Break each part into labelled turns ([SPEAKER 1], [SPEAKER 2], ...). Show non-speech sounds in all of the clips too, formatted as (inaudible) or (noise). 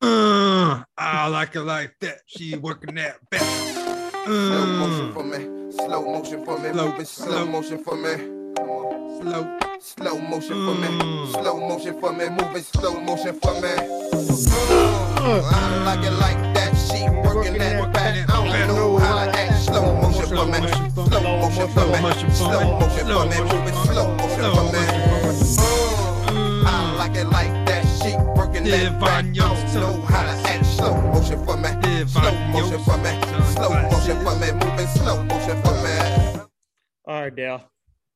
[SPEAKER 1] Uh, I like it like that. She working that back.
[SPEAKER 2] Slow
[SPEAKER 1] Mm.
[SPEAKER 2] motion for me. Slow motion for me.
[SPEAKER 1] Slow,
[SPEAKER 2] Slow,
[SPEAKER 1] slow.
[SPEAKER 2] slow motion for me. Come on.
[SPEAKER 1] Slow.
[SPEAKER 2] Slow motion for
[SPEAKER 1] Mm.
[SPEAKER 2] me. Slow motion for me. Moving slow motion for me. Mm. I like it like that. She working that back. I don't know how to act. Slow motion for me. Slow motion for me. Slow motion for me. Moving slow motion for me. Mm. I like it like that. She working that back. I don't know how to act. Slow motion for me. Slow motion for me. Slow motion for me. Moving slow motion for me.
[SPEAKER 3] All right, Dale.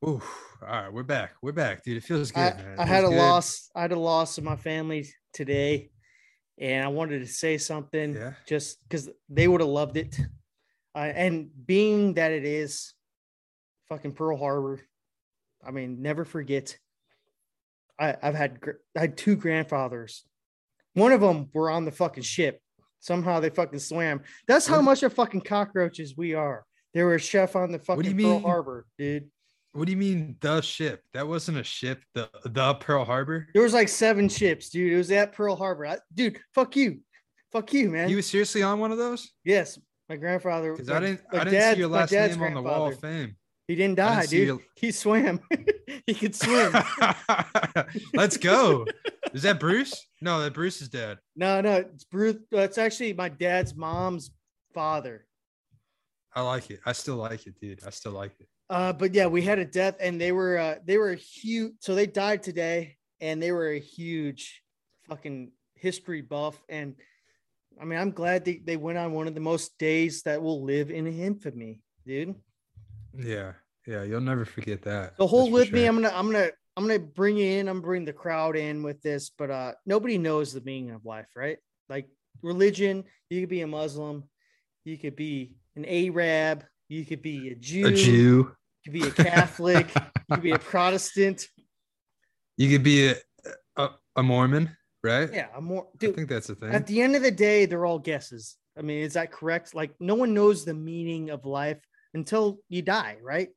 [SPEAKER 1] Oof. All right, we're back. We're back, dude. It feels good,
[SPEAKER 3] I,
[SPEAKER 1] man. It
[SPEAKER 3] I had a
[SPEAKER 1] feels good.
[SPEAKER 3] loss. I had a loss in my family today, and I wanted to say something
[SPEAKER 1] Yeah.
[SPEAKER 3] just because they would have loved it. Uh, and being that it is fucking Pearl Harbor, I mean, never forget. I, I've had gr- I had two grandfathers. One of them were on the fucking ship. Somehow they fucking swam. That's how
[SPEAKER 1] What-
[SPEAKER 3] much of fucking cockroaches we are. They were a chef on the
[SPEAKER 1] do you
[SPEAKER 3] fucking Pearl
[SPEAKER 1] mean?
[SPEAKER 3] Harbor, dude.
[SPEAKER 1] What do you mean the ship? That wasn't a ship. The the Pearl Harbor.
[SPEAKER 3] There was like seven ships, dude. It was at Pearl Harbor. I, dude, fuck you. Fuck you, man.
[SPEAKER 1] You was seriously on one of those?
[SPEAKER 3] yes, my grandfather.
[SPEAKER 1] Because
[SPEAKER 3] my-
[SPEAKER 1] I didn't.
[SPEAKER 3] my
[SPEAKER 1] I didn't
[SPEAKER 3] dad's-
[SPEAKER 1] see your
[SPEAKER 3] my
[SPEAKER 1] last
[SPEAKER 3] dad's
[SPEAKER 1] name on the Wall of
[SPEAKER 3] grandfather.
[SPEAKER 1] Fame.
[SPEAKER 3] He didn't
[SPEAKER 1] I didn't
[SPEAKER 3] die,
[SPEAKER 1] see
[SPEAKER 3] dude.
[SPEAKER 1] your-
[SPEAKER 3] He swam. (laughs) he could swim.
[SPEAKER 1] (laughs) Let's go. Is that Bruce? No, that Bruce is dead.
[SPEAKER 3] (laughs) no, no, it's Bruce. uh, It's actually my dad's mom's father.
[SPEAKER 1] I like it. I still like it, dude. I still like it.
[SPEAKER 3] Uh, but yeah, we had a death, and they were uh, they were a huge. So they died today, and they were a huge fucking history buff. And I mean, I'm glad they, they went on one of the most days that will live in infamy, dude.
[SPEAKER 1] Yeah, yeah. You'll never forget that.
[SPEAKER 3] So hold
[SPEAKER 1] that's for
[SPEAKER 3] with me.
[SPEAKER 1] sure.
[SPEAKER 3] I'm gonna I'm gonna I'm gonna bring you in. I'm gonna bring the crowd in with this, but uh nobody knows the meaning of life, right? Like religion, you could be a Muslim, you could be an Arab, you could be a Jew,
[SPEAKER 1] a Jew.
[SPEAKER 3] you could be a Catholic, you
[SPEAKER 1] (laughs)
[SPEAKER 3] could be a Protestant.
[SPEAKER 1] You could be a a, a Mormon, right?
[SPEAKER 3] Yeah, I'm more
[SPEAKER 1] I
[SPEAKER 3] dude.
[SPEAKER 1] think that's a thing.
[SPEAKER 3] At the end of the day, they're all guesses. I mean, is that correct? Like no one knows the meaning of life until you die, right?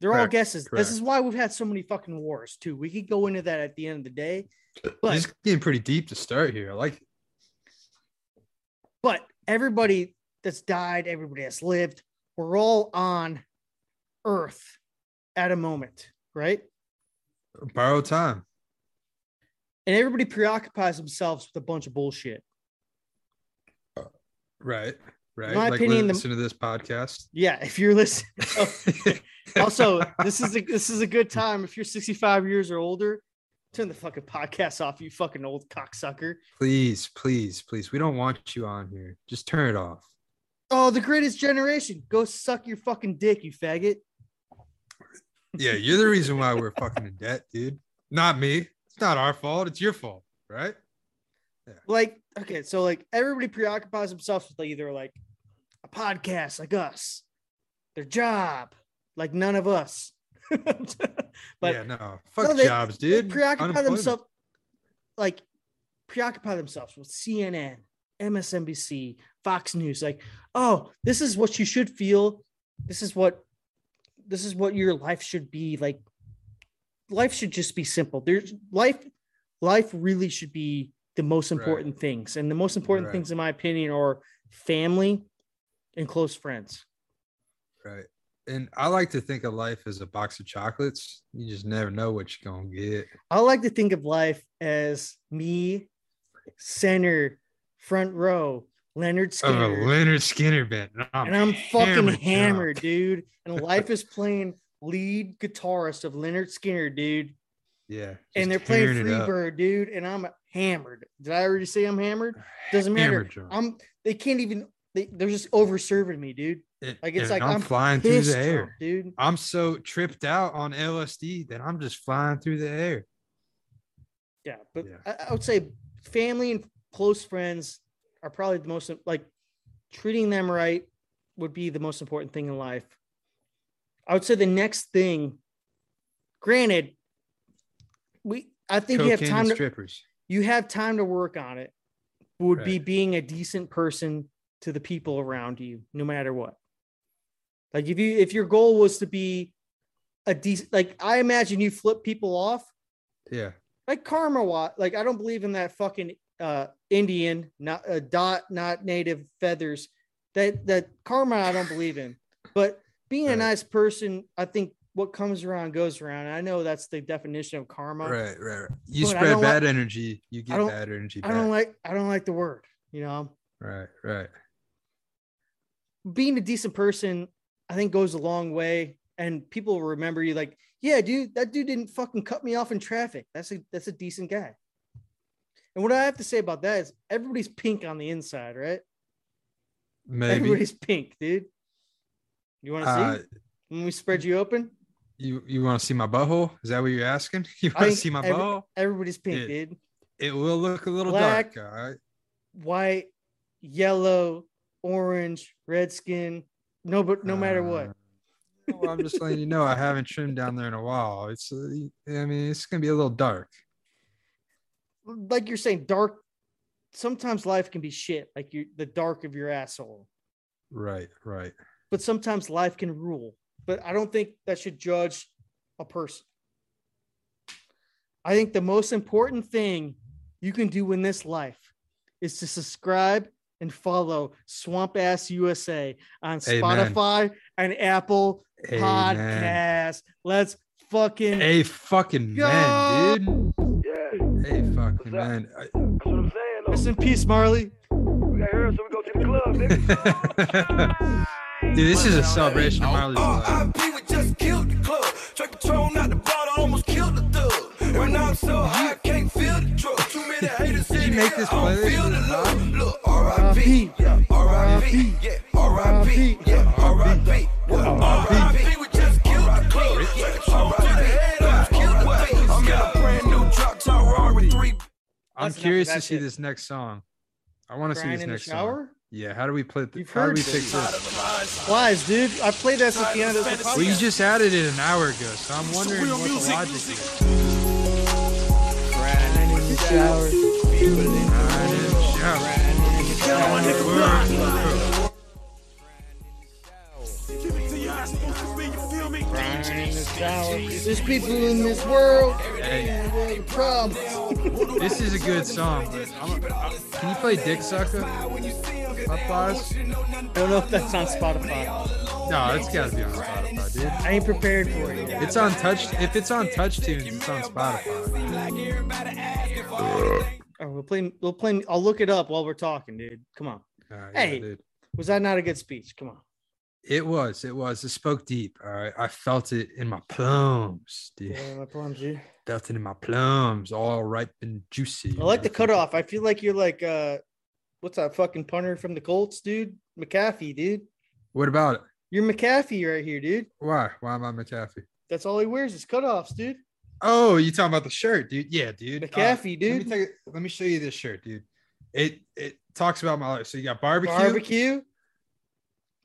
[SPEAKER 3] They're all
[SPEAKER 1] Correct.
[SPEAKER 3] guesses.
[SPEAKER 1] Correct.
[SPEAKER 3] This is why we've had so many fucking wars too. We could go into that at the end of the day,
[SPEAKER 1] But,
[SPEAKER 3] but
[SPEAKER 1] it's getting pretty deep to start here. I like it.
[SPEAKER 3] but everybody that's died, everybody that's lived, we're all on Earth at a moment, right?
[SPEAKER 1] borrowed time.
[SPEAKER 3] And everybody preoccupies themselves with a bunch of bullshit.
[SPEAKER 1] Right. Right.
[SPEAKER 3] my
[SPEAKER 1] like
[SPEAKER 3] opinion, the- Oh.
[SPEAKER 1] listen to this podcast.
[SPEAKER 3] Yeah, if you're (laughs) listening. also, this is a, this is a good time if you're 65 years or older. Turn the fucking podcast off, you fucking old cocksucker.
[SPEAKER 1] (laughs) please, please, please. We don't want you on here. Just turn it off.
[SPEAKER 3] Oh, the greatest generation. Go suck your fucking dick, you faggot.
[SPEAKER 1] Yeah, you're the reason why we're fucking in debt, dude. Not me. It's not our fault. It's your fault, right?
[SPEAKER 3] like okay so like everybody preoccupies themselves with either like a podcast like us their job like none of us (laughs) but
[SPEAKER 1] yeah, no. Fuck
[SPEAKER 3] no, they-
[SPEAKER 1] jobs, dude.
[SPEAKER 3] preoccupy
[SPEAKER 1] Unemployment.
[SPEAKER 3] themselves like preoccupy themselves with cnn msnbc fox news like oh this is what you should feel this is what this is what your life should be like life should just be simple there's life life really should be the most
[SPEAKER 1] Right.
[SPEAKER 3] important things and the most important
[SPEAKER 1] Right.
[SPEAKER 3] things in my opinion are family and close friends
[SPEAKER 1] Right. And I like to think of life as a box of chocolates. You just never know what you're going to get.
[SPEAKER 3] I like to think of life as me, center, front row, Leonard
[SPEAKER 1] Of a
[SPEAKER 3] Skinner,
[SPEAKER 1] Leonard Skinner band. And I'm,
[SPEAKER 3] and I'm fucking
[SPEAKER 1] hammered,
[SPEAKER 3] hammered, dude. And life is playing lead guitarist of Leonard Skinner, dude.
[SPEAKER 1] Yeah. just
[SPEAKER 3] and they're playing
[SPEAKER 1] tearing it up.
[SPEAKER 3] Freebird, dude. And I'm hammered. Did I already say I'm hammered? Doesn't matter.
[SPEAKER 1] Hammered drunk.
[SPEAKER 3] I'm. They can't even. They, they're just over serving me, dude.
[SPEAKER 1] And-
[SPEAKER 3] like, it's
[SPEAKER 1] and
[SPEAKER 3] like
[SPEAKER 1] I'm,
[SPEAKER 3] I'm
[SPEAKER 1] flying through
[SPEAKER 3] Piss
[SPEAKER 1] the air.
[SPEAKER 3] drunk, dude.
[SPEAKER 1] I'm so tripped out on LSD that I'm just flying through the air.
[SPEAKER 3] Yeah, but
[SPEAKER 1] Yeah.
[SPEAKER 3] I, I would say family and close friends are probably the most like treating them right would be the most important thing in life. I would say the next thing, granted, we I think you
[SPEAKER 1] Cocaine
[SPEAKER 3] have time
[SPEAKER 1] and
[SPEAKER 3] to
[SPEAKER 1] strippers.
[SPEAKER 3] you have time to work on it, would be
[SPEAKER 1] Right.
[SPEAKER 3] being a decent person to the people around you, no matter what. Like if you if your goal was to be a decent like I imagine you flip people off
[SPEAKER 1] Yeah.
[SPEAKER 3] like karma wa like i don't believe in that fucking uh uh, Indian, not uh, dot, not native feathers. That that karma I don't believe in, but being
[SPEAKER 1] Right.
[SPEAKER 3] a nice person, I think what comes around goes around. I know that's the definition of karma.
[SPEAKER 1] Right, right, right. You
[SPEAKER 3] But I
[SPEAKER 1] spread
[SPEAKER 3] don't like-
[SPEAKER 1] bad energy, you get
[SPEAKER 3] don't-
[SPEAKER 1] bad energy back.
[SPEAKER 3] I don't like I don't like the word. You know,
[SPEAKER 1] right, right.
[SPEAKER 3] being a decent person, I think goes a long way, and people will remember you. Like, yeah, dude, that dude didn't fucking cut me off in traffic. That's a that's a decent guy. And what I have to say about that is everybody's pink on the inside, right?
[SPEAKER 1] Maybe
[SPEAKER 3] Everybody's pink, dude. You want to
[SPEAKER 1] uh,
[SPEAKER 3] see when we spread you open?
[SPEAKER 1] you you want to see my butthole? Is that what you're asking? (laughs) You
[SPEAKER 3] I
[SPEAKER 1] want to
[SPEAKER 3] think
[SPEAKER 1] see my
[SPEAKER 3] every-
[SPEAKER 1] butthole?
[SPEAKER 3] Everybody's pink,
[SPEAKER 1] Yeah.
[SPEAKER 3] dude.
[SPEAKER 1] It will look a little
[SPEAKER 3] Black-
[SPEAKER 1] dark. All right.
[SPEAKER 3] White, yellow, orange, red skin. No, but no matter what.
[SPEAKER 1] Uh, well, I'm just letting you know I haven't trimmed down there in a while. It's uh, I mean it's gonna be a little dark.
[SPEAKER 3] like you're saying, dark. Sometimes life can be shit, like you the dark of your asshole.
[SPEAKER 1] Right, right.
[SPEAKER 3] But sometimes life can rule. But I don't think that should judge a person. I think the most important thing you can do in this life is to subscribe and follow Swamp Ass USA on
[SPEAKER 1] Amen.
[SPEAKER 3] Spotify and Apple
[SPEAKER 1] Amen.
[SPEAKER 3] Podcast. Let's fucking
[SPEAKER 1] A fucking
[SPEAKER 3] Go!
[SPEAKER 1] man, dude.
[SPEAKER 4] Yeah, that's what
[SPEAKER 1] Hey fucking
[SPEAKER 4] up?
[SPEAKER 1] man. I-
[SPEAKER 4] I'm saying.
[SPEAKER 3] rest in peace, Marley.
[SPEAKER 4] Though. We got here, so we go to the club, nigga.
[SPEAKER 1] (laughs) dude, this is a celebration of Marley's life.
[SPEAKER 2] RIP, we just killed the club. Track control, not the bottle, almost killed the thug. Right now I'm so high, I can't feel the drug. Too many haters
[SPEAKER 1] Did you
[SPEAKER 2] in
[SPEAKER 1] make
[SPEAKER 2] here,
[SPEAKER 1] this
[SPEAKER 2] I don't
[SPEAKER 1] playlist
[SPEAKER 2] feel
[SPEAKER 1] for
[SPEAKER 2] the
[SPEAKER 1] the
[SPEAKER 2] love.
[SPEAKER 1] pod?
[SPEAKER 2] Look, RIP, yeah, RIP, yeah, RIP, yeah, RIP. RIP, we just killed the club. Track control, to the head, almost killed the thug. I'm in a brand new drop top Rari with three.
[SPEAKER 1] I'm
[SPEAKER 3] That's enough of
[SPEAKER 1] curious to
[SPEAKER 3] that
[SPEAKER 1] see
[SPEAKER 3] shit.
[SPEAKER 1] this next song. I want to see
[SPEAKER 3] Crying
[SPEAKER 1] this
[SPEAKER 3] in the
[SPEAKER 1] next song.
[SPEAKER 3] shower.
[SPEAKER 1] Yeah, how do we play? Th-
[SPEAKER 3] You've
[SPEAKER 1] how do
[SPEAKER 3] heard
[SPEAKER 1] we
[SPEAKER 3] this.
[SPEAKER 1] fix this?
[SPEAKER 3] Lies, dude. I played this at the end of the
[SPEAKER 1] Well, you
[SPEAKER 3] podcast.
[SPEAKER 1] just added it an hour ago, so I'm wondering what the logic is. Crying in the shower.
[SPEAKER 3] There's people in this world.
[SPEAKER 1] Hey,
[SPEAKER 3] What a problem.
[SPEAKER 1] this is a good song. But I'm, I- can you play Dick Sucker? Applause?
[SPEAKER 3] Don't know if that's on Spotify.
[SPEAKER 1] No, it's got to be on Spotify, dude.
[SPEAKER 3] I ain't prepared for it. yet.
[SPEAKER 1] It's on touch. If it's on touch tunes, it's on Spotify.
[SPEAKER 3] All right, Oh, we'll play. We'll play. I'll look it up while we're talking, dude. Come on.
[SPEAKER 1] All right,
[SPEAKER 3] Hey. Was that not a good speech? Come on.
[SPEAKER 1] It was. It was. It spoke deep. All right. I felt it in my plums, dude.
[SPEAKER 3] Yeah, my plums, dude.
[SPEAKER 1] Felt it in my plums, all ripe and juicy.
[SPEAKER 3] I like the cutoff. I feel like you're like, uh, what's that fucking punter from the Colts, dude? McAfee, dude.
[SPEAKER 1] What about it?
[SPEAKER 3] You're McAfee right here, dude.
[SPEAKER 1] Why? Why am I McAfee?
[SPEAKER 3] That's all he wears is cutoffs, dude.
[SPEAKER 1] Oh, you talking about the shirt, dude? Yeah, dude. Uh,
[SPEAKER 3] McAfee,
[SPEAKER 1] Let me,
[SPEAKER 3] dude.
[SPEAKER 1] take- let me show you this shirt, dude. It it talks about my life. So you got barbecue,
[SPEAKER 3] Barbecue,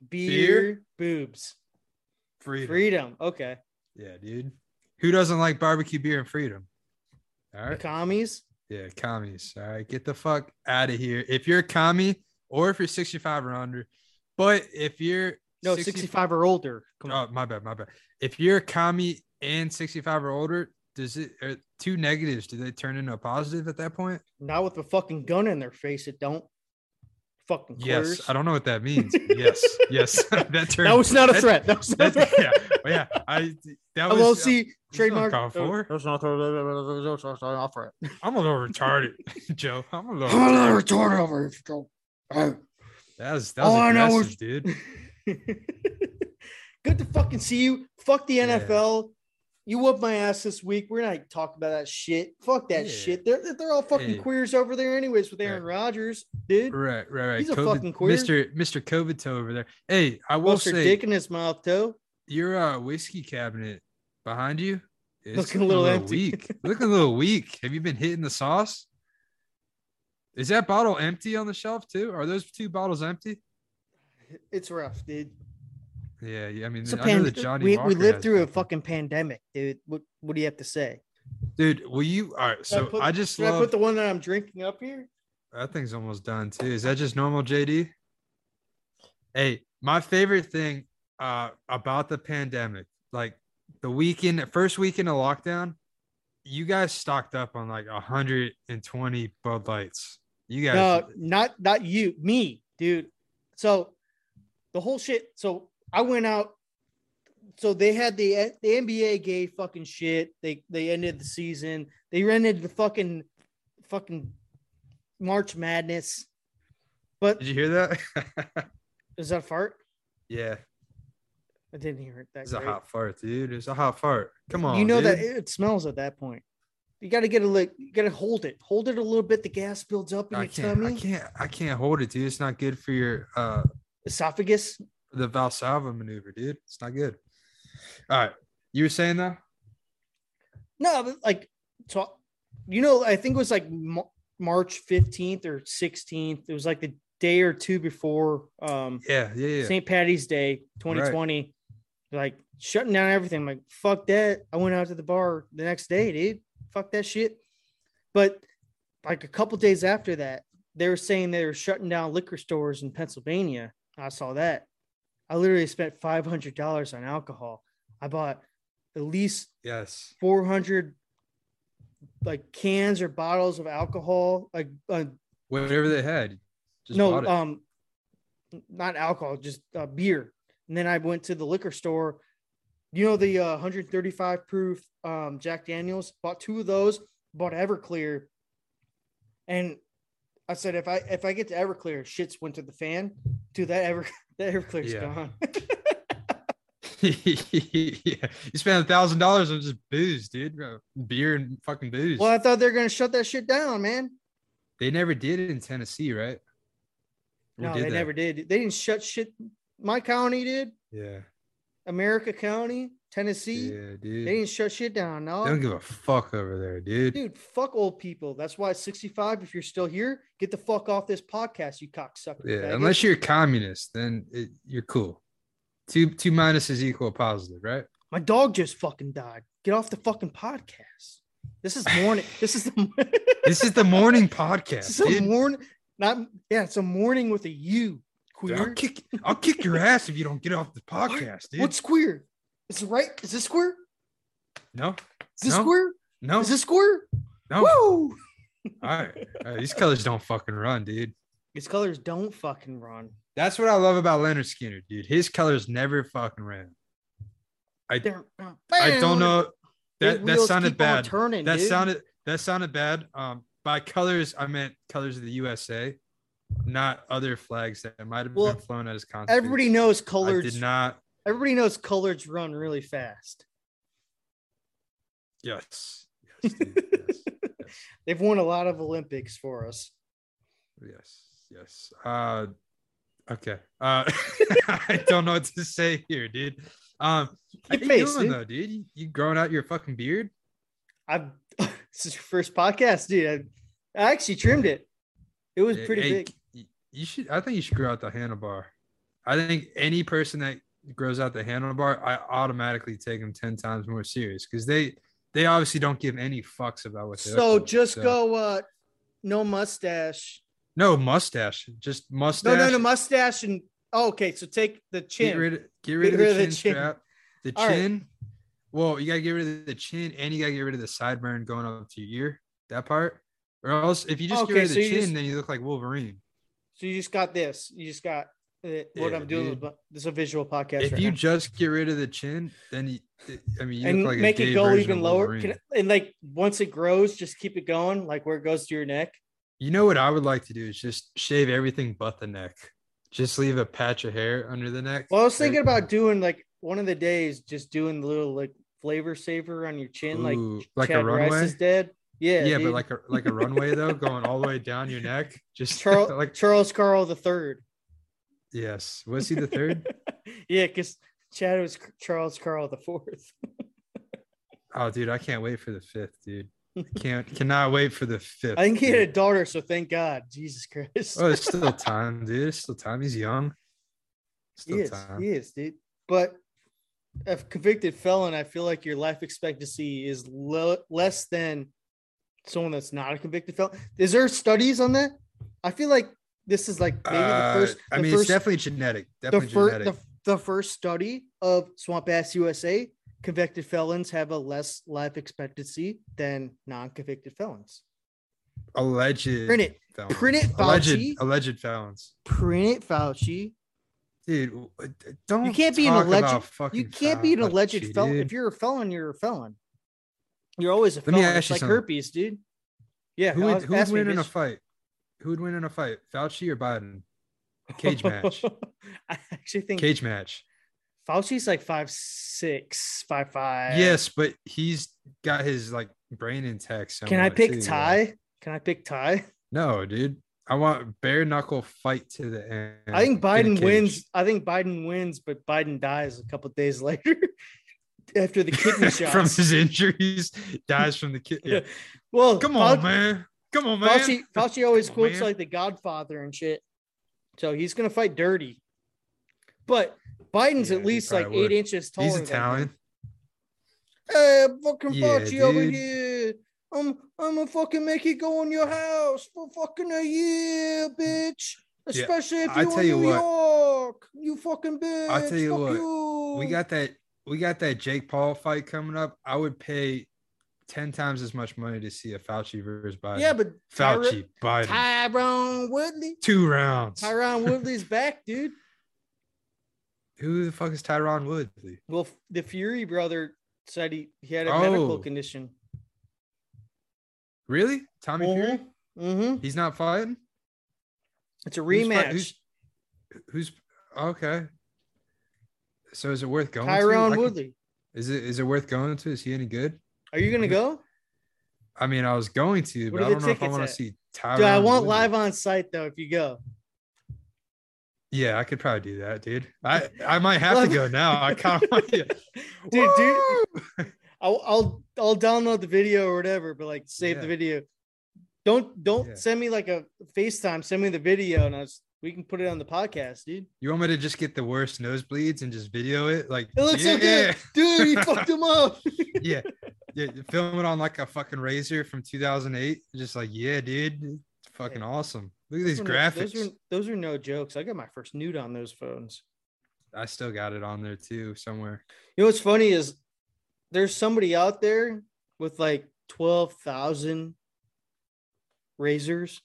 [SPEAKER 3] beer, boobs,
[SPEAKER 1] freedom.
[SPEAKER 3] freedom. Okay.
[SPEAKER 1] Yeah, dude. Who doesn't like barbecue, beer, and freedom? All
[SPEAKER 3] The
[SPEAKER 1] right.
[SPEAKER 3] commies.
[SPEAKER 1] Yeah, commies. All right, get the fuck out of here. If you're a commie, or if you're 65 or under, but if you're
[SPEAKER 3] No,
[SPEAKER 1] 60
[SPEAKER 3] 65 or older. Come on.
[SPEAKER 1] oh, my bad, my bad. If you're a commie and 65 or older, does it are two negatives? Do they turn into a positive at that point?
[SPEAKER 3] Not with a fucking gun in their face. It don't. Fucking
[SPEAKER 1] Yes,
[SPEAKER 3] queers.
[SPEAKER 1] I don't know what that
[SPEAKER 3] (laughs)
[SPEAKER 1] means. yes, yes, (laughs) that turned.
[SPEAKER 3] That was not a
[SPEAKER 1] that-
[SPEAKER 3] threat. That was not a
[SPEAKER 1] (laughs) That,
[SPEAKER 3] threat.
[SPEAKER 1] yeah, yeah. I that was. uh,
[SPEAKER 3] LLC
[SPEAKER 1] it's
[SPEAKER 3] trademark.
[SPEAKER 1] uncalled for.
[SPEAKER 3] That's not offer it.
[SPEAKER 1] I'm a little retarded, (laughs) Joe. I'm a little.
[SPEAKER 3] (laughs) I'm
[SPEAKER 1] retarded.
[SPEAKER 3] gonna turn it over. if you don't-
[SPEAKER 1] That was that was
[SPEAKER 3] All I know
[SPEAKER 1] aggressive,
[SPEAKER 3] is-
[SPEAKER 1] dude.
[SPEAKER 3] (laughs) Good to fucking see you. Fuck the
[SPEAKER 1] Yeah.
[SPEAKER 3] NFL. You whooped my ass this week. We're not talking about that shit. Fuck that
[SPEAKER 1] Yeah.
[SPEAKER 3] shit. They're they're all fucking
[SPEAKER 1] Hey.
[SPEAKER 3] queers over there, anyways, with Aaron Rodgers, dude.
[SPEAKER 1] Right, right, right.
[SPEAKER 3] He's a
[SPEAKER 1] COVID
[SPEAKER 3] fucking queer.
[SPEAKER 1] Mr. Mr. Covid toe over there. Hey, I will
[SPEAKER 3] Bust
[SPEAKER 1] say
[SPEAKER 3] their dick in his mouth, though.
[SPEAKER 1] your uh, whiskey cabinet behind you is
[SPEAKER 3] Looking a little empty. (laughs)
[SPEAKER 1] weak. Looking a little weak. Have you been hitting the sauce? Is that bottle empty on the shelf too? Are those two bottles empty?
[SPEAKER 3] It's rough, dude.
[SPEAKER 1] Yeah, yeah. I mean,
[SPEAKER 3] It's a
[SPEAKER 1] I know the
[SPEAKER 3] pandemic.
[SPEAKER 1] Johnny
[SPEAKER 3] We, we
[SPEAKER 1] Walker
[SPEAKER 3] lived
[SPEAKER 1] has
[SPEAKER 3] through a
[SPEAKER 1] that.
[SPEAKER 3] fucking pandemic, dude. What what do you have to say?
[SPEAKER 1] dude. Will you? All right.
[SPEAKER 3] Should
[SPEAKER 1] So
[SPEAKER 3] I put-
[SPEAKER 1] I just
[SPEAKER 3] Should I
[SPEAKER 1] love
[SPEAKER 3] put the one that I'm drinking up here?
[SPEAKER 1] That thing's almost done too. Is that just normal JD? Hey, my favorite thing uh, about the pandemic, like the weekend, first weekend of lockdown, you guys stocked up on like 120 Bud Lights. You guys,
[SPEAKER 3] No, not not you, me, dude. So the whole shit. So I went out. So they had the the NBA gay fucking shit. They they ended the season. They rented the fucking fucking March Madness. But
[SPEAKER 1] did you hear that? (laughs)
[SPEAKER 3] is that a fart?
[SPEAKER 1] yeah,
[SPEAKER 3] I didn't hear it. That
[SPEAKER 1] it's a
[SPEAKER 3] great.
[SPEAKER 1] hot fart, dude. It's a hot fart. Come on,
[SPEAKER 3] you know that
[SPEAKER 1] dude.
[SPEAKER 3] it, it smells at that point. You got to get a lick. You got to hold it. Hold it a little bit. The gas builds up in
[SPEAKER 1] I
[SPEAKER 3] your
[SPEAKER 1] can't, I
[SPEAKER 3] tummy,
[SPEAKER 1] can't, I can't hold it, dude. It's not good for your uh
[SPEAKER 3] esophagus.
[SPEAKER 1] the Valsalva maneuver, dude. It's not good. All right, you were saying though.
[SPEAKER 3] No, but like, so, you know, I think it was like Ma- March 15th or 16th. It was like the day or two before um,
[SPEAKER 1] Yeah, yeah, yeah.
[SPEAKER 3] St. Patty's Day 2020. Like, shutting down everything. I'm like, fuck that. I went out to the bar the next day, dude. Fuck that shit. But like a couple days after that, they were saying they were shutting down liquor stores in Pennsylvania. I saw that. I literally spent $500 on alcohol. I bought at least
[SPEAKER 1] Yes.
[SPEAKER 3] 400 like cans or bottles of alcohol like uh,
[SPEAKER 1] Whatever they had. Just bought
[SPEAKER 3] no
[SPEAKER 1] it. (laughs)
[SPEAKER 3] um not alcohol just uh, beer and then i went to the liquor store you know the uh, 135 proof um, jack daniels bought two of those bought everclear and i said if i if i get to everclear shits went to the fan dude that ever (laughs) that everclear's
[SPEAKER 1] Yeah. (laughs)
[SPEAKER 3] gone
[SPEAKER 1] yeah. You spent a thousand dollars on just booze, dude. Bro. Beer and fucking booze.
[SPEAKER 3] well i thought they were gonna shut that shit down man
[SPEAKER 1] They never did it in Tennessee, right? Or
[SPEAKER 3] no
[SPEAKER 1] did
[SPEAKER 3] they never did they didn't shut shit my county did
[SPEAKER 1] Yeah.
[SPEAKER 3] America County, Tennessee.
[SPEAKER 1] Yeah,
[SPEAKER 3] They
[SPEAKER 1] dude. They
[SPEAKER 3] didn't shut shit down. No,
[SPEAKER 1] don't give a fuck over there, dude.
[SPEAKER 3] dude, fuck old people. That's why at 65, if you're still here, get the fuck off this podcast, you cocksucker.
[SPEAKER 1] yeah,
[SPEAKER 3] faggot.
[SPEAKER 1] unless you're a communist, then it, you're cool. Two two minuses equal a positive, right?
[SPEAKER 3] my dog just fucking died. Get off the fucking podcast. This is
[SPEAKER 1] (laughs)
[SPEAKER 3] morning. this is the
[SPEAKER 1] This is the morning
[SPEAKER 3] (laughs) this
[SPEAKER 1] podcast.
[SPEAKER 3] is a
[SPEAKER 1] Dude.
[SPEAKER 3] morning. Not yeah, it's a morning with a U.
[SPEAKER 1] Dude,
[SPEAKER 3] Queer.
[SPEAKER 1] I'll kick I'll kick your ass if you don't get off the podcast, dude.
[SPEAKER 3] What's queer? Is it right? Is this queer?
[SPEAKER 1] no,
[SPEAKER 3] Is this
[SPEAKER 1] No.
[SPEAKER 3] queer?
[SPEAKER 1] no,
[SPEAKER 3] Is this queer?
[SPEAKER 1] no. All
[SPEAKER 3] Woo!
[SPEAKER 1] right. All right. These colors don't fucking run, dude.
[SPEAKER 3] These colors don't fucking run.
[SPEAKER 1] That's what I love about Leonard Skinner, dude. His colors never fucking ran.
[SPEAKER 3] They're- uh,
[SPEAKER 1] I don't know.
[SPEAKER 3] Their
[SPEAKER 1] That that
[SPEAKER 3] wheels
[SPEAKER 1] sounded
[SPEAKER 3] keep on
[SPEAKER 1] bad.
[SPEAKER 3] Turning,
[SPEAKER 1] That
[SPEAKER 3] dude.
[SPEAKER 1] sounded that sounded bad. Um, by colors, I meant colors of the USA, not other flags that might have
[SPEAKER 3] Well,
[SPEAKER 1] been flown as concerts.
[SPEAKER 3] Everybody knows
[SPEAKER 1] I
[SPEAKER 3] colors.
[SPEAKER 1] did not.
[SPEAKER 3] Everybody knows colors run really fast.
[SPEAKER 1] Yes, yes, dude, yes,
[SPEAKER 3] They've won a lot of Olympics for us.
[SPEAKER 1] yes, yes. Uh, okay. Uh, (laughs) I don't know what to say here, dude. Um, how
[SPEAKER 3] Your
[SPEAKER 1] you
[SPEAKER 3] face,
[SPEAKER 1] doing
[SPEAKER 3] dude.
[SPEAKER 1] though, dude? You, you growing out your fucking beard?
[SPEAKER 3] I've (laughs) this is your first podcast, dude. I, I actually trimmed it. It was
[SPEAKER 1] Yeah,
[SPEAKER 3] pretty
[SPEAKER 1] Eh, hey,
[SPEAKER 3] big.
[SPEAKER 1] y- You should. I think you should grow out the handlebar. I think any person that grows out the handlebar, I automatically take them ten times more serious because they they obviously don't give any fucks about what. they look
[SPEAKER 3] So
[SPEAKER 1] like,
[SPEAKER 3] just
[SPEAKER 1] so-
[SPEAKER 3] go uh no mustache.
[SPEAKER 1] No mustache, just
[SPEAKER 3] No,
[SPEAKER 1] mustache.
[SPEAKER 3] no, no mustache and oh, okay. So take the
[SPEAKER 1] Get
[SPEAKER 3] chin.
[SPEAKER 1] rid of get rid, of, the chin strap. The
[SPEAKER 3] All right.
[SPEAKER 1] chin. Well, you gotta get rid of the chin, and you gotta get rid of the sideburn going up to your ear. That part, or else if you just
[SPEAKER 3] Okay,
[SPEAKER 1] get rid of
[SPEAKER 3] so
[SPEAKER 1] the
[SPEAKER 3] you
[SPEAKER 1] chin,
[SPEAKER 3] just-
[SPEAKER 1] then you look like Wolverine.
[SPEAKER 3] so you just got this. You just got uh, what
[SPEAKER 1] Yeah,
[SPEAKER 3] I'm doing.
[SPEAKER 1] dude.
[SPEAKER 3] Is, this is a visual podcast.
[SPEAKER 1] if
[SPEAKER 3] right
[SPEAKER 1] you
[SPEAKER 3] now.
[SPEAKER 1] just get rid of the chin, then you, I mean, you
[SPEAKER 3] and
[SPEAKER 1] look like
[SPEAKER 3] make
[SPEAKER 1] a gay
[SPEAKER 3] it go
[SPEAKER 1] version
[SPEAKER 3] even
[SPEAKER 1] of
[SPEAKER 3] lower.
[SPEAKER 1] Wolverine.
[SPEAKER 3] Can- and like once it grows, just keep it going, like where it goes to your neck.
[SPEAKER 1] You know what I would like to do is just shave everything but the neck. Just leave a patch of hair under the neck.
[SPEAKER 3] Well, I was thinking about doing like one of the days, just doing the little like flavor saver on your chin,
[SPEAKER 1] Ooh,
[SPEAKER 3] like
[SPEAKER 1] like a
[SPEAKER 3] Chad Rice
[SPEAKER 1] runway?
[SPEAKER 3] is dead. Yeah,
[SPEAKER 1] yeah,
[SPEAKER 3] dude.
[SPEAKER 1] but like (laughs) a like a runway though, going all the way down your
[SPEAKER 3] (laughs)
[SPEAKER 1] neck. Just (laughs)
[SPEAKER 3] Charles
[SPEAKER 1] like
[SPEAKER 3] Charles Carl the third.
[SPEAKER 1] yes, was he the third?
[SPEAKER 3] yeah, because Chad was C- Charles Carl the fourth.
[SPEAKER 1] Oh, dude, I can't wait for the fifth, dude. I Can't cannot wait for the fifth.
[SPEAKER 3] I think he
[SPEAKER 1] dude.
[SPEAKER 3] had a daughter, so thank God. Jesus Christ.
[SPEAKER 1] Oh, it's still time, dude. It's still time. He's young. Still
[SPEAKER 3] He is,
[SPEAKER 1] time.
[SPEAKER 3] he is, dude. But a convicted felon, I feel like your life expectancy is le- less than someone that's not a convicted felon. Is there studies on that? I feel like this is like maybe the
[SPEAKER 1] Uh,
[SPEAKER 3] first.
[SPEAKER 1] I
[SPEAKER 3] the
[SPEAKER 1] mean,
[SPEAKER 3] first,
[SPEAKER 1] it's definitely genetic.
[SPEAKER 3] the
[SPEAKER 1] Definitely
[SPEAKER 3] first
[SPEAKER 1] genetic.
[SPEAKER 3] the, the first study of Swamp Ass USA. Convicted felons have a less life expectancy than non-convicted felons.
[SPEAKER 1] Alleged.
[SPEAKER 3] Print it.
[SPEAKER 1] felons.
[SPEAKER 3] Print it, Fauci.
[SPEAKER 1] alleged alleged felons.
[SPEAKER 3] Print it, Fauci.
[SPEAKER 1] Dude, w- uh, don't
[SPEAKER 3] You can't be an
[SPEAKER 1] talk
[SPEAKER 3] alleged-
[SPEAKER 1] about fucking
[SPEAKER 3] You can't be an
[SPEAKER 1] felons,
[SPEAKER 3] alleged felon.
[SPEAKER 1] dude.
[SPEAKER 3] If you're a felon, you're a felon. You're always a
[SPEAKER 1] Let me
[SPEAKER 3] felon.
[SPEAKER 1] ask
[SPEAKER 3] It's
[SPEAKER 1] you
[SPEAKER 3] like
[SPEAKER 1] something.
[SPEAKER 3] herpes, dude. Yeah.
[SPEAKER 1] Who would,
[SPEAKER 3] ask-
[SPEAKER 1] who would
[SPEAKER 3] ask me,
[SPEAKER 1] win in a
[SPEAKER 3] bitch.
[SPEAKER 1] fight? Who would win in a fight? Fauci or
[SPEAKER 3] (laughs)
[SPEAKER 1] Biden? Cage match.
[SPEAKER 3] I actually think
[SPEAKER 1] Cage match.
[SPEAKER 3] Fauci's like five six, five five.
[SPEAKER 1] yes, but he's got his like brain intact.
[SPEAKER 3] Can I
[SPEAKER 1] somewhat,
[SPEAKER 3] pick
[SPEAKER 1] too,
[SPEAKER 3] Ty?
[SPEAKER 1] like-
[SPEAKER 3] Can I pick Ty?
[SPEAKER 1] No, dude. I want bare knuckle fight to the end.
[SPEAKER 3] I think
[SPEAKER 1] in a
[SPEAKER 3] Biden
[SPEAKER 1] cage. (laughs)
[SPEAKER 3] wins. I think Biden wins, but Biden dies a couple days (laughs) later after the kidney
[SPEAKER 1] (laughs)
[SPEAKER 3] shots.
[SPEAKER 1] from his injuries. Dies from the kid.
[SPEAKER 3] (laughs)
[SPEAKER 1] Yeah.
[SPEAKER 3] Well,
[SPEAKER 1] Come on,
[SPEAKER 3] Fau-
[SPEAKER 1] man. Come on, man.
[SPEAKER 3] Fauci, Fauci always
[SPEAKER 1] Come on,
[SPEAKER 3] quotes
[SPEAKER 1] man.
[SPEAKER 3] like the Godfather and shit. So he's gonna fight dirty. But Biden's
[SPEAKER 1] Yeah,
[SPEAKER 3] at
[SPEAKER 1] he
[SPEAKER 3] least like
[SPEAKER 1] probably
[SPEAKER 3] eight
[SPEAKER 1] would.
[SPEAKER 3] inches taller.
[SPEAKER 1] He's
[SPEAKER 3] than him.
[SPEAKER 1] Italian.
[SPEAKER 3] Hey, fucking
[SPEAKER 1] Yeah,
[SPEAKER 3] Fauci over
[SPEAKER 1] dude.
[SPEAKER 3] here. I'm I'm gonna fucking make you go in your house for fucking a year, bitch.
[SPEAKER 1] Yeah,
[SPEAKER 3] Especially if
[SPEAKER 1] I
[SPEAKER 3] you
[SPEAKER 1] tell
[SPEAKER 3] in
[SPEAKER 1] you
[SPEAKER 3] New
[SPEAKER 1] what.
[SPEAKER 3] York. You fucking bitch.
[SPEAKER 1] I tell you
[SPEAKER 3] Fuck
[SPEAKER 1] what,
[SPEAKER 3] you.
[SPEAKER 1] We got that. We got that Jake Paul fight coming up. I would pay ten times as much money to see a Fauci versus Biden.
[SPEAKER 3] yeah, but Tyra-
[SPEAKER 1] Fauci Biden.
[SPEAKER 3] Tyrone Woodley.
[SPEAKER 1] Two rounds. (laughs)
[SPEAKER 3] Tyrone Woodley's back, dude.
[SPEAKER 1] Who the fuck is Tyron Woodley?
[SPEAKER 3] Well, f- the Fury brother said he, he had a medical
[SPEAKER 1] Oh.
[SPEAKER 3] condition.
[SPEAKER 1] Really? Tommy Fury?
[SPEAKER 3] Mm-hmm.
[SPEAKER 1] He's not fighting.
[SPEAKER 3] It's a
[SPEAKER 1] Who's fight-
[SPEAKER 3] rematch.
[SPEAKER 1] Who's, who's okay? So is it worth going? to?
[SPEAKER 3] Tyrone
[SPEAKER 1] I can-
[SPEAKER 3] Woodley.
[SPEAKER 1] is it is it worth going to? Is he any good?
[SPEAKER 3] Are you gonna go?
[SPEAKER 1] I mean, I was going to,
[SPEAKER 3] What
[SPEAKER 1] but
[SPEAKER 3] are
[SPEAKER 1] I
[SPEAKER 3] the
[SPEAKER 1] don't know if I
[SPEAKER 3] tickets
[SPEAKER 1] want
[SPEAKER 3] at?
[SPEAKER 1] to see Tyron.
[SPEAKER 3] Dude, I want
[SPEAKER 1] Woodley.
[SPEAKER 3] live on site though. If you go,
[SPEAKER 1] Yeah, I could probably do that, dude. I I might have to
[SPEAKER 3] Live-
[SPEAKER 1] go now. I
[SPEAKER 3] (laughs)
[SPEAKER 1] kind of want you.
[SPEAKER 3] dude, dude,
[SPEAKER 1] Woo!
[SPEAKER 3] I'll, I'll I'll download the video or whatever, but like save the
[SPEAKER 1] Yeah.
[SPEAKER 3] video. Don't don't
[SPEAKER 1] Yeah.
[SPEAKER 3] send me like a FaceTime. Send me the video, and I was, we can put it on the podcast, dude.
[SPEAKER 1] You want me to just get the worst nosebleeds and just video it? Like
[SPEAKER 3] It looks so good, dude. You fucked him up.
[SPEAKER 1] (laughs) yeah, yeah. Film it on like a fucking razor from 2008. Just like, yeah, dude, it's fucking awesome. Look at these
[SPEAKER 3] Those were no-
[SPEAKER 1] graphics.
[SPEAKER 3] Those are those are no jokes. I got my first nude on those phones.
[SPEAKER 1] I still got it on there too somewhere.
[SPEAKER 3] You know what's funny is there's somebody out there with like 12,000 razors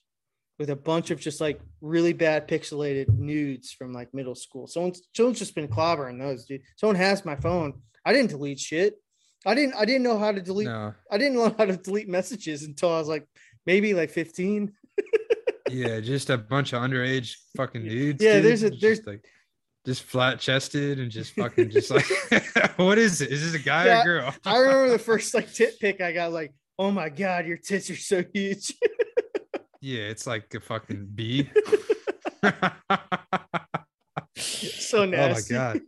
[SPEAKER 3] with a bunch of just like really bad pixelated nudes from like middle school. Someone's someone's just been clobbering those, dude. Someone has my phone. I didn't delete shit. I didn't I didn't know how to delete
[SPEAKER 1] No,
[SPEAKER 3] I didn't know how to delete messages until I was like maybe like 15.
[SPEAKER 1] yeah, just a bunch of underage fucking dudes.
[SPEAKER 3] Yeah,
[SPEAKER 1] dude.
[SPEAKER 3] there's a-
[SPEAKER 1] It's
[SPEAKER 3] there's-
[SPEAKER 1] just like just flat chested and just fucking just like (laughs) what is it? Is this a guy
[SPEAKER 3] Yeah,
[SPEAKER 1] or a girl?
[SPEAKER 3] I remember the first like tit pic I got like, "Oh my god, your tits are so huge."
[SPEAKER 1] (laughs)
[SPEAKER 3] (laughs)
[SPEAKER 1] yeah, it's like a fucking bee. (laughs)
[SPEAKER 3] so nasty.
[SPEAKER 1] Oh
[SPEAKER 3] (laughs)
[SPEAKER 1] my god.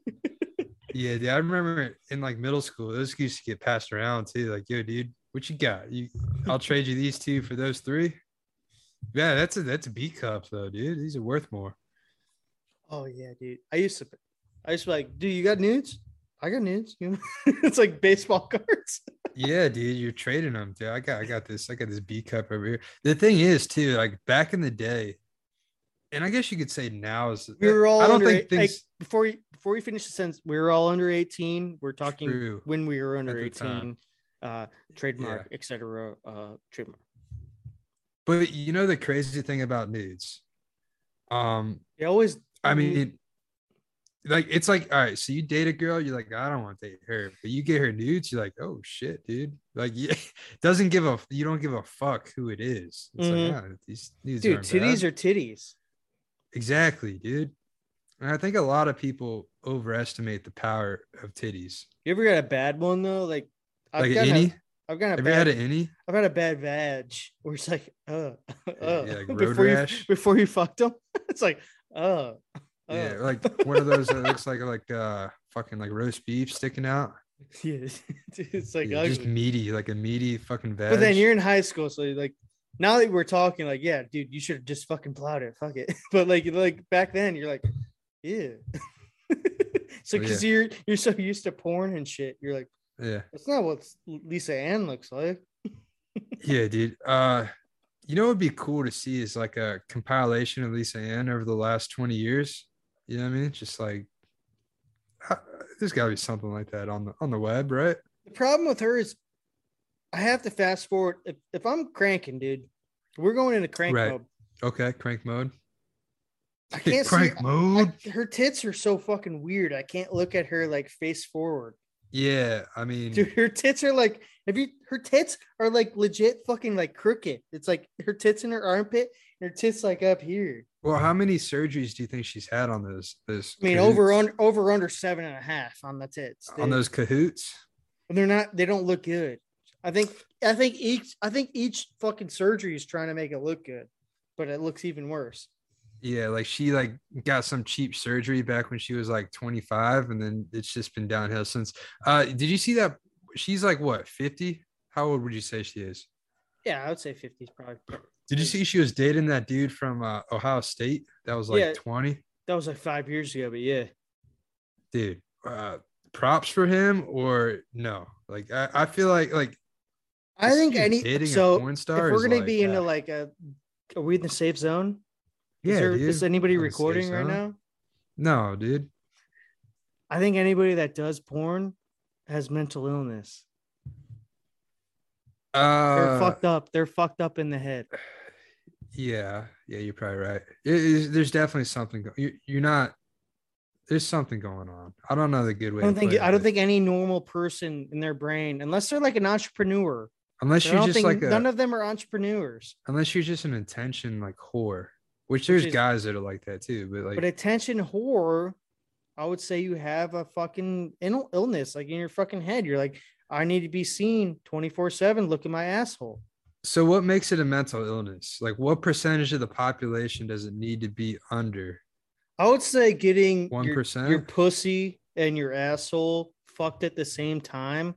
[SPEAKER 1] yeah, dude. I remember in like middle school, those used to get passed around too. Like, yo, dude, what you got? You I'll trade you these two for those three. Yeah, that's a that's a B cup though, dude. These are worth more.
[SPEAKER 3] Oh yeah, dude. I used to, I used to be like, dude, you got nudes? I got nudes. You know? (laughs) it's like baseball (laughs) cards.
[SPEAKER 1] Yeah, dude, you're trading them, dude. I got I got this. I got this B cup over here. The thing is, too, like back in the day, and I guess you could say now is
[SPEAKER 3] We were all
[SPEAKER 1] I don't
[SPEAKER 3] under
[SPEAKER 1] think
[SPEAKER 3] eight- like,
[SPEAKER 1] things
[SPEAKER 3] Before you before you finish the sentence, we were all under eighteen. We're talking
[SPEAKER 1] True.
[SPEAKER 3] when we were under
[SPEAKER 1] At the
[SPEAKER 3] eighteen,
[SPEAKER 1] time.
[SPEAKER 3] uh, trademark, etc. Uh, trademark.
[SPEAKER 1] but you know the crazy thing about nudes. Um,
[SPEAKER 3] They always.
[SPEAKER 1] I
[SPEAKER 3] Mhm.
[SPEAKER 1] mean, like it's like all right. So you date a girl, you're like, I don't want to date her, but you get her nudes, you're like, oh shit, dude. Like, (laughs) yeah, doesn't give a you don't give a fuck who it is. It's like, ah, these nudes
[SPEAKER 3] Mm-hmm. Dude,
[SPEAKER 1] aren't
[SPEAKER 3] titties
[SPEAKER 1] bad.
[SPEAKER 3] are titties.
[SPEAKER 1] exactly, dude. And I think a lot of people overestimate the power of titties.
[SPEAKER 3] You ever got a bad one though? Like, I've
[SPEAKER 1] Like an
[SPEAKER 3] gotten a-
[SPEAKER 1] innie.
[SPEAKER 3] I've got a
[SPEAKER 1] Have you
[SPEAKER 3] bad.
[SPEAKER 1] had an innie?
[SPEAKER 3] I've had a bad vag where it's like, uh, (laughs) uh,
[SPEAKER 1] yeah, like road
[SPEAKER 3] before you
[SPEAKER 1] rash?
[SPEAKER 3] before you fucked them, (laughs) it's like, uh, uh.
[SPEAKER 1] Yeah, like one of those that looks like like uh fucking like roast beef sticking out.
[SPEAKER 3] Yeah, dude, it's (laughs) like
[SPEAKER 1] Yeah, just
[SPEAKER 3] ugly.
[SPEAKER 1] meaty, like a meaty fucking veg.
[SPEAKER 3] But then you're in high school, so like now that we're talking, like yeah, dude, you should have just fucking plowed it. Fuck it. (laughs) But like like back then, you're like, yeah. (laughs) so
[SPEAKER 1] Oh,
[SPEAKER 3] because you're you're so used to porn and shit, you're like,
[SPEAKER 1] yeah.
[SPEAKER 3] that's not what Lisa Ann looks like.
[SPEAKER 1] yeah, dude. Uh, you know what would be cool to see is like a compilation of Lisa Ann over the last 20 years. You know what I mean? Just like uh, there's gotta be something like that on the on the web, right?
[SPEAKER 3] The problem with her is, I have to fast forward. If, if I'm cranking, dude, we're going into crank
[SPEAKER 1] Right.
[SPEAKER 3] mode.
[SPEAKER 1] Okay, crank mode.
[SPEAKER 3] I can't see.
[SPEAKER 1] crank mode.
[SPEAKER 3] I- her tits are so fucking weird. I can't look at her like face forward.
[SPEAKER 1] yeah, I mean,
[SPEAKER 3] Dude, her tits are like if you her tits are like legit fucking like crooked. It's like her tits in her armpit and her tits like up here.
[SPEAKER 1] well, how many surgeries do you think she's had on those? Those
[SPEAKER 3] I mean,
[SPEAKER 1] cahoots?
[SPEAKER 3] over under over under seven and a half on the tits.
[SPEAKER 1] on
[SPEAKER 3] dude.
[SPEAKER 1] those cahoots.
[SPEAKER 3] And they're not they don't look good. I think I think each I think each fucking surgery is trying to make it look good, but it looks even worse.
[SPEAKER 1] Yeah, like she like got some cheap surgery back when she was like 25, and then it's just been downhill since. Uh, did you see that? She's like what 50? How old would you say she is?
[SPEAKER 3] Yeah, I would say 50 is probably
[SPEAKER 1] Did you see she was dating that dude from uh, Ohio State that was like
[SPEAKER 3] Yeah.
[SPEAKER 1] 20?
[SPEAKER 3] that was like five years ago, but yeah.
[SPEAKER 1] Dude, uh, props for him or no? Like, I, I feel like like
[SPEAKER 3] I think any
[SPEAKER 1] dating a
[SPEAKER 3] so
[SPEAKER 1] porn
[SPEAKER 3] if
[SPEAKER 1] star.
[SPEAKER 3] we're
[SPEAKER 1] is,
[SPEAKER 3] gonna
[SPEAKER 1] like,
[SPEAKER 3] be into
[SPEAKER 1] uh,
[SPEAKER 3] like a are we in the safe zone?
[SPEAKER 1] yeah,
[SPEAKER 3] is, there,
[SPEAKER 1] dude.
[SPEAKER 3] is anybody
[SPEAKER 1] I'm in the
[SPEAKER 3] recording
[SPEAKER 1] safe
[SPEAKER 3] right
[SPEAKER 1] zone.
[SPEAKER 3] now?
[SPEAKER 1] no, dude.
[SPEAKER 3] I think anybody that does porn has mental illness. They're
[SPEAKER 1] Uh,
[SPEAKER 3] fucked up. They're fucked up in the head.
[SPEAKER 1] Yeah, yeah, you're probably right. It is, there's definitely something. Go- you, you're not. There's something going on. I don't know the good way.
[SPEAKER 3] I don't
[SPEAKER 1] to
[SPEAKER 3] think
[SPEAKER 1] put it,
[SPEAKER 3] I don't
[SPEAKER 1] but
[SPEAKER 3] think any normal person in their brain, unless they're like an entrepreneur.
[SPEAKER 1] unless
[SPEAKER 3] but I
[SPEAKER 1] you're
[SPEAKER 3] don't
[SPEAKER 1] just
[SPEAKER 3] think
[SPEAKER 1] like a,
[SPEAKER 3] none of them are entrepreneurs.
[SPEAKER 1] unless you're just an intention like whore, which there's
[SPEAKER 3] is-
[SPEAKER 1] guys that are like that too. But like,
[SPEAKER 3] but attention horror, I would say you have a fucking ill- illness, like in your fucking head. You're like, I need to be seen 24 seven. Look at my asshole.
[SPEAKER 1] so what makes it a mental illness? Like, what percentage of the population does it need to be under?
[SPEAKER 3] I would say getting
[SPEAKER 1] One
[SPEAKER 3] your,
[SPEAKER 1] percent.
[SPEAKER 3] your pussy and your asshole fucked at the same time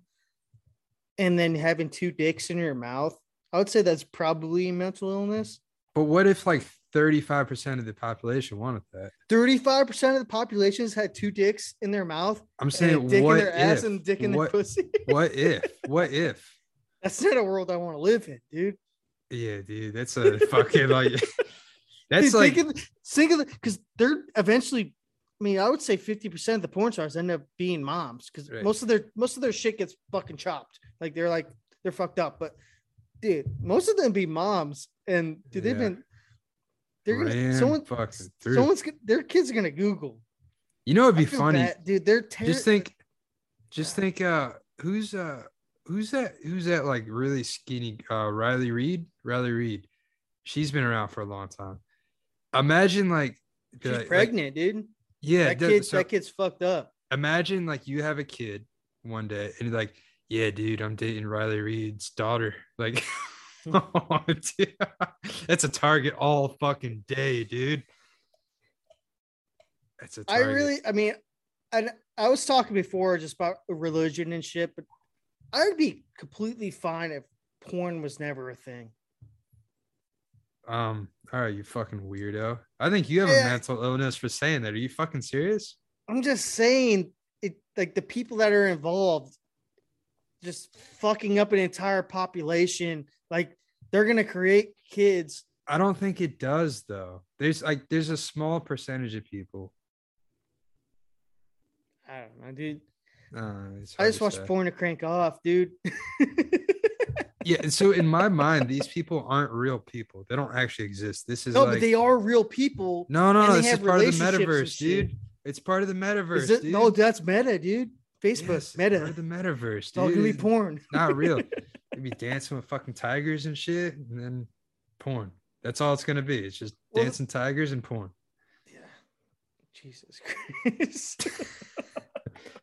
[SPEAKER 3] and then having two dicks in your mouth. I would say that's probably mental illness.
[SPEAKER 1] But what if like 35 percent of the population wanted that?
[SPEAKER 3] 35% of the population's had two dicks in their mouth
[SPEAKER 1] I'm
[SPEAKER 3] and a
[SPEAKER 1] saying,
[SPEAKER 3] dick in
[SPEAKER 1] what
[SPEAKER 3] their ass
[SPEAKER 1] if?
[SPEAKER 3] and a dick in their
[SPEAKER 1] What-
[SPEAKER 3] pussy. (laughs)
[SPEAKER 1] what if? What if?
[SPEAKER 3] That's not a world I want to live in, dude.
[SPEAKER 1] Yeah, dude, that's
[SPEAKER 3] (laughs)
[SPEAKER 1] a fucking like. That's
[SPEAKER 3] Dude,
[SPEAKER 1] like
[SPEAKER 3] think of, think of because they're eventually. I mean, I would say fifty percent of the porn stars end up being moms because
[SPEAKER 1] Right.
[SPEAKER 3] most of their most of their shit gets fucking chopped. Like they're like they're fucked up. But dude, most of them be moms, and dude, they've
[SPEAKER 1] Yeah.
[SPEAKER 3] been. They're gonna,
[SPEAKER 1] Ran
[SPEAKER 3] someone,
[SPEAKER 1] fucking through.
[SPEAKER 3] someone's gonna- their kids are gonna Google.
[SPEAKER 1] you know it'd
[SPEAKER 3] I
[SPEAKER 1] be
[SPEAKER 3] feel
[SPEAKER 1] funny.
[SPEAKER 3] bad, dude. They're ter-
[SPEAKER 1] Just think, just think. Uh, who's uh, who's that? Who's that? Like really skinny. Uh, Riley Reed. Riley Reed. She's been around for a long time. Imagine like
[SPEAKER 3] she's
[SPEAKER 1] uh, like- like-
[SPEAKER 3] pregnant, dude.
[SPEAKER 1] yeah,
[SPEAKER 3] that
[SPEAKER 1] that-
[SPEAKER 3] kid,
[SPEAKER 1] so
[SPEAKER 3] that kid's fucked up.
[SPEAKER 1] imagine like you have a kid one day and you're like, yeah, dude, I'm dating Riley Reed's daughter. Like, (laughs) oh,
[SPEAKER 3] Hmm.
[SPEAKER 1] dude, (laughs) that's a target all fucking day, dude. That's a
[SPEAKER 3] I
[SPEAKER 1] target.
[SPEAKER 3] really, I mean, I I was talking before just about religion and shit, but I would be completely fine if porn was never a thing.
[SPEAKER 1] Um, all right, you fucking weirdo. I think you have
[SPEAKER 3] Yeah.
[SPEAKER 1] a mental illness for saying that. Are you fucking serious?
[SPEAKER 3] I'm just saying it like the people that are involved just fucking up an entire population, like they're gonna create kids.
[SPEAKER 1] I don't think it does though. There's like there's a small percentage of people.
[SPEAKER 3] I don't know, dude.
[SPEAKER 1] Uh, it's
[SPEAKER 3] I
[SPEAKER 1] hard
[SPEAKER 3] just
[SPEAKER 1] to
[SPEAKER 3] watched
[SPEAKER 1] say.
[SPEAKER 3] porn to crank off, dude. (laughs)
[SPEAKER 1] Yeah, and so in my mind, these people aren't real people. They don't actually exist. This is
[SPEAKER 3] no,
[SPEAKER 1] like,
[SPEAKER 3] but they are real people.
[SPEAKER 1] No, no,
[SPEAKER 3] and
[SPEAKER 1] no.
[SPEAKER 3] they
[SPEAKER 1] This is
[SPEAKER 3] have
[SPEAKER 1] part of the
[SPEAKER 3] relationships and
[SPEAKER 1] metaverse,
[SPEAKER 3] shit.
[SPEAKER 1] dude. It's part of the metaverse.
[SPEAKER 3] Is it,
[SPEAKER 1] dude.
[SPEAKER 3] no, that's meta, dude.
[SPEAKER 1] Yes,
[SPEAKER 3] Facebook
[SPEAKER 1] it's part
[SPEAKER 3] meta.
[SPEAKER 1] of the metaverse,
[SPEAKER 3] It's all gonna be
[SPEAKER 1] dude.
[SPEAKER 3] porn.
[SPEAKER 1] Not
[SPEAKER 3] (laughs)
[SPEAKER 1] real. You'd be dancing with fucking tigers and shit, and then porn. That's all it's gonna be. It's just
[SPEAKER 3] Well,
[SPEAKER 1] dancing tigers and porn.
[SPEAKER 3] Yeah.
[SPEAKER 1] (laughs)
[SPEAKER 3] Jesus Christ.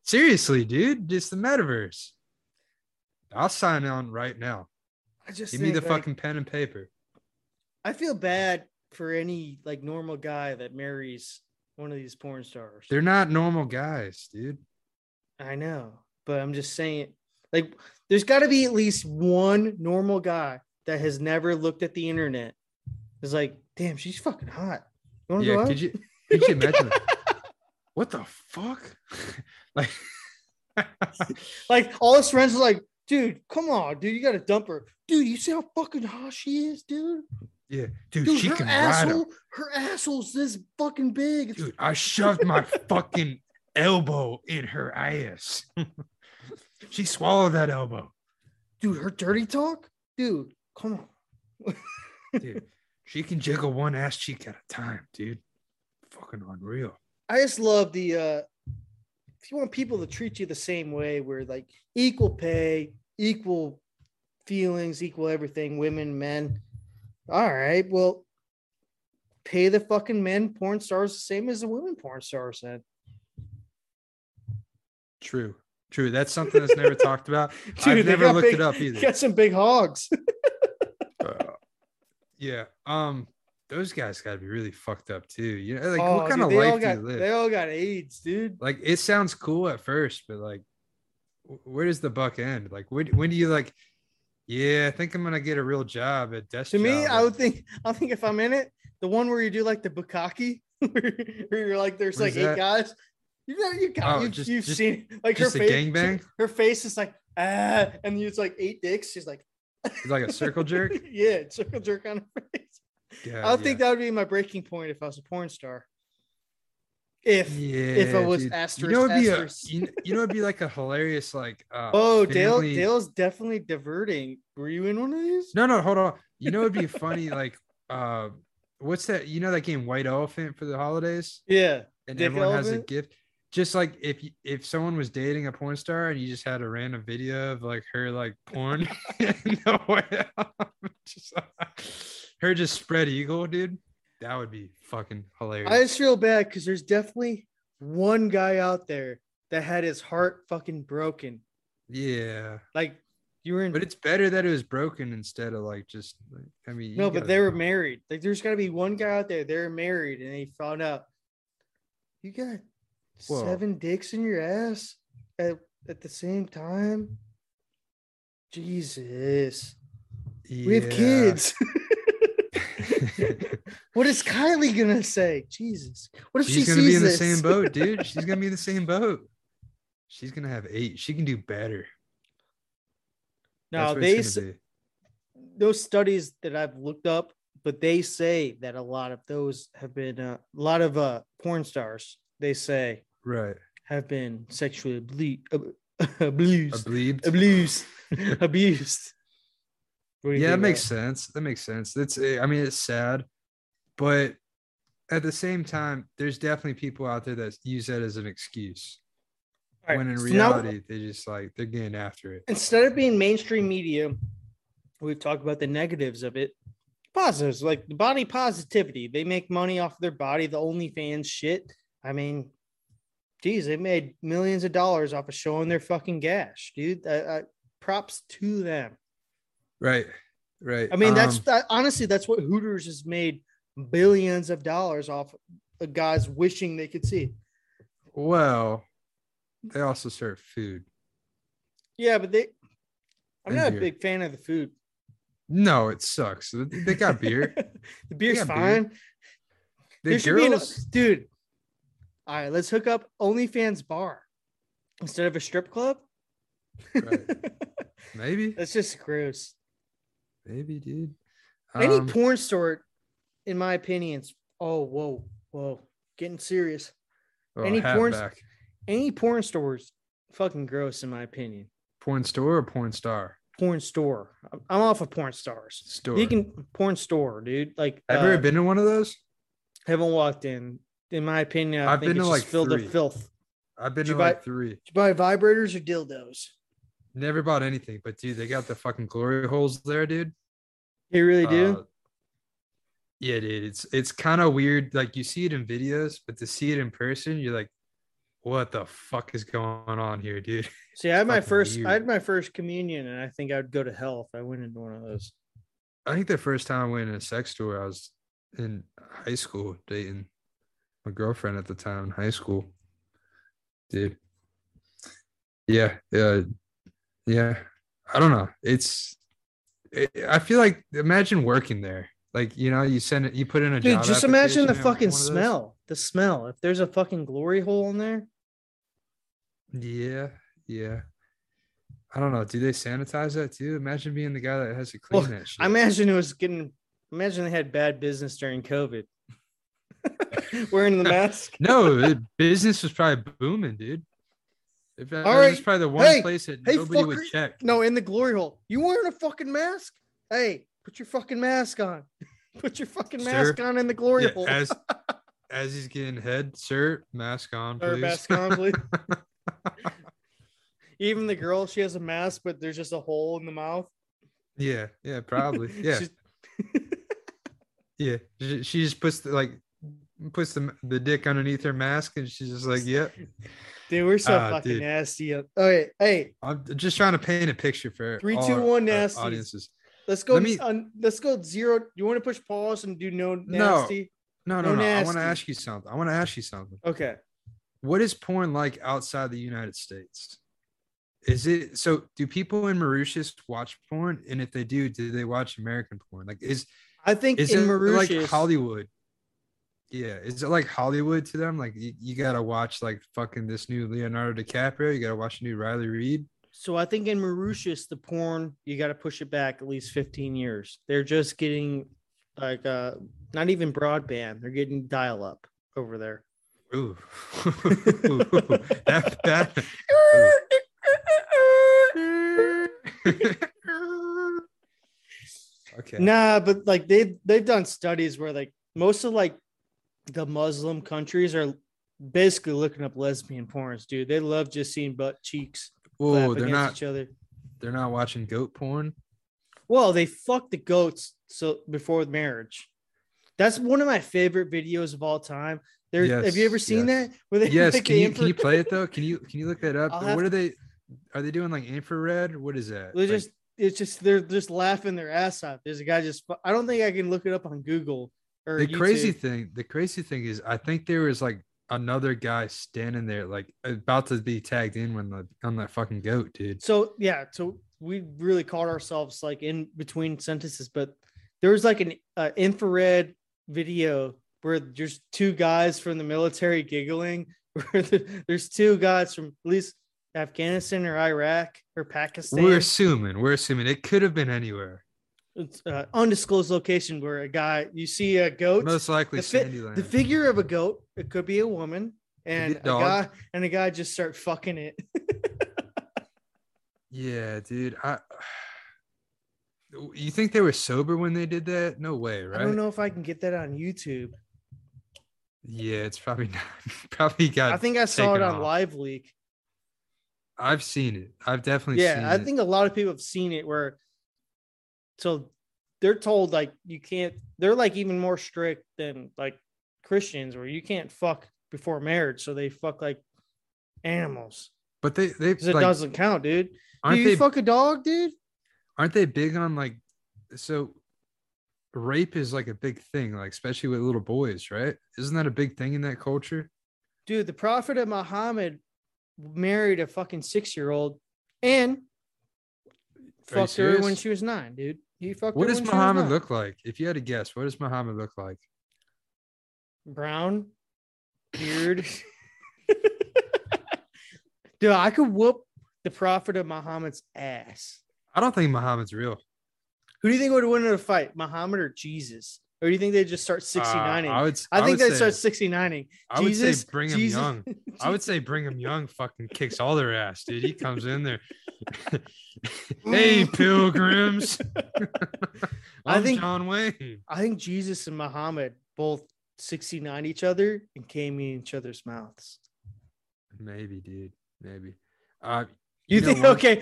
[SPEAKER 1] Seriously, dude, it's the metaverse. I'll sign on right now.
[SPEAKER 3] (laughs) I just
[SPEAKER 1] Give me the
[SPEAKER 3] think, like,
[SPEAKER 1] fucking pen and paper.
[SPEAKER 3] I feel bad for any like normal guy that marries one of these porn stars.
[SPEAKER 1] They're not normal guys, dude.
[SPEAKER 3] I know, but I'm just saying, like, there's got to be at least one normal guy that has never looked at the internet. Is like, damn, she's fucking hot. You wanna go
[SPEAKER 1] Yeah,
[SPEAKER 3] out?"
[SPEAKER 1] could you could you imagine?
[SPEAKER 3] (laughs)
[SPEAKER 1] what the fuck? (laughs) like
[SPEAKER 3] Like, all his friends are like, dude, come on, dude, you got to dump her. Dude, you see how fucking hot she is, dude?
[SPEAKER 1] Yeah, dude,
[SPEAKER 3] Dude,
[SPEAKER 1] she
[SPEAKER 3] her
[SPEAKER 1] can ride a
[SPEAKER 3] asshole, her asshole's this fucking big. It's
[SPEAKER 1] dude, I shoved my fucking elbow in her ass. she swallowed that elbow.
[SPEAKER 3] dude, her dirty talk, dude, come on.
[SPEAKER 1] Dude, She can jiggle one ass cheek at a time, dude. Fucking unreal.
[SPEAKER 3] I just love the uh if you want people to treat you the same way, where like equal pay, equal feelings, equal everything, women, men. All right, well, pay the fucking men porn stars the same as the women porn stars then.
[SPEAKER 1] True. True. That's something that's never talked about. I've
[SPEAKER 3] they
[SPEAKER 1] never
[SPEAKER 3] got
[SPEAKER 1] looked
[SPEAKER 3] big-
[SPEAKER 1] it up either.
[SPEAKER 3] Got some big hogs.
[SPEAKER 1] Uh, yeah. Um, those guys gotta be really fucked up too. You know, like
[SPEAKER 3] Oh,
[SPEAKER 1] what kind
[SPEAKER 3] dude,
[SPEAKER 1] of
[SPEAKER 3] they all
[SPEAKER 1] life
[SPEAKER 3] got,
[SPEAKER 1] do you live?
[SPEAKER 3] They all got AIDS, dude.
[SPEAKER 1] like it sounds cool at first, but like, wh- where does the buck end? Like, when, when do you like? Yeah, I think I'm gonna get a real job at desk.
[SPEAKER 3] To me,
[SPEAKER 1] job,"
[SPEAKER 3] I
[SPEAKER 1] or,
[SPEAKER 3] would think I think if I'm in it, the one where you do like the bukkake, (laughs) where you're like there's
[SPEAKER 1] What
[SPEAKER 3] like
[SPEAKER 1] is
[SPEAKER 3] eight
[SPEAKER 1] that?
[SPEAKER 3] guys. You know, you got
[SPEAKER 1] Oh,
[SPEAKER 3] you,
[SPEAKER 1] just-
[SPEAKER 3] you've
[SPEAKER 1] just-
[SPEAKER 3] seen it. like
[SPEAKER 1] just
[SPEAKER 3] her
[SPEAKER 1] a
[SPEAKER 3] face.
[SPEAKER 1] gangbang?
[SPEAKER 3] Her face is like ah, and it's like eight dicks. She's like (laughs)
[SPEAKER 1] it's like a circle jerk. Oh,
[SPEAKER 3] yeah, circle jerk on her (laughs) face.
[SPEAKER 1] Yeah,
[SPEAKER 3] I would think that would be my breaking point if I was a porn star. If
[SPEAKER 1] Yeah,
[SPEAKER 3] if it was
[SPEAKER 1] dude.
[SPEAKER 3] asterisk,
[SPEAKER 1] you know, it'd be a,
[SPEAKER 3] asterisk.
[SPEAKER 1] you, you know, it'd be like a hilarious like. Uh,
[SPEAKER 3] oh, Dale
[SPEAKER 1] family-
[SPEAKER 3] Dale's definitely diverting. Were you in one of these?
[SPEAKER 1] No, no, hold on. You know, it'd be funny like. uh What's that? You know that game White Elephant for the holidays?
[SPEAKER 3] Yeah.
[SPEAKER 1] and
[SPEAKER 3] Dick
[SPEAKER 1] everyone has a
[SPEAKER 3] Elephant?
[SPEAKER 1] gift. Just like if you- if someone was dating a porn star and you just had a random video of like her like
[SPEAKER 3] (laughs)
[SPEAKER 1] porn, (laughs) in the way- (laughs) just, uh, her just spread eagle, dude. That would be fucking hilarious.
[SPEAKER 3] I just feel bad because there's definitely one guy out there that had his heart fucking broken.
[SPEAKER 1] yeah,
[SPEAKER 3] Like you were in
[SPEAKER 1] but it's better that it was broken instead of like just. Like, I mean, you
[SPEAKER 3] no, but
[SPEAKER 1] gotta-
[SPEAKER 3] they were married. Like there's gotta be one guy out there, they're married, and they found out you got
[SPEAKER 1] Whoa.
[SPEAKER 3] seven dicks in your ass at, at the same time. Jesus. We have
[SPEAKER 1] Yeah. (laughs)
[SPEAKER 3] kids. (laughs) what is Kylie gonna say? Jesus. What if
[SPEAKER 1] She's
[SPEAKER 3] she
[SPEAKER 1] gonna be
[SPEAKER 3] sees
[SPEAKER 1] in
[SPEAKER 3] this?
[SPEAKER 1] the same boat,
[SPEAKER 3] (laughs)
[SPEAKER 1] dude. She's gonna be in the same boat. She's gonna have eight. She can do better.
[SPEAKER 3] No,
[SPEAKER 1] what
[SPEAKER 3] they
[SPEAKER 1] it's
[SPEAKER 3] s-
[SPEAKER 1] gonna be.
[SPEAKER 3] those studies that I've looked up, but they say that a lot of those have been uh, a lot of uh, porn stars. They say
[SPEAKER 1] right.
[SPEAKER 3] have been sexually abli- ab- (laughs)
[SPEAKER 1] A
[SPEAKER 3] abused,
[SPEAKER 1] bleeped.
[SPEAKER 3] abused, (laughs) abused. What do you
[SPEAKER 1] yeah that
[SPEAKER 3] think
[SPEAKER 1] makes
[SPEAKER 3] about-
[SPEAKER 1] sense that makes sense that's eh, i mean it's sad but at the same time there's definitely people out there that use that as an excuse
[SPEAKER 3] All right,
[SPEAKER 1] when in
[SPEAKER 3] so now-
[SPEAKER 1] reality they just like they're getting after it
[SPEAKER 3] instead of being mainstream media, we've talked about the negatives of it. Positives, like the body positivity. They make money off their body, the OnlyFans shit. I mean, geez, they made millions of dollars off of showing their fucking gash, dude. Uh, uh, props to them.
[SPEAKER 1] right right
[SPEAKER 3] I mean, that's
[SPEAKER 1] Um,
[SPEAKER 3] that, honestly, that's what Hooters has made billions of dollars off of guys wishing they could see.
[SPEAKER 1] well they also serve food
[SPEAKER 3] Yeah, but they, I'm
[SPEAKER 1] And
[SPEAKER 3] not
[SPEAKER 1] beer.
[SPEAKER 3] a big fan of the food.
[SPEAKER 1] no it sucks they got beer
[SPEAKER 3] (laughs) the beer's
[SPEAKER 1] Yeah, beer.
[SPEAKER 3] fine.
[SPEAKER 1] the
[SPEAKER 3] there
[SPEAKER 1] girls
[SPEAKER 3] should be an, dude. All right, let's hook up OnlyFans bar instead of a strip club.
[SPEAKER 1] Right. maybe
[SPEAKER 3] (laughs) That's just gross.
[SPEAKER 1] maybe dude
[SPEAKER 3] Any
[SPEAKER 1] Um,
[SPEAKER 3] porn store, in my opinion, is oh whoa whoa getting serious.
[SPEAKER 1] oh,
[SPEAKER 3] any
[SPEAKER 1] hat
[SPEAKER 3] porn-
[SPEAKER 1] back.
[SPEAKER 3] Any porn stores, fucking gross in my opinion.
[SPEAKER 1] porn store or porn star
[SPEAKER 3] Porn store. I'm- I'm off of porn stars.
[SPEAKER 1] store
[SPEAKER 3] You can porn store, dude. Like
[SPEAKER 1] have you
[SPEAKER 3] uh,
[SPEAKER 1] ever been to one of those
[SPEAKER 3] haven't walked in. In my opinion, I
[SPEAKER 1] I've
[SPEAKER 3] think
[SPEAKER 1] been
[SPEAKER 3] it's
[SPEAKER 1] to,
[SPEAKER 3] just
[SPEAKER 1] like,
[SPEAKER 3] filled
[SPEAKER 1] three.
[SPEAKER 3] with filth.
[SPEAKER 1] i've been
[SPEAKER 3] Did you
[SPEAKER 1] to like
[SPEAKER 3] buy-
[SPEAKER 1] three
[SPEAKER 3] Did you buy vibrators or dildos?
[SPEAKER 1] Never bought anything, but dude, they got the fucking glory holes there, dude.
[SPEAKER 3] They really do.
[SPEAKER 1] Uh, yeah, dude. It's it's kind of weird. Like you see it in videos, but to see it in person, you're like, what the fuck is going on here, dude?
[SPEAKER 3] See, I had my
[SPEAKER 1] Fucking
[SPEAKER 3] first,
[SPEAKER 1] weird.
[SPEAKER 3] I had my first communion, and I think I'd go to hell if I went into one of those.
[SPEAKER 1] I think the first time I went in a sex store, I was in high school dating my girlfriend at the time in high school. Dude. Yeah, yeah, yeah. I don't know. It's it, I feel like imagine working there. Like, you know, you send it, you put in a
[SPEAKER 3] Dude,
[SPEAKER 1] job
[SPEAKER 3] just imagine
[SPEAKER 1] application
[SPEAKER 3] the
[SPEAKER 1] at one
[SPEAKER 3] fucking
[SPEAKER 1] of those.
[SPEAKER 3] smell. The smell. If there's a fucking glory hole in there,
[SPEAKER 1] Yeah, yeah. I don't know. Do they sanitize that too? Imagine being the guy that has to clean
[SPEAKER 3] Well,
[SPEAKER 1] that shit.
[SPEAKER 3] I imagine it was getting. Imagine they had bad business during COVID. (laughs) Wearing the
[SPEAKER 1] (laughs)
[SPEAKER 3] mask.
[SPEAKER 1] No, it- business was probably booming, dude. If that,
[SPEAKER 3] All
[SPEAKER 1] that was
[SPEAKER 3] right.
[SPEAKER 1] probably the one
[SPEAKER 3] Hey,
[SPEAKER 1] place that
[SPEAKER 3] hey,
[SPEAKER 1] nobody would
[SPEAKER 3] fucker.
[SPEAKER 1] check.
[SPEAKER 3] No, in the glory hole. You wearing a fucking mask? Hey, put your fucking mask on. (laughs) Put your fucking mask on in the glory
[SPEAKER 1] Yeah,
[SPEAKER 3] hole. (laughs)
[SPEAKER 1] as as he's getting head, sir, mask on,
[SPEAKER 3] Or
[SPEAKER 1] please.
[SPEAKER 3] mask on, please.
[SPEAKER 1] (laughs)
[SPEAKER 3] Even the girl, she has a mask, but there's just a hole in the mouth.
[SPEAKER 1] yeah, yeah,
[SPEAKER 3] (laughs)
[SPEAKER 1] probably. Yeah,
[SPEAKER 3] She's-
[SPEAKER 1] yeah. She, she just puts the, like puts the the dick underneath her mask, and she's just like, "Yep."
[SPEAKER 3] dude, we're so
[SPEAKER 1] Ah,
[SPEAKER 3] fucking
[SPEAKER 1] dude.
[SPEAKER 3] nasty. All right, hey,
[SPEAKER 1] I'm just trying to paint a picture for
[SPEAKER 3] Three,
[SPEAKER 1] all
[SPEAKER 3] two,
[SPEAKER 1] our-
[SPEAKER 3] one,
[SPEAKER 1] our
[SPEAKER 3] nasties.
[SPEAKER 1] audiences.
[SPEAKER 3] let's go.
[SPEAKER 1] Let me-
[SPEAKER 3] on, let's go zero. You want to push pause and do no
[SPEAKER 1] No.
[SPEAKER 3] nasty?
[SPEAKER 1] No, no,
[SPEAKER 3] No
[SPEAKER 1] no. I want to
[SPEAKER 3] nasty.
[SPEAKER 1] ask you something. I want to ask you something.
[SPEAKER 3] Okay.
[SPEAKER 1] What is porn like outside the United States? Is it so? Do people in Mauritius watch porn? And if they do, do they watch American porn? Like, is
[SPEAKER 3] I think
[SPEAKER 1] is
[SPEAKER 3] in
[SPEAKER 1] it
[SPEAKER 3] Mauritius,
[SPEAKER 1] like Hollywood? Yeah, is it like Hollywood to them? Like, you, you gotta watch like fucking this new Leonardo DiCaprio. You gotta watch the new Riley Reed.
[SPEAKER 3] So I think in Mauritius, the porn you got to push it back at least 15 years. They're just getting like uh not even broadband. They're getting dial up over there.
[SPEAKER 1] Ooh, (laughs) that
[SPEAKER 3] (laughs)
[SPEAKER 1] that. (laughs) okay.
[SPEAKER 3] Nah, but like they've they've done studies where like most of like the Muslim countries are basically looking up lesbian porns, dude. They love just seeing butt cheeks
[SPEAKER 1] Whoa,
[SPEAKER 3] clap
[SPEAKER 1] they're
[SPEAKER 3] against
[SPEAKER 1] not
[SPEAKER 3] each other.
[SPEAKER 1] they're not watching goat
[SPEAKER 3] (laughs)
[SPEAKER 1] porn.
[SPEAKER 3] Well, they fuck the goats so before marriage. That's one of my favorite videos of all time. There, have you
[SPEAKER 1] Yes,
[SPEAKER 3] ever seen
[SPEAKER 1] yes.
[SPEAKER 3] that? (laughs) Where they
[SPEAKER 1] Yes,
[SPEAKER 3] make
[SPEAKER 1] can
[SPEAKER 3] the
[SPEAKER 1] you, can you
[SPEAKER 3] infra-
[SPEAKER 1] play it
[SPEAKER 3] (laughs)
[SPEAKER 1] though? Can you can you look that up?
[SPEAKER 3] I'll have
[SPEAKER 1] What are they are they doing like infrared? What is that?
[SPEAKER 3] They're
[SPEAKER 1] Like,
[SPEAKER 3] just it's just they're just laughing their ass off. There's a guy just I don't think I can look it up on Google or
[SPEAKER 1] the crazy
[SPEAKER 3] YouTube.
[SPEAKER 1] thing, the crazy thing is I think there was like another guy standing there like about to be tagged in when the on that fucking goat, dude.
[SPEAKER 3] So yeah, so we really caught ourselves like in between sentences, but there was like an uh, infrared video where there's two guys from the military giggling. (laughs) Where the, there's two guys from at least Afghanistan or Iraq or Pakistan.
[SPEAKER 1] We're assuming, we're assuming it could have been anywhere.
[SPEAKER 3] it's uh, undisclosed location where a guy you see a goat
[SPEAKER 1] Most likely
[SPEAKER 3] the fi-
[SPEAKER 1] Sandyland.
[SPEAKER 3] the figure of a goat it could be a woman and
[SPEAKER 1] a
[SPEAKER 3] a
[SPEAKER 1] dog.
[SPEAKER 3] guy and a guy just start fucking it
[SPEAKER 1] yeah, dude. I (sighs) you think they were sober when they did that? No way, right?
[SPEAKER 3] i don't know if i can get that on youtube
[SPEAKER 1] Yeah, it's probably (laughs) not. Probably got.
[SPEAKER 3] i think i saw it
[SPEAKER 1] taken
[SPEAKER 3] on
[SPEAKER 1] off.
[SPEAKER 3] live leak
[SPEAKER 1] I've seen it. I've definitely seen
[SPEAKER 3] yeah i
[SPEAKER 1] it.
[SPEAKER 3] think a lot of people have seen it where so they're told like you can't they're like even more strict than like christians where you can't fuck before marriage so they fuck like animals
[SPEAKER 1] But they they
[SPEAKER 3] 'Cause it
[SPEAKER 1] like,
[SPEAKER 3] doesn't count dude
[SPEAKER 1] aren't
[SPEAKER 3] you
[SPEAKER 1] they
[SPEAKER 3] fuck a dog dude
[SPEAKER 1] aren't they big on like so rape is like a big thing like especially with little boys right isn't that a big thing in that culture
[SPEAKER 3] dude, the Prophet of Muhammad married a fucking six year old
[SPEAKER 1] Are
[SPEAKER 3] and
[SPEAKER 1] you
[SPEAKER 3] fucked her when
[SPEAKER 1] serious?
[SPEAKER 3] she was nine, dude. He fucked
[SPEAKER 1] what
[SPEAKER 3] her
[SPEAKER 1] does
[SPEAKER 3] when
[SPEAKER 1] muhammad
[SPEAKER 3] she was nine.
[SPEAKER 1] look like if you had to guess what does muhammad look like
[SPEAKER 3] Brown, beard.
[SPEAKER 1] (laughs)
[SPEAKER 3] dude, I could whoop the Prophet of Muhammad's ass.
[SPEAKER 1] i don't think muhammad's real Uh,
[SPEAKER 3] Who do you think would win in a fight, Muhammad or Jesus? Or do you think they just start 69ing?
[SPEAKER 1] Uh, i would s-
[SPEAKER 3] I, think
[SPEAKER 1] would
[SPEAKER 3] they
[SPEAKER 1] say,
[SPEAKER 3] start 69ing.
[SPEAKER 1] i would
[SPEAKER 3] Jesus,
[SPEAKER 1] say bring him
[SPEAKER 3] Jesus, (laughs)
[SPEAKER 1] young i would say bring him young fucking kicks all their ass dude he comes in there (laughs) hey pilgrims
[SPEAKER 3] (laughs) I
[SPEAKER 1] i'm
[SPEAKER 3] think-
[SPEAKER 1] john wayne
[SPEAKER 3] I think Jesus and Muhammad both 69 each other and came in each other's mouths.
[SPEAKER 1] maybe dude maybe uh
[SPEAKER 3] You,
[SPEAKER 1] You know
[SPEAKER 3] think
[SPEAKER 1] what?
[SPEAKER 3] okay?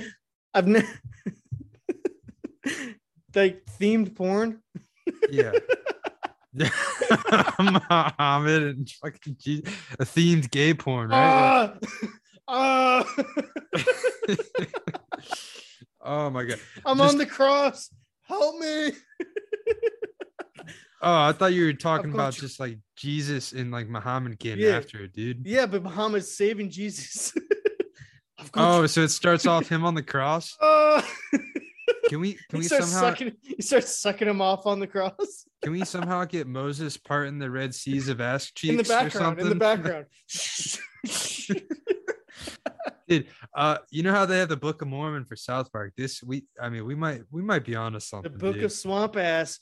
[SPEAKER 3] I've never (laughs) like themed porn. (laughs)
[SPEAKER 1] Yeah. (laughs) Muhammad and fucking Jesus. a themed gay porn, right?
[SPEAKER 3] Ah, ah, (laughs)
[SPEAKER 1] oh my god.
[SPEAKER 3] I'm
[SPEAKER 1] Just-
[SPEAKER 3] on the cross. Help me.
[SPEAKER 1] Oh, I thought you were talking
[SPEAKER 3] got
[SPEAKER 1] about
[SPEAKER 3] you.
[SPEAKER 1] just like Jesus and like Muhammad getting
[SPEAKER 3] Yeah.
[SPEAKER 1] after it, dude.
[SPEAKER 3] Yeah, but Muhammad's saving Jesus. (laughs) I've got
[SPEAKER 1] Oh,
[SPEAKER 3] you.
[SPEAKER 1] so it starts
[SPEAKER 3] (laughs)
[SPEAKER 1] off him on the cross.
[SPEAKER 3] Ah.
[SPEAKER 1] Can we Oh. can
[SPEAKER 3] he
[SPEAKER 1] we
[SPEAKER 3] starts
[SPEAKER 1] somehow
[SPEAKER 3] sucking. He starts sucking him off on
[SPEAKER 1] (laughs)
[SPEAKER 3] the cross
[SPEAKER 1] can we somehow get Moses parting the Red Seas of ass cheeks
[SPEAKER 3] in the
[SPEAKER 1] or
[SPEAKER 3] background.
[SPEAKER 1] something?
[SPEAKER 3] In the background.
[SPEAKER 1] (laughs) Uh, you know how they have the Book of Mormon for South Park. This we I mean we might we might be onto
[SPEAKER 3] (laughs) the
[SPEAKER 1] something.
[SPEAKER 3] book of (laughs) swamp ass.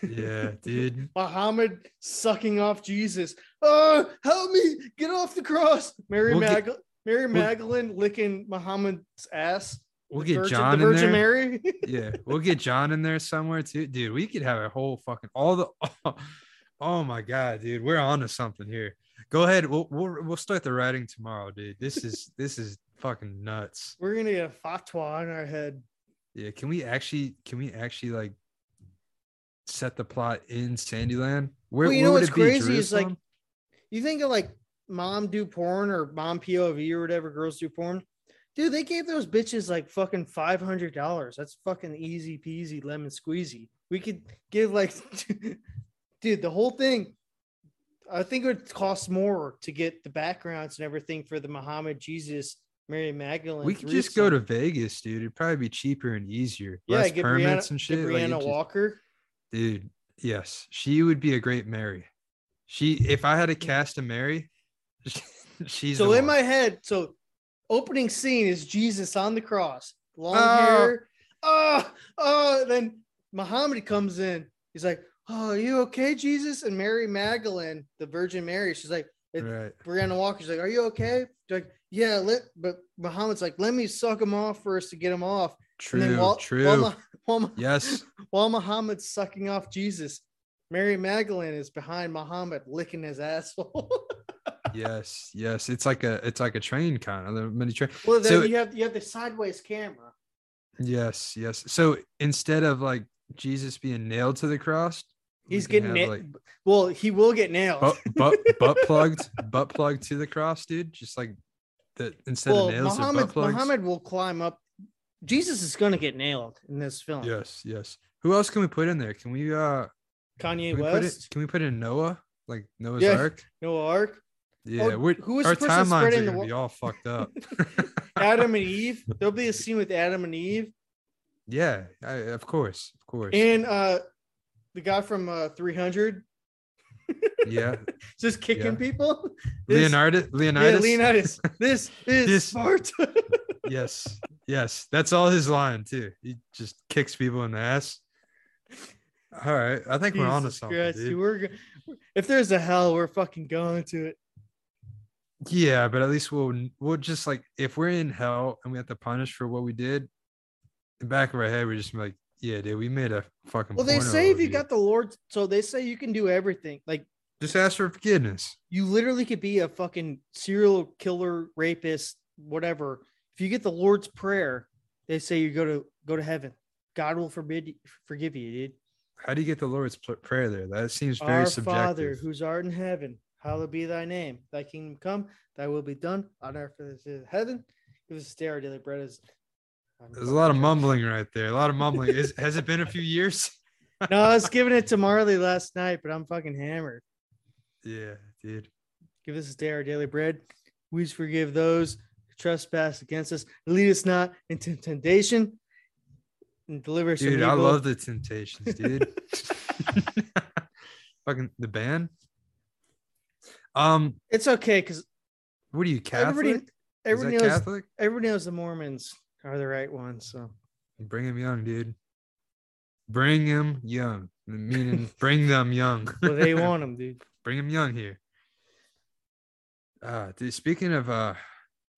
[SPEAKER 1] dude. yeah, dude.
[SPEAKER 3] (laughs) Muhammad sucking off Jesus. Oh, help me get off the cross. Mary
[SPEAKER 1] We'll
[SPEAKER 3] Mag
[SPEAKER 1] get-
[SPEAKER 3] Mary
[SPEAKER 1] we'll-
[SPEAKER 3] Magdalene licking Muhammad's ass.
[SPEAKER 1] We'll
[SPEAKER 3] The
[SPEAKER 1] get
[SPEAKER 3] Virgin,
[SPEAKER 1] John
[SPEAKER 3] the
[SPEAKER 1] in there.
[SPEAKER 3] Virgin Mary. (laughs)
[SPEAKER 1] yeah, we'll get John in there somewhere too, dude. We could have a whole fucking all the. (laughs) Oh, my god, dude, we're on to something here. Go ahead, we'll we'll, we'll start the writing tomorrow, dude. This is
[SPEAKER 3] (laughs)
[SPEAKER 1] this is fucking nuts.
[SPEAKER 3] We're gonna get a fatwa in our head.
[SPEAKER 1] Yeah, can we actually can we actually like set the plot in Sandyland? Where,
[SPEAKER 3] Well, you
[SPEAKER 1] where
[SPEAKER 3] know
[SPEAKER 1] would
[SPEAKER 3] what's
[SPEAKER 1] it be?
[SPEAKER 3] crazy is, like,
[SPEAKER 1] Jerusalem?
[SPEAKER 3] You think of like mom do porn or mom POV or whatever girls do porn. Dude, they gave those bitches like fucking five hundred dollars. That's fucking easy peasy lemon squeezy. We could give like, (laughs) dude, the whole thing. I think it would cost more to get the backgrounds and everything for the Muhammad, Jesus, Mary Magdalene.
[SPEAKER 1] we could just go
[SPEAKER 3] threesome.
[SPEAKER 1] to Vegas, dude. It'd probably be cheaper and easier.
[SPEAKER 3] yeah,
[SPEAKER 1] Less
[SPEAKER 3] get
[SPEAKER 1] permits
[SPEAKER 3] Brianna,
[SPEAKER 1] and shit.
[SPEAKER 3] Get
[SPEAKER 1] like, it
[SPEAKER 3] Brianna
[SPEAKER 1] just-
[SPEAKER 3] Walker.
[SPEAKER 1] dude yes she would be a great mary she if i had a cast a mary (laughs) she's
[SPEAKER 3] so
[SPEAKER 1] the
[SPEAKER 3] in
[SPEAKER 1] one.
[SPEAKER 3] my head, so opening scene is Jesus on the cross, long
[SPEAKER 1] Oh.
[SPEAKER 3] hair. Oh, oh, then Muhammad comes in. He's like, Oh, are you okay, Jesus? And Mary Magdalene, the Virgin Mary, she's like, it-
[SPEAKER 1] right
[SPEAKER 3] Brianna Walker's like, Are you okay? She's like, yeah, let but Muhammad's like, let me suck him off first to get him off. and
[SPEAKER 1] true
[SPEAKER 3] then while,
[SPEAKER 1] true
[SPEAKER 3] While, Mu- while, Mu- (laughs)
[SPEAKER 1] yes
[SPEAKER 3] while Muhammad's sucking off Jesus, Mary Magdalene is behind Muhammad licking his asshole. (laughs)
[SPEAKER 1] yes yes it's like a it's like a train kind of the mini train
[SPEAKER 3] Well, then
[SPEAKER 1] So-
[SPEAKER 3] you have you have the sideways camera.
[SPEAKER 1] yes yes so instead of like jesus being nailed to the cross we
[SPEAKER 3] He's
[SPEAKER 1] can
[SPEAKER 3] getting
[SPEAKER 1] have,
[SPEAKER 3] nailed.
[SPEAKER 1] like Oh,
[SPEAKER 3] well, he will get nailed.
[SPEAKER 1] butt, butt,
[SPEAKER 3] (laughs)
[SPEAKER 1] butt plugged butt plugged to the cross dude just like the instead
[SPEAKER 3] well,
[SPEAKER 1] of nails they're butt
[SPEAKER 3] Muhammad,
[SPEAKER 1] plugs
[SPEAKER 3] Muhammad will climb up. Jesus is going to get nailed in this film.
[SPEAKER 1] yes yes who else can we put in there can we uh
[SPEAKER 3] Kanye
[SPEAKER 1] Can we, put it,
[SPEAKER 3] West,
[SPEAKER 1] can we put in Noah? Like Noah's
[SPEAKER 3] Yeah.
[SPEAKER 1] Ark?
[SPEAKER 3] Noah Ark,
[SPEAKER 1] Yeah,
[SPEAKER 3] Oh,
[SPEAKER 1] we're,
[SPEAKER 3] who was
[SPEAKER 1] our
[SPEAKER 3] the person
[SPEAKER 1] timelines are going
[SPEAKER 3] spreading the
[SPEAKER 1] to
[SPEAKER 3] wo-
[SPEAKER 1] be all fucked up.
[SPEAKER 3] (laughs)
[SPEAKER 1] (laughs)
[SPEAKER 3] Adam and Eve. There'll be a scene with Adam and Eve
[SPEAKER 1] yeah, I, of course, of course.
[SPEAKER 3] and uh, the guy from uh, 300 (laughs)
[SPEAKER 1] yeah,
[SPEAKER 3] just kicking
[SPEAKER 1] Yeah.
[SPEAKER 3] people. (laughs)
[SPEAKER 1] Leonardo,
[SPEAKER 3] Yeah,
[SPEAKER 1] Leonidas. (laughs)
[SPEAKER 3] Leonidas. This is
[SPEAKER 1] This-
[SPEAKER 3] Sparta.
[SPEAKER 1] yes, yes, that's all his line too. He just kicks people in the ass. All right, I think we're on to
[SPEAKER 3] Jesus
[SPEAKER 1] something.
[SPEAKER 3] Christ,
[SPEAKER 1] dude.
[SPEAKER 3] dude, we're go- if there's a hell, we're fucking going to it.
[SPEAKER 1] Yeah, but at least we'll we'll just like if we're in hell and we have to punish for what we did, in the back of our head we're just like, yeah, dude, we made a fucking.
[SPEAKER 3] Well, they
[SPEAKER 1] porno
[SPEAKER 3] say if
[SPEAKER 1] of
[SPEAKER 3] you got the Lord, so they say you can do everything. Like
[SPEAKER 1] just ask for forgiveness.
[SPEAKER 3] you literally could be a fucking serial killer, rapist, whatever. If you get the Lord's prayer, they say you go to go to heaven. God will forbid forgive you, dude.
[SPEAKER 1] How do you get the Lord's pl- prayer there? That seems very
[SPEAKER 3] Our Father
[SPEAKER 1] subjective.
[SPEAKER 3] who's art in heaven, hallowed be thy name. Thy kingdom come, thy will be done on earth as it is in heaven. Give us a day our daily bread is
[SPEAKER 1] There's a lot
[SPEAKER 3] (laughs)
[SPEAKER 1] of mumbling right there. A lot of mumbling. Is, has it been a few years?
[SPEAKER 3] No, I was giving it to Marley last night, but I'm fucking hammered.
[SPEAKER 1] Yeah, dude.
[SPEAKER 3] Give us this day our daily bread. We forgive those who trespass against us. Lead us not into temptation, and deliver us from
[SPEAKER 1] Dude,
[SPEAKER 3] evil.
[SPEAKER 1] I love the Temptations,
[SPEAKER 3] (laughs)
[SPEAKER 1] dude. Fucking the band. Um,
[SPEAKER 3] It's okay because
[SPEAKER 1] what are you Catholic?
[SPEAKER 3] everybody, everybody
[SPEAKER 1] Is
[SPEAKER 3] knows,
[SPEAKER 1] that Catholic?
[SPEAKER 3] everybody knows the Mormons are the right ones. So
[SPEAKER 1] Bring him young, dude. Bring him young. Meaning, bring them young. (laughs)
[SPEAKER 3] well, they want them, dude.
[SPEAKER 1] Bring him young here. Uh, dude, speaking of uh,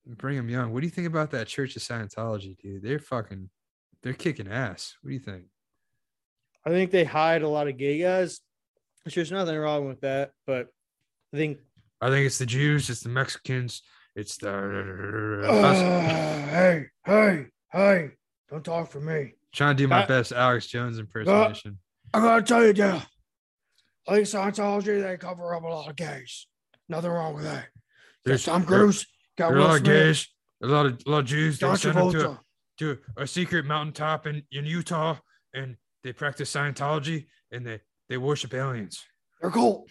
[SPEAKER 1] Bring him young, what do you think about that Church of Scientology, dude? They're fucking, they're kicking ass. What do you think?
[SPEAKER 3] I think they hide a lot of gay guys. Which there's nothing wrong with that, but I think
[SPEAKER 1] I think it's the Jews, it's the Mexicans, it's the
[SPEAKER 3] (sighs) Ah, hey, hey, hey, don't talk for me.
[SPEAKER 1] trying to do my
[SPEAKER 3] I-
[SPEAKER 1] best Alex Jones impersonation.
[SPEAKER 3] I gotta tell you, yeah. I think Scientology they cover up a lot of gays. Nothing wrong with that.
[SPEAKER 1] There's
[SPEAKER 3] Tom
[SPEAKER 1] there-
[SPEAKER 3] Cruise got
[SPEAKER 1] there are a lot
[SPEAKER 3] Will
[SPEAKER 1] of
[SPEAKER 3] Smith,
[SPEAKER 1] gays, a lot of a lot of Jews. They
[SPEAKER 3] John
[SPEAKER 1] send them to a,
[SPEAKER 3] Travolta.
[SPEAKER 1] to a secret mountaintop in, in Utah, and they practice Scientology and they they worship aliens.
[SPEAKER 3] They're cult.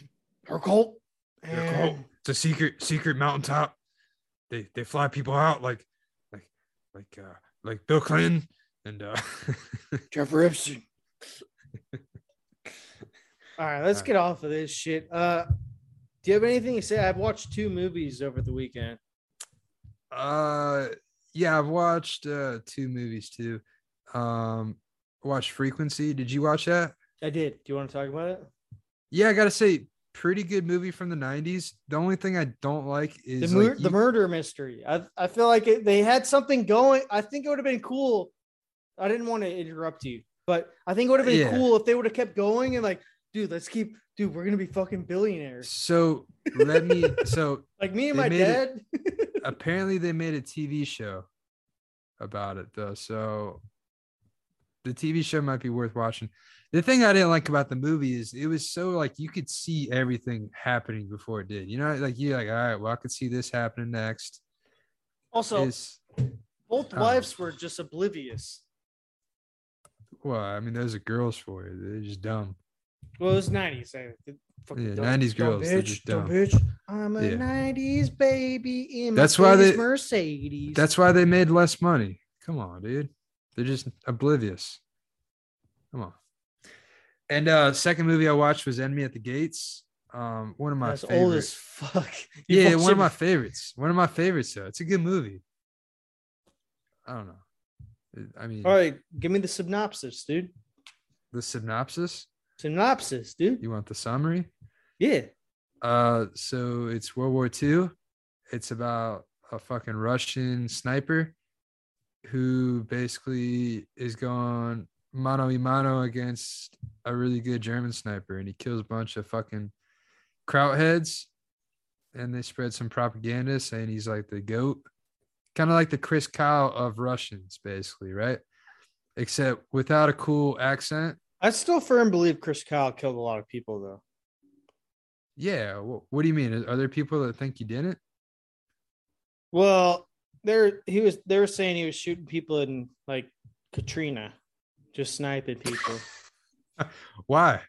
[SPEAKER 3] They're cult.
[SPEAKER 1] They're cult.
[SPEAKER 3] And
[SPEAKER 1] it's a secret secret mountaintop. They they fly people out like like like uh like Bill Clinton and uh (laughs)
[SPEAKER 3] Jeffrey Epstein. All right, let's
[SPEAKER 1] All right.
[SPEAKER 3] get off of this shit. Uh, do you have anything to say? I've watched two movies over the weekend.
[SPEAKER 1] uh yeah, I've watched uh two movies too. Um watched Frequency. Did you watch that?
[SPEAKER 3] I did. Do you want to talk about it?
[SPEAKER 1] Yeah, I gotta say, pretty good movie from the 90s. The only thing I don't like
[SPEAKER 3] The,
[SPEAKER 1] is
[SPEAKER 3] mur-
[SPEAKER 1] like,
[SPEAKER 3] the
[SPEAKER 1] you-
[SPEAKER 3] murder mystery. I, I feel like it, they had something going. I think it would have been cool. I didn't want to interrupt you, but I think it would have been
[SPEAKER 1] Yeah.
[SPEAKER 3] cool if they would have kept going and like, dude, let's keep, dude, we're gonna be fucking billionaires.
[SPEAKER 1] So let me so
[SPEAKER 3] Like me and
[SPEAKER 1] They
[SPEAKER 3] my
[SPEAKER 1] made it-
[SPEAKER 3] dad.
[SPEAKER 1] apparently they made a TV show about it though. So the TV show might be worth watching. The thing I didn't like about the movie is it was so like you could see everything happening before it did. You know, like you're like, all right, well, I could see this happening next.
[SPEAKER 3] also,
[SPEAKER 1] It's-
[SPEAKER 3] both
[SPEAKER 1] oh.
[SPEAKER 3] wives were just oblivious.
[SPEAKER 1] well, I mean, those are girls for you. They're just dumb.
[SPEAKER 3] Well, it was nineties.
[SPEAKER 1] Yeah, 90s girls, they're just dumb.
[SPEAKER 3] bitch. I'm a
[SPEAKER 1] Yeah.
[SPEAKER 3] nineties baby in
[SPEAKER 1] That's
[SPEAKER 3] my
[SPEAKER 1] why
[SPEAKER 3] daddy's
[SPEAKER 1] they-
[SPEAKER 3] Mercedes.
[SPEAKER 1] That's why they made less money. Come on, dude. They're just oblivious. Come on. And uh second movie I watched was Enemy at the Gates. Um, one of my
[SPEAKER 3] That's old
[SPEAKER 1] favorites.
[SPEAKER 3] as fuck. (laughs) You
[SPEAKER 1] Yeah,
[SPEAKER 3] watch
[SPEAKER 1] one of
[SPEAKER 3] it
[SPEAKER 1] my favorites. One of my favorites, though. It's a good movie. I don't know. I mean,
[SPEAKER 3] All right, give me the synopsis, dude.
[SPEAKER 1] the synopsis.
[SPEAKER 3] Synopsis, dude.
[SPEAKER 1] You want the summary?
[SPEAKER 3] Yeah.
[SPEAKER 1] Uh, so it's World War II. It's about a fucking Russian sniper who basically is going mano a mano against a really good German sniper, and he kills a bunch of fucking kraut heads, and they spread some propaganda saying he's like the goat, kind of like the Chris Kyle of Russians, basically, right? Except without a cool accent.
[SPEAKER 3] I still firm believe Chris Kyle killed a lot of people though.
[SPEAKER 1] Yeah. wh- What do you mean? Are there people that think he didn't?
[SPEAKER 3] Well, there he was they were saying he was shooting people in like Katrina, just sniping people
[SPEAKER 1] Why?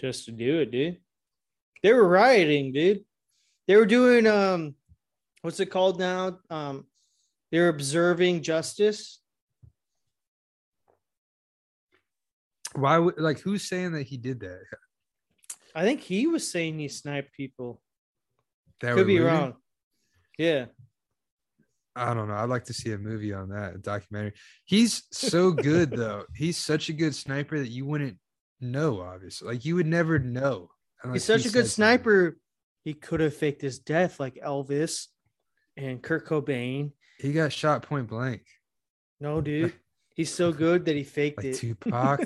[SPEAKER 3] just to do it, dude. They were rioting, dude. They were doing um what's it called now? Um they were observing justice.
[SPEAKER 1] why would like who's saying that he did that
[SPEAKER 3] I think he was saying he sniped people.
[SPEAKER 1] that
[SPEAKER 3] Could
[SPEAKER 1] were
[SPEAKER 3] be
[SPEAKER 1] looting?
[SPEAKER 3] wrong. Yeah.
[SPEAKER 1] i don't know i'd like to see a movie on that a documentary he's so good though he's such a good sniper that you wouldn't know obviously like you would never know
[SPEAKER 3] He's
[SPEAKER 1] unless
[SPEAKER 3] such
[SPEAKER 1] he
[SPEAKER 3] a good
[SPEAKER 1] said something.
[SPEAKER 3] sniper. He could have faked his death like Elvis and Kurt Cobain.
[SPEAKER 1] he got shot point blank (laughs)
[SPEAKER 3] No, dude. He's so good that he faked
[SPEAKER 1] like
[SPEAKER 3] it. (laughs)
[SPEAKER 1] tupac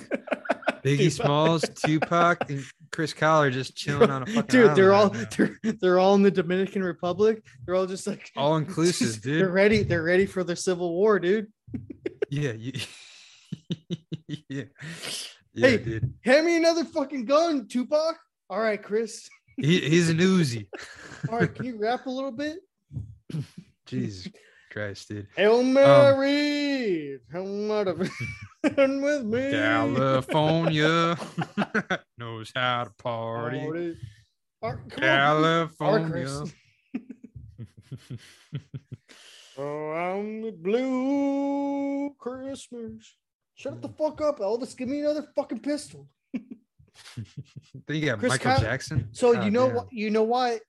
[SPEAKER 1] biggie
[SPEAKER 3] Tupac.
[SPEAKER 1] smalls tupac and chris Collar just chilling on a fucking
[SPEAKER 3] Dude, they're all
[SPEAKER 1] island right now.
[SPEAKER 3] (laughs) they're, they're all in the Dominican Republic. They're all just like (laughs)
[SPEAKER 1] all inclusive
[SPEAKER 3] They're
[SPEAKER 1] dude
[SPEAKER 3] ready. They're ready for the civil war, dude.
[SPEAKER 1] yeah you... (laughs) yeah yeah
[SPEAKER 3] Hey,
[SPEAKER 1] dude
[SPEAKER 3] Hand me another fucking gun, Tupac. All right, Chris.
[SPEAKER 1] he, he's an Uzi.
[SPEAKER 3] All right, can you rap a
[SPEAKER 1] (laughs)
[SPEAKER 3] little bit?
[SPEAKER 1] jesus christ dude
[SPEAKER 3] Hail Mary, come
[SPEAKER 1] (laughs)
[SPEAKER 3] out of come with me. (laughs)
[SPEAKER 1] California knows how to party.
[SPEAKER 3] Party. All right, come on,
[SPEAKER 1] California.
[SPEAKER 3] Chris. Oh, I'm the blue Christmas. Shut the fuck up, Elvis. Give me another fucking pistol.
[SPEAKER 1] Then you got
[SPEAKER 3] Chris
[SPEAKER 1] Michael
[SPEAKER 3] Kyle-
[SPEAKER 1] Jackson.
[SPEAKER 3] So you
[SPEAKER 1] God
[SPEAKER 3] know
[SPEAKER 1] damn.
[SPEAKER 3] what? You know why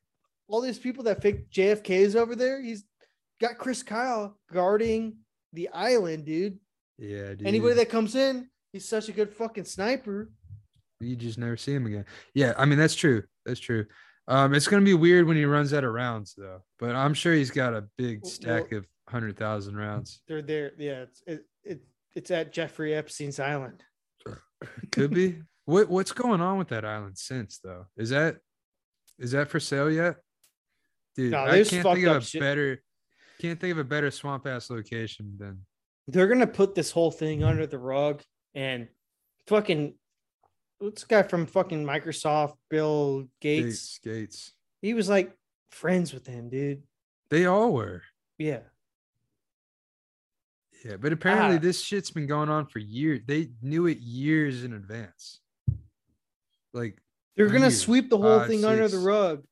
[SPEAKER 3] all these people that fake JFK's over there? He's got Chris Kyle guarding the island, dude.
[SPEAKER 1] Yeah, dude.
[SPEAKER 3] Anybody that comes in, he's such a good fucking sniper.
[SPEAKER 1] you just never see him again. Yeah, I mean that's true. That's true. Um, it's gonna be weird when he runs out of rounds though, but I'm sure he's got a big
[SPEAKER 3] Well-
[SPEAKER 1] stack of hundred thousand rounds.
[SPEAKER 3] They're there. Yeah, it's it, it it's at Jeffrey Epstein's island.
[SPEAKER 1] Could be. (laughs) what what's going on with that island since though? Is that is that for sale yet? Dude,
[SPEAKER 3] No,
[SPEAKER 1] I
[SPEAKER 3] there's
[SPEAKER 1] can't
[SPEAKER 3] fucked
[SPEAKER 1] think of
[SPEAKER 3] up
[SPEAKER 1] a
[SPEAKER 3] shit.
[SPEAKER 1] better can't think of a better swamp ass location than
[SPEAKER 3] They're gonna put this whole thing under the rug and fucking what's the guy from fucking Microsoft, Bill
[SPEAKER 1] Gates.
[SPEAKER 3] Gates.
[SPEAKER 1] Gates.
[SPEAKER 3] He was like friends with him, dude.
[SPEAKER 1] They all were.
[SPEAKER 3] Yeah.
[SPEAKER 1] Yeah, but apparently
[SPEAKER 3] Ah.
[SPEAKER 1] this shit's been going on for years. They knew it years in advance. Like
[SPEAKER 3] They're gonna
[SPEAKER 1] Years.
[SPEAKER 3] sweep the whole
[SPEAKER 1] Five,
[SPEAKER 3] thing under the
[SPEAKER 1] six.
[SPEAKER 3] rug.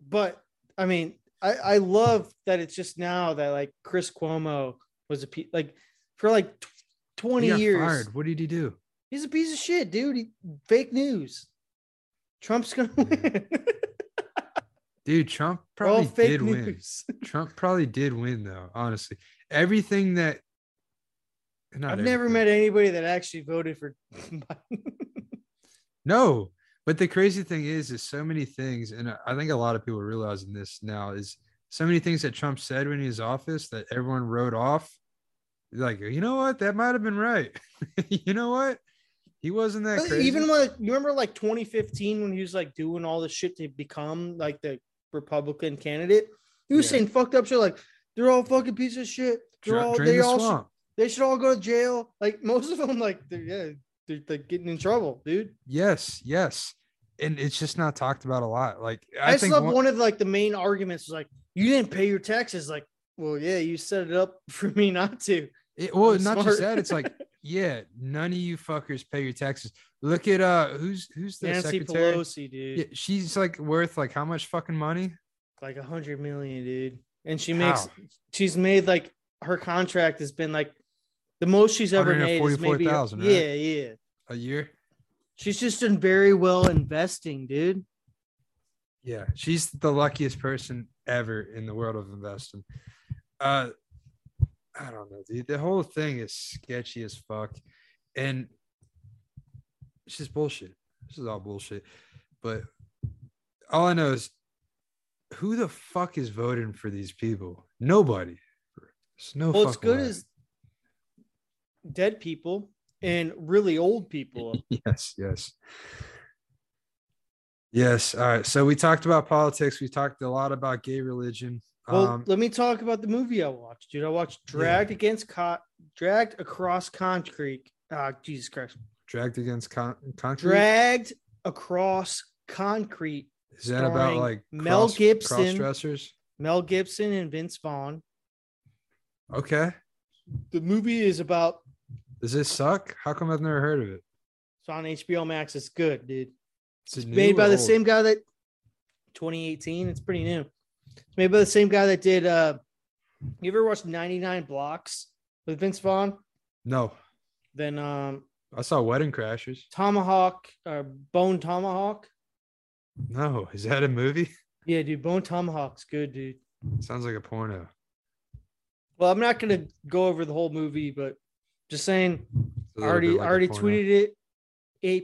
[SPEAKER 3] But I mean, I, I love that it's just now that like Chris Cuomo was a pe- like for like tw-
[SPEAKER 1] he
[SPEAKER 3] twenty
[SPEAKER 1] got
[SPEAKER 3] years.
[SPEAKER 1] fired. What did he do?
[SPEAKER 3] He's a piece of shit, dude. He, fake news. Trump's gonna win. (laughs)
[SPEAKER 1] Dude, Trump
[SPEAKER 3] We're all
[SPEAKER 1] probably did win.
[SPEAKER 3] (laughs)
[SPEAKER 1] Trump probably did win though, honestly. Everything that not
[SPEAKER 3] I've never
[SPEAKER 1] everything.
[SPEAKER 3] (laughs) met anybody that actually voted for Biden.
[SPEAKER 1] No, But the crazy thing is, is so many things, and I- I think a lot of people are realizing this now is so many things that Trump said when he was in office that everyone wrote off. Like, you know what? That might have been right. (laughs) you know what? He wasn't that
[SPEAKER 3] But
[SPEAKER 1] crazy.
[SPEAKER 3] Even when you remember like 2015 when he was like doing all this shit to become like the Republican candidate, he was
[SPEAKER 1] Yeah.
[SPEAKER 3] saying fucked up shit like they're all fucking piece of shit. They're
[SPEAKER 1] Dra-
[SPEAKER 3] all
[SPEAKER 1] drain
[SPEAKER 3] they
[SPEAKER 1] the
[SPEAKER 3] all should-
[SPEAKER 1] swamp.
[SPEAKER 3] they should all go to jail. Like most of them, like they're, yeah, they're like getting in trouble, dude.
[SPEAKER 1] Yes, yes. And it's just not talked about a lot. Like
[SPEAKER 3] I,
[SPEAKER 1] I,
[SPEAKER 3] just
[SPEAKER 1] think
[SPEAKER 3] love
[SPEAKER 1] one-
[SPEAKER 3] one, of like the main arguments was like you didn't pay your taxes. Like, well, yeah, you set it up (laughs) for me not to.
[SPEAKER 1] It, well,
[SPEAKER 3] I'm
[SPEAKER 1] not
[SPEAKER 3] smart.
[SPEAKER 1] just that. It's
[SPEAKER 3] (laughs)
[SPEAKER 1] like, yeah, none of you fuckers pay your taxes. Look at uh, who's who's the
[SPEAKER 3] Nancy
[SPEAKER 1] secretary?
[SPEAKER 3] Pelosi, dude,
[SPEAKER 1] Yeah, she's like worth like how much fucking money?
[SPEAKER 3] like a hundred million, dude, and she makes
[SPEAKER 1] How?
[SPEAKER 3] she's made like her contract has been like the most she's ever made is maybe
[SPEAKER 1] 144,000, right?
[SPEAKER 3] yeah, yeah.
[SPEAKER 1] a year.
[SPEAKER 3] She's just done very well investing, dude.
[SPEAKER 1] Yeah, she's the luckiest person ever in the world of investing. Uh, I don't know, dude. The whole thing is sketchy as fuck, and it's just bullshit. This is all bullshit. But all I know is who the fuck is voting for these people? Nobody. It's no.
[SPEAKER 3] Well, it's
[SPEAKER 1] fucking
[SPEAKER 3] good
[SPEAKER 1] way.
[SPEAKER 3] as dead people and really old people.
[SPEAKER 1] (laughs) yes, yes. Yes. All right. So we talked about politics. We talked a lot about gay religion.
[SPEAKER 3] Well,
[SPEAKER 1] um,
[SPEAKER 3] let me talk about the movie I watched, dude. I watched Dragged Against Co- Dragged Across Concrete. Ah, Jesus Christ.
[SPEAKER 1] dragged against con- concrete.
[SPEAKER 3] Dragged Across Concrete.
[SPEAKER 1] Is that about
[SPEAKER 3] starring
[SPEAKER 1] like
[SPEAKER 3] Mel Gibson.
[SPEAKER 1] cross dressers?
[SPEAKER 3] Mel Gibson and Vince Vaughn.
[SPEAKER 1] Okay.
[SPEAKER 3] The movie is about
[SPEAKER 1] Does this suck? How come I've never heard of it?
[SPEAKER 3] it's on HBO Max. It's good, dude.
[SPEAKER 1] Is it new
[SPEAKER 3] made by
[SPEAKER 1] or
[SPEAKER 3] the
[SPEAKER 1] old?
[SPEAKER 3] same guy that 2018. It's pretty new. It's made by the same guy that did uh you ever watched 99 blocks with Vince Vaughn?
[SPEAKER 1] No,
[SPEAKER 3] Then um
[SPEAKER 1] I saw Wedding Crashers.
[SPEAKER 3] Tomahawk or Bone Tomahawk.
[SPEAKER 1] No, is that a movie? (laughs)
[SPEAKER 3] Yeah, dude, Bone Tomahawk's good, dude.
[SPEAKER 1] Sounds like a porno.
[SPEAKER 3] Well, I'm not gonna go over the whole movie, but just saying
[SPEAKER 1] It's a little
[SPEAKER 3] I already
[SPEAKER 1] bit like a
[SPEAKER 3] I already
[SPEAKER 1] porno.
[SPEAKER 3] tweeted it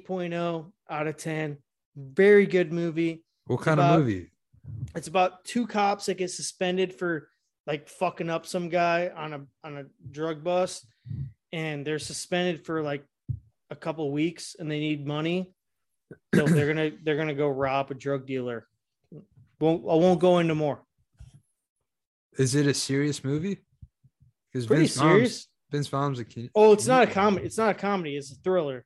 [SPEAKER 3] 8.0 out of 10. Very good movie.
[SPEAKER 1] What kind
[SPEAKER 3] about-
[SPEAKER 1] of movie?
[SPEAKER 3] it's about two cops that get suspended for like fucking up some guy on a on a drug bust and they're suspended for like a couple weeks and they need money so
[SPEAKER 1] (clears throat)
[SPEAKER 3] they're gonna they're gonna go rob a drug dealer won't i won't go into more
[SPEAKER 1] Is it a serious movie? Because
[SPEAKER 3] pretty
[SPEAKER 1] Vince Vaughn's,
[SPEAKER 3] serious
[SPEAKER 1] Vince Vaughn's a kid,
[SPEAKER 3] oh it's not a comedy it's not a comedy it's a thriller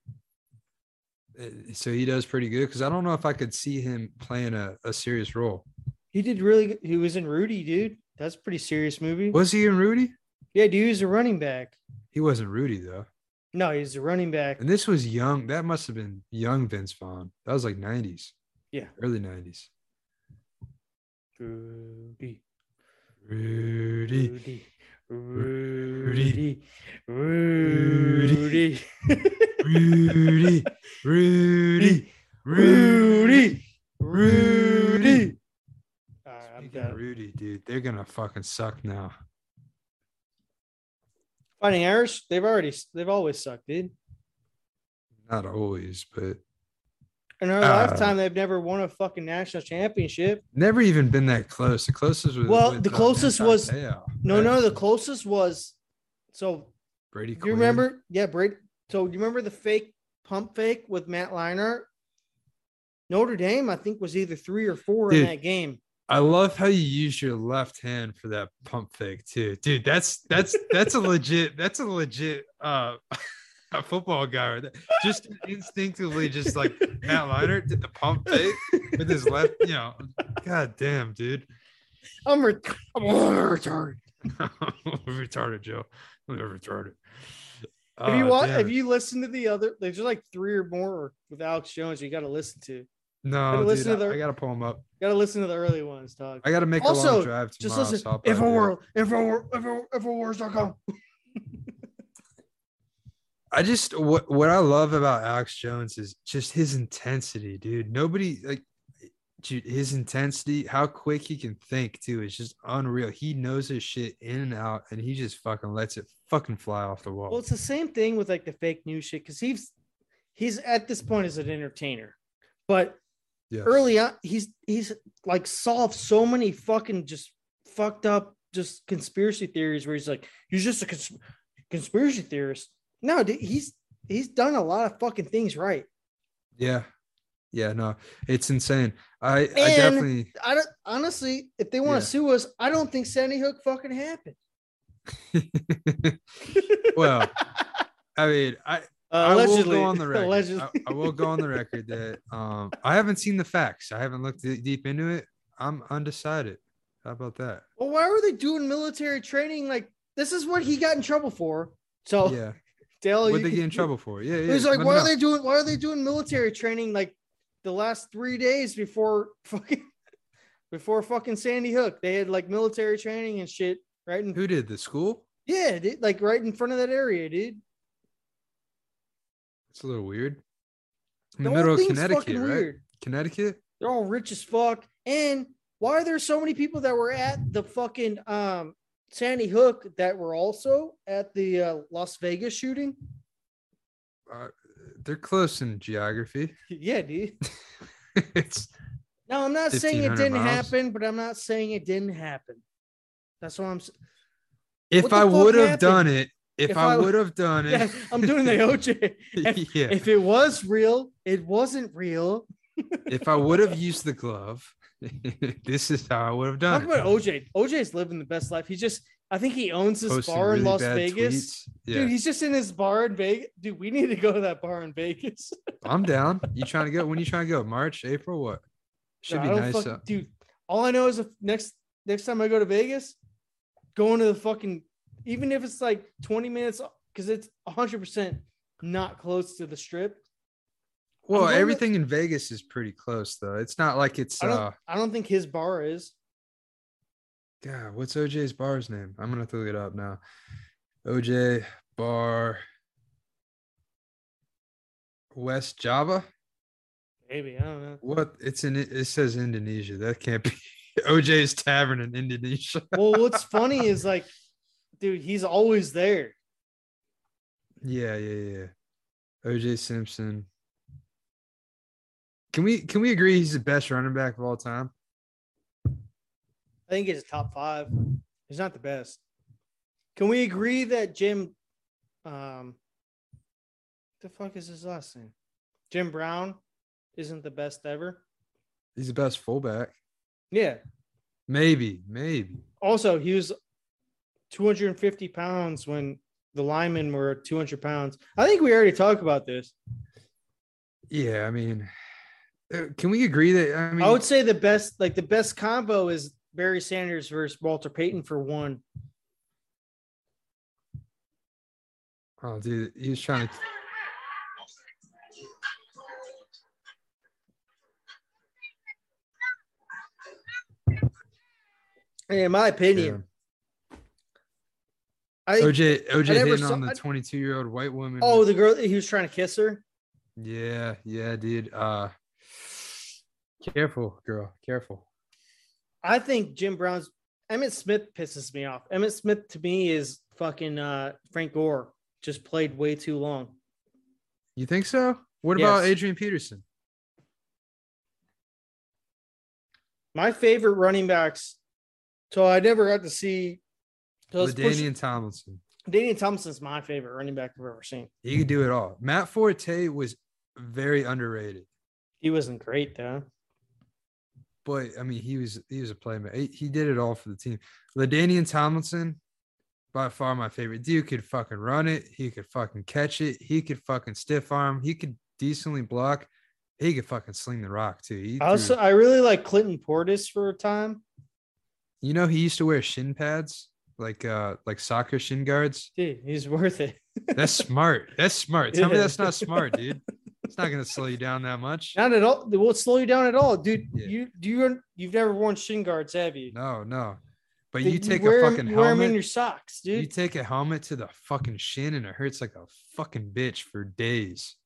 [SPEAKER 1] Uh, so he does pretty good. Because I don't know if I could see him playing a, a serious role.
[SPEAKER 3] he did really good he was in rudy dude that's a pretty serious movie
[SPEAKER 1] Was he in Rudy?
[SPEAKER 3] yeah dude he was a running back
[SPEAKER 1] He wasn't Rudy though.
[SPEAKER 3] no he's a running back
[SPEAKER 1] And this was young. That must have been young Vince Vaughn. That was like 90s.
[SPEAKER 3] Yeah.
[SPEAKER 1] Early 90s.
[SPEAKER 3] Rudy.
[SPEAKER 1] Rudy.
[SPEAKER 3] Rudy.
[SPEAKER 1] Rudy.
[SPEAKER 3] Rudy. Rudy. (laughs)
[SPEAKER 1] Rudy. Rudy. Rudy. Rudy.
[SPEAKER 3] All right, I'm
[SPEAKER 1] Speaking of
[SPEAKER 3] done.
[SPEAKER 1] Rudy, dude, they're gonna fucking suck now.
[SPEAKER 3] Fighting Irish, they've already they've always sucked, dude.
[SPEAKER 1] Not always, but
[SPEAKER 3] In our
[SPEAKER 1] Uh.
[SPEAKER 3] lifetime, they've never won a fucking national championship.
[SPEAKER 1] never even been that close. The closest was
[SPEAKER 3] Well,
[SPEAKER 1] with,
[SPEAKER 3] the
[SPEAKER 1] uh,
[SPEAKER 3] closest
[SPEAKER 1] Manti
[SPEAKER 3] was-
[SPEAKER 1] Te'o,
[SPEAKER 3] No,
[SPEAKER 1] right?
[SPEAKER 3] no, the closest was so
[SPEAKER 1] Brady.
[SPEAKER 3] do you
[SPEAKER 1] Quinn.
[SPEAKER 3] remember? Yeah, Brady. So do you remember the fake pump fake with Matt Leinart? Notre Dame, I think, was either three or four in
[SPEAKER 1] Dude.
[SPEAKER 3] that game.
[SPEAKER 1] I love how you use your left hand for that pump fake too, dude. That's that's that's a legit that's a legit uh (laughs) a football guy. right there. Just instinctively, just like Matt Leiter did the pump fake with his left. You know, god damn, dude. (laughs)
[SPEAKER 3] I'm ret- I'm retarded.
[SPEAKER 1] retarded, Joe. I'm retarded.
[SPEAKER 3] Have you
[SPEAKER 1] Oh,
[SPEAKER 3] watched?
[SPEAKER 1] damn
[SPEAKER 3] Have
[SPEAKER 1] it.
[SPEAKER 3] you listened to the other? There's like three or more with Alex Jones. You got to listen to. You
[SPEAKER 1] No, dude,
[SPEAKER 3] listened to
[SPEAKER 1] I-
[SPEAKER 3] the-
[SPEAKER 1] I gotta pull him up.
[SPEAKER 3] got to listen to the early ones, dog.
[SPEAKER 1] I gotta make a long
[SPEAKER 3] Also,
[SPEAKER 1] drive
[SPEAKER 3] Just
[SPEAKER 1] tomorrow.
[SPEAKER 3] listen.
[SPEAKER 1] so I'll probably do it.
[SPEAKER 3] Infoworld, Infowar, Info, Infowars.com.
[SPEAKER 1] Oh. I just what what I love about Alex Jones is just his intensity, dude. Nobody like dude, his intensity, how quick he can think too. It's just unreal. He knows his shit in and out, and he just fucking lets it fucking fly off the wall.
[SPEAKER 3] Well, it's the same thing with like the fake news shit because he's he's at this point as an entertainer, But
[SPEAKER 1] Yes.
[SPEAKER 3] early on, he's he's like solved so many fucking just fucked up just conspiracy theories where he's like, you're just a cons- conspiracy theorist. No, dude, he's he's done a lot of fucking things right.
[SPEAKER 1] Yeah. Yeah. No, it's insane. I, I
[SPEAKER 3] And-
[SPEAKER 1] definitely.
[SPEAKER 3] I don't honestly, if they want
[SPEAKER 1] Yeah.
[SPEAKER 3] to sue us, I don't think Sandy Hook fucking happened.
[SPEAKER 1] (laughs)
[SPEAKER 3] (laughs)
[SPEAKER 1] well, I mean, I, I will go (laughs) on the record.
[SPEAKER 3] Allegedly.
[SPEAKER 1] I, I (laughs) will go on the record that um, I haven't seen the facts. I haven't looked de- deep into it. I'm undecided. How about that?
[SPEAKER 3] Well, why were they doing military training? Like this is what he got in trouble for. So
[SPEAKER 1] yeah.
[SPEAKER 3] (laughs) Dale,
[SPEAKER 1] What
[SPEAKER 3] Oh, you
[SPEAKER 1] they
[SPEAKER 3] can-
[SPEAKER 1] get in trouble for? Yeah.
[SPEAKER 3] It
[SPEAKER 1] yeah.
[SPEAKER 3] was like,
[SPEAKER 1] let me
[SPEAKER 3] why
[SPEAKER 1] know.
[SPEAKER 3] are they doing? Why are they doing military training like the last three days before (laughs) fucking before fucking Sandy Hook? They had like military training and shit, right? And
[SPEAKER 1] Who did the school?
[SPEAKER 3] yeah, dude, like right in front of that area, dude.
[SPEAKER 1] It's a little weird. In the,
[SPEAKER 3] The whole
[SPEAKER 1] middle of
[SPEAKER 3] thing's
[SPEAKER 1] Connecticut,
[SPEAKER 3] fucking
[SPEAKER 1] right?
[SPEAKER 3] weird.
[SPEAKER 1] Connecticut.
[SPEAKER 3] They're all rich as fuck. And why are there so many people that were at the fucking um Sandy Hook that were also at the uh, Las Vegas shooting?
[SPEAKER 1] They're close in geography.
[SPEAKER 3] (laughs)
[SPEAKER 1] (laughs)
[SPEAKER 3] yeah, dude.
[SPEAKER 1] it's
[SPEAKER 3] No, I'm not saying it
[SPEAKER 1] 1500
[SPEAKER 3] didn't
[SPEAKER 1] miles.
[SPEAKER 3] happen, but I'm not saying it didn't happen. That's what
[SPEAKER 1] (laughs)
[SPEAKER 3] I'm. s- What
[SPEAKER 1] if
[SPEAKER 3] the
[SPEAKER 1] I
[SPEAKER 3] fuck
[SPEAKER 1] would have
[SPEAKER 3] happened?
[SPEAKER 1] done it, if,
[SPEAKER 3] If
[SPEAKER 1] I,
[SPEAKER 3] I-
[SPEAKER 1] would have done it,
[SPEAKER 3] Yeah, I'm
[SPEAKER 1] (laughs)
[SPEAKER 3] doing the OJ. If,
[SPEAKER 1] yeah.
[SPEAKER 3] if it was real, it wasn't real.
[SPEAKER 1] if I would have used the glove, (laughs) this is how I would have
[SPEAKER 3] Talk
[SPEAKER 1] done it.
[SPEAKER 3] about OJ. OJ's living the best life. He's just, I think he owns this
[SPEAKER 1] Posting
[SPEAKER 3] bar in
[SPEAKER 1] really
[SPEAKER 3] Las
[SPEAKER 1] bad
[SPEAKER 3] Vegas.
[SPEAKER 1] tweets. Yeah,
[SPEAKER 3] Dude, he's just in his bar in Vegas. Dude, we need to go to that bar in Vegas. (laughs)
[SPEAKER 1] I'm down. You trying to go? When you trying to go? March, April, what? Should
[SPEAKER 3] No,
[SPEAKER 1] be
[SPEAKER 3] I don't
[SPEAKER 1] nice. uh,
[SPEAKER 3] fucking-
[SPEAKER 1] out-
[SPEAKER 3] dude. All I know is if next next time I go to Vegas, going to the fucking even if it's like 20 minutes because it's 100 percent not close to the strip.
[SPEAKER 1] well,
[SPEAKER 3] going to-
[SPEAKER 1] everything in Vegas is pretty close though. It's not like it's
[SPEAKER 3] I don't
[SPEAKER 1] uh
[SPEAKER 3] I don't think his bar is.
[SPEAKER 1] God, what's OJ's bar's name? I'm gonna have to look it up now. OJ bar West Java.
[SPEAKER 3] Maybe I don't know.
[SPEAKER 1] What it's in it says Indonesia. That can't be (laughs) OJ's tavern in Indonesia.
[SPEAKER 3] Well, (laughs) what's funny is like, dude, he's always there.
[SPEAKER 1] Yeah, yeah, yeah. OJ Simpson. Can we can we agree he's the best running back of all time?
[SPEAKER 3] I think he's top five. He's not the best. Can we agree that Jim, um, the fuck is his last name? Jim Brown isn't the best ever.
[SPEAKER 1] He's the best fullback.
[SPEAKER 3] Yeah.
[SPEAKER 1] Maybe, maybe.
[SPEAKER 3] Also, he was 250 pounds when the linemen were 200 pounds. I think we already talked about this.
[SPEAKER 1] Yeah, I mean, uh, can we agree that I mean
[SPEAKER 3] I would say the best, like the best combo is Barry Sanders versus Walter Payton for one.
[SPEAKER 1] Oh, dude, he was trying to.
[SPEAKER 3] In my opinion, I think
[SPEAKER 1] OJ, OJ
[SPEAKER 3] never
[SPEAKER 1] hitting
[SPEAKER 3] saw-
[SPEAKER 1] on the
[SPEAKER 3] I-
[SPEAKER 1] 22 year old white woman.
[SPEAKER 3] Oh,
[SPEAKER 1] with-
[SPEAKER 3] the girl that he was trying to kiss her.
[SPEAKER 1] yeah, yeah, dude. Uh, careful, girl, careful.
[SPEAKER 3] I think Jim Brown's Emmett Smith pisses me off. Emmett Smith to me is fucking uh, Frank Gore. Just played way too long.
[SPEAKER 1] You think so? What about
[SPEAKER 3] Yes.
[SPEAKER 1] Adrian Peterson?
[SPEAKER 3] My favorite running backs. So I never got to see. So let's push-
[SPEAKER 1] Ladainian Tomlinson.
[SPEAKER 3] Danian Thompson's my favorite running back I've ever seen.
[SPEAKER 1] He could do it all. Matt Forte was very underrated,
[SPEAKER 3] He wasn't great though.
[SPEAKER 1] but I mean, he was he was a playmaker. He, he did it all for the team. Ladainian Tomlinson, by far my favorite. Dude could fucking run it. He could fucking catch it. He could fucking stiff arm. He could decently block. He could fucking sling the rock too. He
[SPEAKER 3] I also
[SPEAKER 1] threw-
[SPEAKER 3] I really like Clinton Portis for a time.
[SPEAKER 1] you know, he used to wear shin pads like uh like soccer shin guards.
[SPEAKER 3] Dude, he's (laughs) worth it.
[SPEAKER 1] That's smart. That's smart. Tell me
[SPEAKER 3] Yeah.
[SPEAKER 1] that's not smart, dude. It's not gonna slow you down that
[SPEAKER 3] (laughs)
[SPEAKER 1] much.
[SPEAKER 3] (laughs) Not at all. It won't slow you down at all, dude.
[SPEAKER 1] Yeah.
[SPEAKER 3] You do you you've never worn shin guards, have you?
[SPEAKER 1] No, no. But
[SPEAKER 3] Dude,
[SPEAKER 1] you take
[SPEAKER 3] wear
[SPEAKER 1] a
[SPEAKER 3] 'em-
[SPEAKER 1] fucking
[SPEAKER 3] wear 'em
[SPEAKER 1] helmet.
[SPEAKER 3] in your socks, dude.
[SPEAKER 1] You take a helmet to the fucking shin and it hurts like a fucking bitch for days.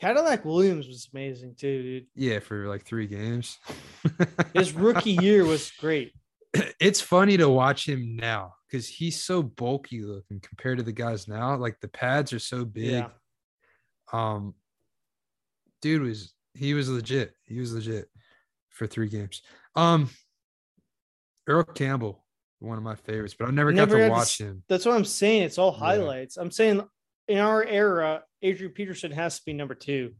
[SPEAKER 3] Cadillac Williams was amazing too, dude.
[SPEAKER 1] Yeah, for like three games. (laughs)
[SPEAKER 3] His rookie year was great.
[SPEAKER 1] it's funny to watch him now because he's so bulky looking compared to the guys now. Like the pads are so big.
[SPEAKER 3] Yeah.
[SPEAKER 1] Um, dude was he was legit. He was legit for three games. Um, Earl Campbell, one of my favorites, but I never,
[SPEAKER 3] Never
[SPEAKER 1] got
[SPEAKER 3] had
[SPEAKER 1] to
[SPEAKER 3] to
[SPEAKER 1] watch
[SPEAKER 3] s-
[SPEAKER 1] him.
[SPEAKER 3] That's what I'm saying. It's all
[SPEAKER 1] Yeah.
[SPEAKER 3] highlights. I'm saying in our era, Adrian Peterson has to be number two.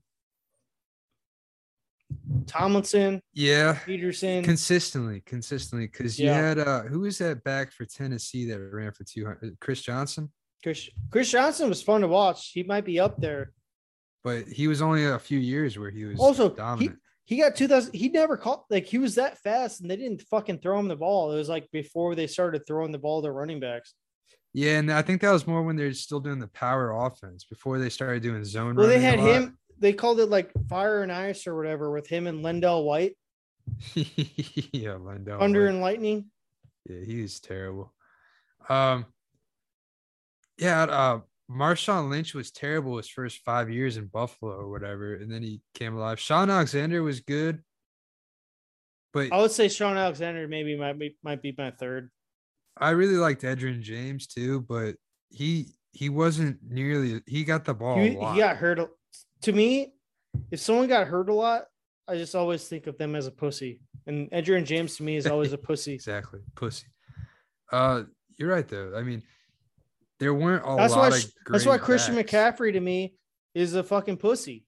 [SPEAKER 3] Tomlinson,
[SPEAKER 1] Yeah,
[SPEAKER 3] Peterson,
[SPEAKER 1] consistently, consistently, because
[SPEAKER 3] Yeah.
[SPEAKER 1] you had uh, who was that back for Tennessee that ran for two hundred? Chris Johnson,
[SPEAKER 3] Chris, Chris Johnson was fun to watch. He might be up there.
[SPEAKER 1] but he was only a few years where he was
[SPEAKER 3] Also, he,
[SPEAKER 1] dominant.
[SPEAKER 3] he got 2000. He never caught, like, he was that fast and they didn't fucking throw him the ball. It was like before they started throwing the ball to running backs.
[SPEAKER 1] yeah, and I think that was more when they're still doing the power offense before they started doing zone.
[SPEAKER 3] Well, they
[SPEAKER 1] running a
[SPEAKER 3] had
[SPEAKER 1] lot.
[SPEAKER 3] him, they called it like fire and ice or whatever with him and Lindell White,
[SPEAKER 1] (laughs) yeah, Lindell.
[SPEAKER 3] Thunder
[SPEAKER 1] White.
[SPEAKER 3] and Lightning.
[SPEAKER 1] Yeah, he was terrible. Um, yeah, uh, Marshawn Lynch was terrible his first five years in Buffalo or whatever, and then he came alive. Sean Alexander was good, but
[SPEAKER 3] I would say Sean Alexander maybe might be might be my third.
[SPEAKER 1] I really liked Edrin James too. But he he wasn't nearly he got the ball.
[SPEAKER 3] he,
[SPEAKER 1] a
[SPEAKER 3] he
[SPEAKER 1] lot.
[SPEAKER 3] got hurt. a- To me, if someone got hurt a lot, I just always think of them as a pussy. And Edgerrin James to me is always a pussy.
[SPEAKER 1] exactly pussy. Uh, you're right though. I mean, there weren't a
[SPEAKER 3] That's why
[SPEAKER 1] lot of.
[SPEAKER 3] sh- That's why
[SPEAKER 1] great
[SPEAKER 3] Christian
[SPEAKER 1] backs.
[SPEAKER 3] McCaffrey to me is a fucking pussy.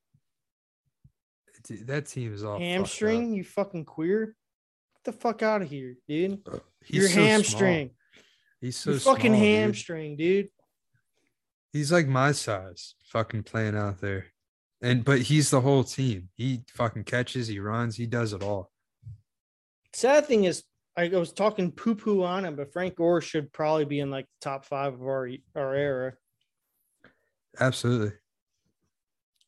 [SPEAKER 1] Dude, That team is all fucked up.
[SPEAKER 3] hamstring, you fucking queer. Get the fuck out of here, dude.
[SPEAKER 1] He's
[SPEAKER 3] Your
[SPEAKER 1] so small.
[SPEAKER 3] hamstring.
[SPEAKER 1] He's so
[SPEAKER 3] Your fucking
[SPEAKER 1] small, dude.
[SPEAKER 3] hamstring, dude.
[SPEAKER 1] He's like my size, fucking playing out there. And but he's the whole team. He fucking catches, he runs, he does it all.
[SPEAKER 3] Sad thing is, I was talking poo poo on him, but Frank Gore should probably be in like the top five of our our era.
[SPEAKER 1] Absolutely.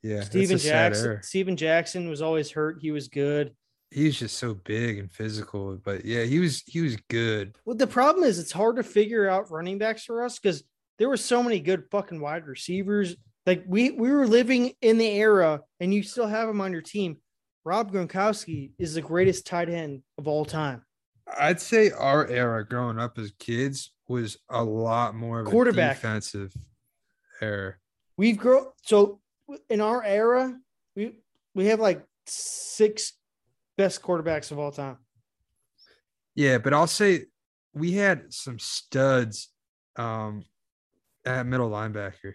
[SPEAKER 1] Yeah. it's
[SPEAKER 3] Steven
[SPEAKER 1] a sad
[SPEAKER 3] Jackson.
[SPEAKER 1] era.
[SPEAKER 3] Steven Jackson was always hurt. He was good.
[SPEAKER 1] He was just so big and physical. But yeah, he was he was good.
[SPEAKER 3] Well, the problem is it's hard to figure out running backs for us because there were so many good fucking wide receivers. Like we we were living in the era, and you still have him on your team. Rob Gronkowski is the greatest tight end of all time.
[SPEAKER 1] I'd say our era growing up as kids was a lot more of
[SPEAKER 3] Quarterback.
[SPEAKER 1] a defensive era.
[SPEAKER 3] We've grown so in our era, we we have like six best quarterbacks of all time.
[SPEAKER 1] Yeah, but I'll say we had some studs um at middle linebacker.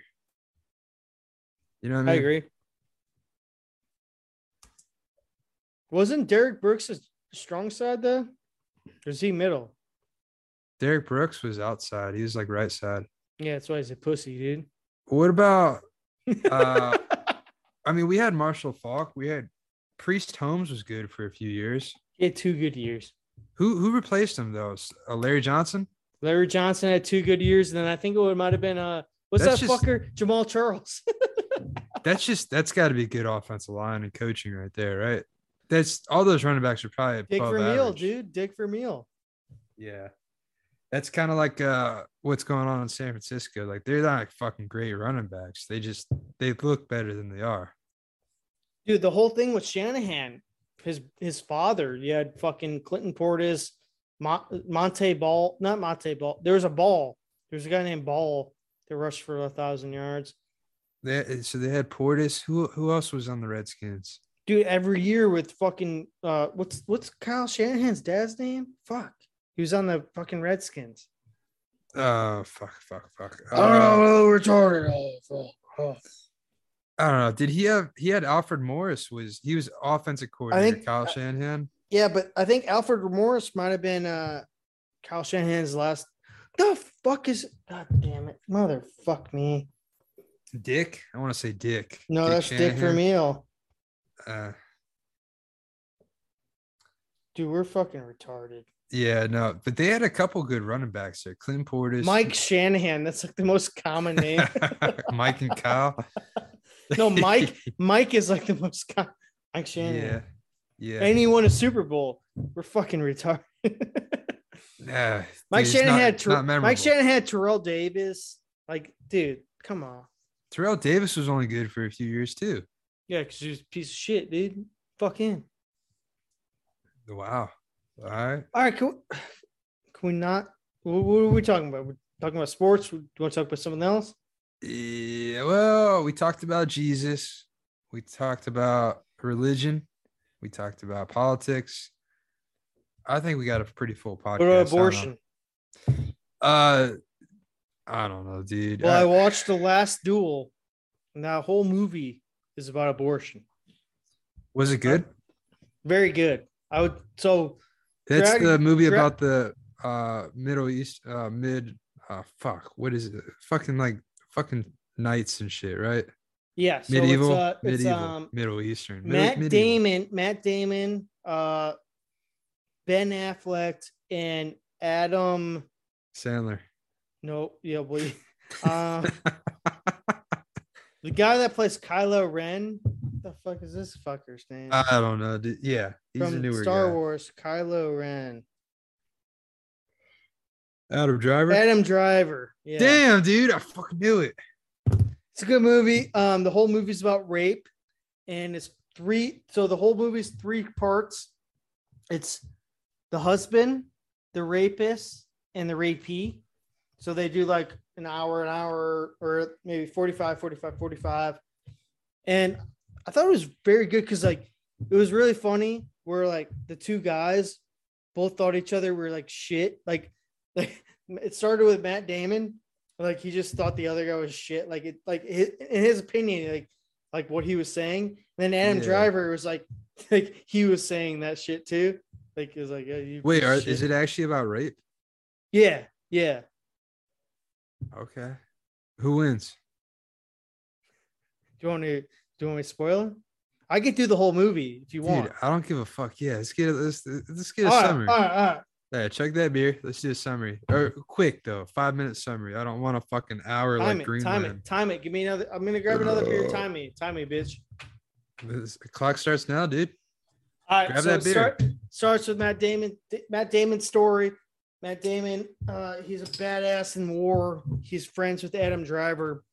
[SPEAKER 1] You know what I mean?
[SPEAKER 3] I agree. Wasn't Derek Brooks a strong side though? Or is he middle?
[SPEAKER 1] Derek Brooks was outside. He was like right side.
[SPEAKER 3] Yeah, that's why he's a pussy, dude.
[SPEAKER 1] What about
[SPEAKER 3] (laughs)
[SPEAKER 1] uh I mean we had Marshall Falk, we had Priest Holmes was good for a few years.
[SPEAKER 3] He had two good years.
[SPEAKER 1] Who who replaced him though? S- Uh, Larry Johnson?
[SPEAKER 3] Larry Johnson had two good years, and then I think it might have been uh what's
[SPEAKER 1] That's
[SPEAKER 3] that
[SPEAKER 1] just-
[SPEAKER 3] fucker? Jamal Charles. (laughs)
[SPEAKER 1] That's just that's gotta be good offensive line and coaching right there, right? That's all those running backs are probably
[SPEAKER 3] Dick
[SPEAKER 1] above
[SPEAKER 3] Vermeil,
[SPEAKER 1] Oh, average.
[SPEAKER 3] dude. Dick Vermeil.
[SPEAKER 1] Yeah. That's kind of like uh what's going on in San Francisco. Like they're not fucking great running backs. They just they look better than they are.
[SPEAKER 3] Dude, the whole thing with Shanahan, his his father, you had fucking Clinton Portis, Mon- Monte Ball, not Monte Ball. There was a ball. There was a guy named Ball that rushed for a thousand yards.
[SPEAKER 1] They so they had Portis. Who who else was on the Redskins?
[SPEAKER 3] Dude, every year with fucking uh what's what's Kyle Shanahan's dad's name? Fuck. He was on the fucking Redskins.
[SPEAKER 1] Oh fuck, fuck, fuck. Uh,
[SPEAKER 3] retarded. Oh, fuck.
[SPEAKER 1] I don't know. Did he have he had Alfred Morris was he was offensive coordinator, Kyle Shanahan.
[SPEAKER 3] Yeah, but I think Alfred Morris might have been uh Kyle Shanahan's last. The fuck is God damn it, motherfuck me.
[SPEAKER 1] Dick. I want to say Dick.
[SPEAKER 3] No, that's Dick
[SPEAKER 1] Shanahan.
[SPEAKER 3] Vermeil.
[SPEAKER 1] Uh,
[SPEAKER 3] Dude, we're fucking retarded.
[SPEAKER 1] yeah, no, but they had a couple good running backs there. Clint Portis,
[SPEAKER 3] Mike Shanahan, that's like the most common name.
[SPEAKER 1] (laughs) Mike and Kyle.
[SPEAKER 3] (laughs)
[SPEAKER 1] (laughs)
[SPEAKER 3] no, Mike. Mike is like the most common. Mike
[SPEAKER 1] yeah,
[SPEAKER 3] Shanahan.
[SPEAKER 1] yeah.
[SPEAKER 3] And he won a Super Bowl. We're fucking (laughs) retarded.
[SPEAKER 1] Nah,
[SPEAKER 3] Mike
[SPEAKER 1] dude, it's
[SPEAKER 3] Shanahan
[SPEAKER 1] not-
[SPEAKER 3] had
[SPEAKER 1] it's
[SPEAKER 3] Ter-
[SPEAKER 1] not memorable.
[SPEAKER 3] Mike Shanahan had Terrell Davis. Like, dude, come on.
[SPEAKER 1] Terrell Davis was only good for a few years too.
[SPEAKER 3] Yeah, because he was a piece of shit, dude. Fuck him.
[SPEAKER 1] Wow. All right.
[SPEAKER 3] All right, can we, can we not? What, what are we talking about? We're talking about sports. Do you want to talk about something else?
[SPEAKER 1] Yeah, well, we talked about Jesus. We talked about religion. We talked about politics. I think we got a pretty full podcast.
[SPEAKER 3] What about
[SPEAKER 1] I don't know.
[SPEAKER 3] abortion?
[SPEAKER 1] Uh, I don't know, dude. Uh,
[SPEAKER 3] Well, I
[SPEAKER 1] I-
[SPEAKER 3] watched The Last Duel, and that whole movie is about abortion.
[SPEAKER 1] was it good?
[SPEAKER 3] Very good. I would so
[SPEAKER 1] That's
[SPEAKER 3] Drag-
[SPEAKER 1] the movie
[SPEAKER 3] dra-
[SPEAKER 1] about the uh Middle East uh mid uh fuck what is it fucking like fucking knights and shit right
[SPEAKER 3] yeah. So
[SPEAKER 1] medieval
[SPEAKER 3] it's, uh, it's
[SPEAKER 1] medieval
[SPEAKER 3] um
[SPEAKER 1] Middle Eastern Middle-
[SPEAKER 3] Matt
[SPEAKER 1] medieval.
[SPEAKER 3] Damon, Matt Damon, uh, Ben Affleck, and Adam. (laughs)
[SPEAKER 1] Sandler
[SPEAKER 3] No, yeah, wait. (laughs)
[SPEAKER 1] (laughs)
[SPEAKER 3] Uh, the guy that plays Kylo Ren. What the fuck is this fucker's name?
[SPEAKER 1] I don't know dude. yeah he's a
[SPEAKER 3] From
[SPEAKER 1] newer
[SPEAKER 3] Star
[SPEAKER 1] guy
[SPEAKER 3] Wars, Kylo Ren.
[SPEAKER 1] Adam Driver
[SPEAKER 3] Adam Driver. Yeah.
[SPEAKER 1] damn dude I fucking knew it
[SPEAKER 3] It's a good movie. Um, the whole movie's about rape, and it's three. So the whole movie's three parts. It's the husband, the rapist, and the rapee. So they do like an hour, an hour, or maybe 45, 45, 45. And I thought it was very good because like it was really funny where like the two guys both thought each other were like shit. Like (laughs) like it started with Matt Damon like he just thought the other guy was shit. Like it, like his, in his opinion, like like what he was saying. And then Adam
[SPEAKER 1] Yeah.
[SPEAKER 3] Driver was like, (laughs) like he was saying that shit too. Like it was like, yeah, you
[SPEAKER 1] wait
[SPEAKER 3] piece
[SPEAKER 1] are,
[SPEAKER 3] of
[SPEAKER 1] is
[SPEAKER 3] shit.
[SPEAKER 1] it actually about rape
[SPEAKER 3] Yeah, yeah.
[SPEAKER 1] okay who wins
[SPEAKER 3] Do you want to? Do you want me to spoil it? I could do the whole movie if you
[SPEAKER 1] dude
[SPEAKER 3] want.
[SPEAKER 1] I don't give a fuck yeah let's get a, let's let's get a
[SPEAKER 3] All right, all
[SPEAKER 1] summary
[SPEAKER 3] right, all right.
[SPEAKER 1] Yeah, check that beer. Let's do a summary or quick though, five minute summary. I don't want a fucking hour like
[SPEAKER 3] Time it, time it,
[SPEAKER 1] Greenland.
[SPEAKER 3] time it. Give me another. I'm gonna grab another beer.
[SPEAKER 1] Ugh.
[SPEAKER 3] Time me, time me, bitch.
[SPEAKER 1] This- the clock starts now,
[SPEAKER 3] (laughs)
[SPEAKER 1] dude.
[SPEAKER 3] All right,
[SPEAKER 1] Grab
[SPEAKER 3] so
[SPEAKER 1] that
[SPEAKER 3] it
[SPEAKER 1] beer.
[SPEAKER 3] Start, starts with Matt Damon. Matt Damon's story. Matt Damon, uh, he's a badass in war. He's friends with Adam Driver.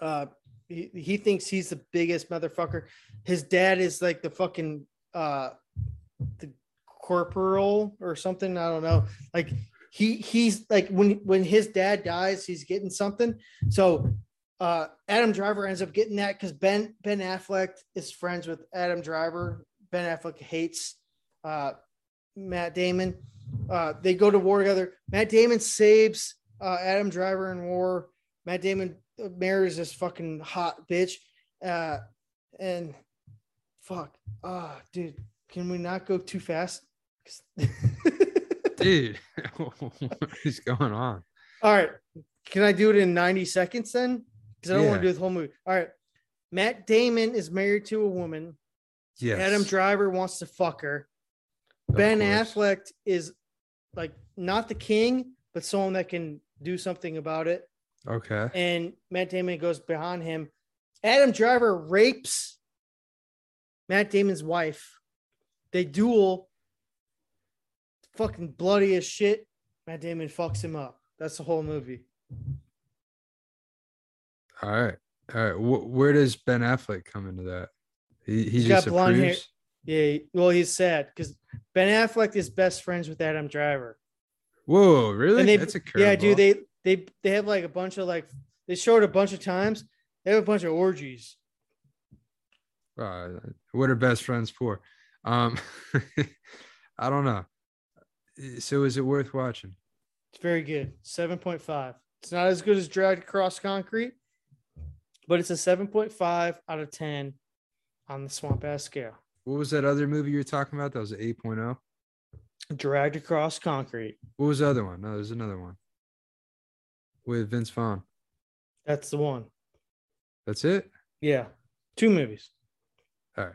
[SPEAKER 3] Uh, he, he thinks he's the biggest motherfucker. His dad is like the fucking uh, the corporal or something. I don't know. Like he he's like when when his dad dies, he's getting something. So uh, Adam Driver ends up getting that because Ben Ben Affleck is friends with Adam Driver. Ben Affleck hates uh, Matt Damon. Uh, they go to war together. Matt Damon saves uh, Adam Driver in war. Matt Damon uh, marries this fucking hot bitch. Uh, and fuck, ah, dude, can we not go too fast? (laughs) 'Cause-
[SPEAKER 1] Dude, (laughs) what is going on?
[SPEAKER 3] All right. Can I do it in 90 seconds then? Because I don't want to
[SPEAKER 1] Yeah.
[SPEAKER 3] do the whole movie. All right. Matt Damon is married to a woman.
[SPEAKER 1] Yes.
[SPEAKER 3] Adam Driver wants to fuck her.
[SPEAKER 1] of
[SPEAKER 3] ben
[SPEAKER 1] course.
[SPEAKER 3] Affleck is like not the king, but someone that can do something about it.
[SPEAKER 1] Okay.
[SPEAKER 3] And Matt Damon goes behind him. Adam Driver rapes Matt Damon's wife. They duel. Fucking bloody as shit. Matt Damon fucks him up. That's the whole movie.
[SPEAKER 1] All right. All right. Wh- where does Ben Affleck come into that? He, he
[SPEAKER 3] He's got
[SPEAKER 1] just
[SPEAKER 3] blonde hair.
[SPEAKER 1] approves.
[SPEAKER 3] Yeah, well, he's sad because Ben Affleck is best friends with Adam Driver.
[SPEAKER 1] Whoa, really?
[SPEAKER 3] And they-
[SPEAKER 1] That's a curveball.
[SPEAKER 3] Yeah, dude, they they they have like a bunch of like they show it a bunch of times. They have a bunch of orgies.
[SPEAKER 1] Uh, what are best friends for? Um, (laughs) I don't know. So is it worth watching?
[SPEAKER 3] It's very good. Seven point five. It's not as good as Dragged Across Concrete, but it's a seven point five out of ten on the Swamp Ass scale.
[SPEAKER 1] What was that other movie you were talking about? That was oh? an 8.0.
[SPEAKER 3] Dragged Across Concrete.
[SPEAKER 1] What was the other one? No, there's another one with Vince Vaughn.
[SPEAKER 3] That's the one.
[SPEAKER 1] That's it.
[SPEAKER 3] Yeah, two movies.
[SPEAKER 1] All right.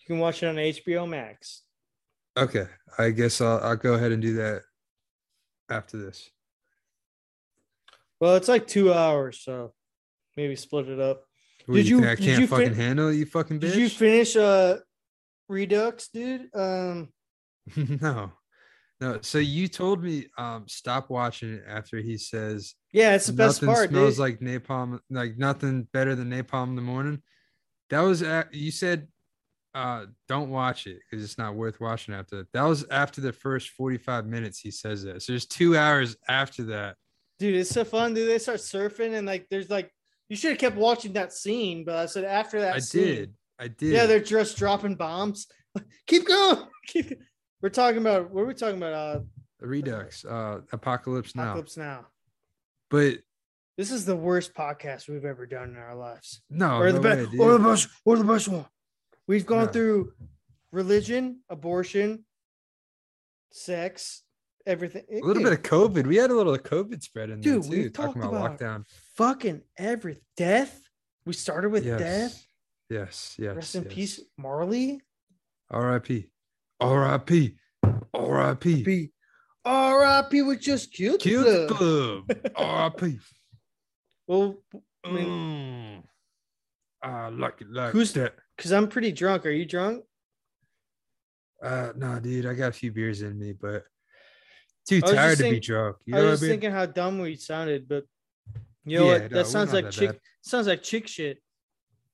[SPEAKER 3] You can watch it on HBO Max.
[SPEAKER 1] Okay. I guess I'll, I'll go ahead and do that after this.
[SPEAKER 3] Well, it's like two hours, so maybe split it up.
[SPEAKER 1] What,
[SPEAKER 3] Did
[SPEAKER 1] you,
[SPEAKER 3] you-
[SPEAKER 1] think I
[SPEAKER 3] did
[SPEAKER 1] can't
[SPEAKER 3] you
[SPEAKER 1] fucking
[SPEAKER 3] fin-
[SPEAKER 1] handle it, you fucking bitch?
[SPEAKER 3] Did you finish uh Redux, dude? Um
[SPEAKER 1] (laughs) no, no. So you told me um stop watching it after he says
[SPEAKER 3] yeah, it's the best
[SPEAKER 1] nothing
[SPEAKER 3] part,
[SPEAKER 1] smells
[SPEAKER 3] dude.
[SPEAKER 1] like napalm, like nothing better than napalm in the morning. That was a you said, uh, don't watch it because it's not worth watching after that. That was after the first 45 minutes he says that. So there's two hours after that.
[SPEAKER 3] dude, it's so fun, dude. They start surfing and like there's like you should have kept watching that scene, but I said after that
[SPEAKER 1] I
[SPEAKER 3] scene,
[SPEAKER 1] did. I did.
[SPEAKER 3] Yeah, they're just dropping bombs. (laughs) Keep going. (laughs) Keep... We're talking about what were we talking about? Uh,
[SPEAKER 1] Redux, uh, Apocalypse Now.
[SPEAKER 3] Apocalypse Now.
[SPEAKER 1] But
[SPEAKER 3] This is the worst podcast we've ever done in our lives.
[SPEAKER 1] no,
[SPEAKER 3] or the
[SPEAKER 1] Oh, no way,
[SPEAKER 3] best.
[SPEAKER 1] dude.
[SPEAKER 3] Or the best. Or the best one. We've gone
[SPEAKER 1] No.
[SPEAKER 3] through religion, abortion, sex, everything.
[SPEAKER 1] a little bit of COVID. We had a little COVID spread in
[SPEAKER 3] Dude,
[SPEAKER 1] there
[SPEAKER 3] we've
[SPEAKER 1] too, talking
[SPEAKER 3] talked
[SPEAKER 1] about,
[SPEAKER 3] about
[SPEAKER 1] lockdown.
[SPEAKER 3] fucking everything. Death. We started with
[SPEAKER 1] yes.
[SPEAKER 3] death.
[SPEAKER 1] Yes, yes.
[SPEAKER 3] Rest in
[SPEAKER 1] yes.
[SPEAKER 3] peace, Marley.
[SPEAKER 1] R.I.P. R.I.P. R.I.P.
[SPEAKER 3] Be R.I.P. was just cute.
[SPEAKER 1] Kill the
[SPEAKER 3] (laughs)
[SPEAKER 1] club. R.I.P.
[SPEAKER 3] Well, I mean,
[SPEAKER 1] Mm. I like it. Like
[SPEAKER 3] Who's-
[SPEAKER 1] that?
[SPEAKER 3] because I'm pretty drunk. Are you drunk?
[SPEAKER 1] Uh, no, dude, I got a few beers in me, but too
[SPEAKER 3] I was just
[SPEAKER 1] tired to be
[SPEAKER 3] think-
[SPEAKER 1] drunk. You
[SPEAKER 3] I
[SPEAKER 1] know what I
[SPEAKER 3] was just
[SPEAKER 1] mean?
[SPEAKER 3] thinking how dumb we sounded, but you know
[SPEAKER 1] Yeah,
[SPEAKER 3] what?
[SPEAKER 1] no,
[SPEAKER 3] That
[SPEAKER 1] we're
[SPEAKER 3] sounds
[SPEAKER 1] not
[SPEAKER 3] like
[SPEAKER 1] that
[SPEAKER 3] chick.
[SPEAKER 1] bad.
[SPEAKER 3] Sounds like chick shit.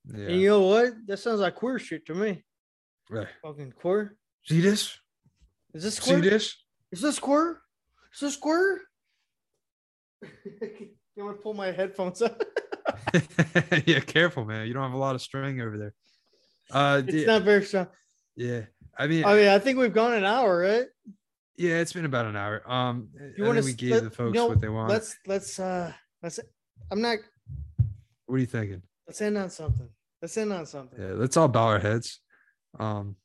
[SPEAKER 1] yeah.
[SPEAKER 3] And you know what? That sounds like queer shit to me.
[SPEAKER 1] Right.
[SPEAKER 3] Fucking queer.
[SPEAKER 1] See this?
[SPEAKER 3] Is this
[SPEAKER 1] See
[SPEAKER 3] queer?
[SPEAKER 1] this? (laughs)
[SPEAKER 3] Is this queer? Is this queer? you want to pull my headphones up?
[SPEAKER 1] yeah, careful, man. You don't have a lot of string over there. Uh,
[SPEAKER 3] it's
[SPEAKER 1] yeah,
[SPEAKER 3] not very strong.
[SPEAKER 1] yeah. I mean,
[SPEAKER 3] I mean, I think we've gone an hour, right?
[SPEAKER 1] yeah, it's been about an hour. Um,
[SPEAKER 3] You
[SPEAKER 1] you I
[SPEAKER 3] wanna
[SPEAKER 1] think we gave
[SPEAKER 3] s- let-
[SPEAKER 1] the folks
[SPEAKER 3] you know,
[SPEAKER 1] what they want.
[SPEAKER 3] Let's let's uh let's. I'm not.
[SPEAKER 1] What are you thinking?
[SPEAKER 3] Let's end on something. Let's end on something.
[SPEAKER 1] Yeah, let's all bow our heads. Um,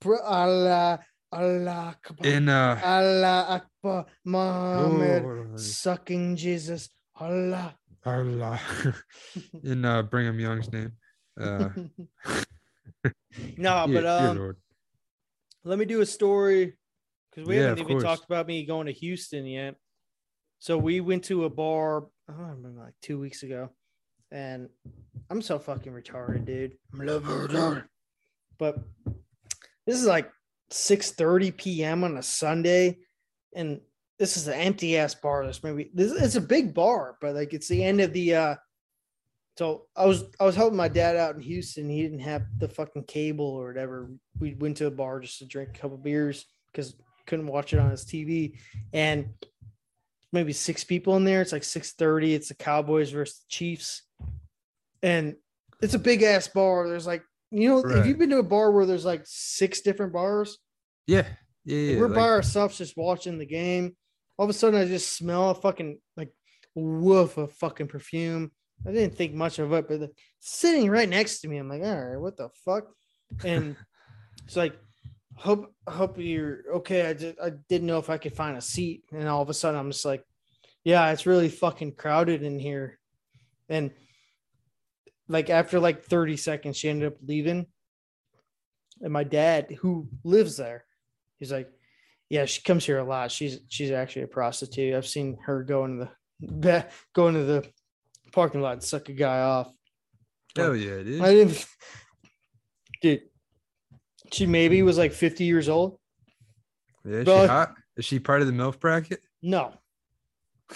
[SPEAKER 3] Br- Allah, Allah, Akbar.
[SPEAKER 1] in uh, oh,
[SPEAKER 3] Allah Akbar, Muhammad,
[SPEAKER 1] Lord,
[SPEAKER 3] sucking Jesus, Allah.
[SPEAKER 1] Allah, (laughs) in uh, Brigham Young's name. Uh,
[SPEAKER 3] (laughs)
[SPEAKER 1] (laughs)
[SPEAKER 3] no,
[SPEAKER 1] dear-
[SPEAKER 3] but
[SPEAKER 1] dear
[SPEAKER 3] um,
[SPEAKER 1] Lord.
[SPEAKER 3] let me do a story because we
[SPEAKER 1] Yeah,
[SPEAKER 3] haven't
[SPEAKER 1] of
[SPEAKER 3] even
[SPEAKER 1] course.
[SPEAKER 3] talked about me going to Houston yet. So we went to a bar, I don't remember, like two weeks ago, and I'm so fucking retarded, dude. I'm love retarded. But this is like 6:30 p.m. on a Sunday, and this is an empty ass bar. This maybe this it's a big bar, but like it's the end of the. uh So I was I was helping my dad out in Houston. He didn't have the fucking cable or whatever. We went to a bar just to drink a couple beers because couldn't watch it on his TV, and maybe six people in there. It's like six thirty. It's the Cowboys versus the Chiefs, and it's a big ass bar. There's like you know, have you
[SPEAKER 1] Right.
[SPEAKER 3] been to a bar where there's like six different bars?
[SPEAKER 1] yeah, yeah, yeah.
[SPEAKER 3] we're
[SPEAKER 1] like-
[SPEAKER 3] by ourselves just watching the game. All of a sudden, I just smell a fucking like woof of fucking perfume. I didn't think much of it, but the, sitting right next to me, I'm like, all right, what the fuck?
[SPEAKER 1] (laughs)
[SPEAKER 3] And it's like, hope hope you're okay. I just I didn't know if I could find a seat, and all of a sudden, I'm just like, yeah, it's really fucking crowded in here. And like after like 30 seconds, she ended up leaving. And my dad, who lives there, he's like, Yeah, she comes here a lot. She's she's actually a prostitute. I've seen her go into the ba- go into the parking lot and suck a guy off.
[SPEAKER 1] Hell yeah, dude.
[SPEAKER 3] I didn't dude. She maybe was like 50 years old.
[SPEAKER 1] yeah, is she
[SPEAKER 3] bro.
[SPEAKER 1] hot? Is she part of the MILF bracket? (laughs)
[SPEAKER 3] No,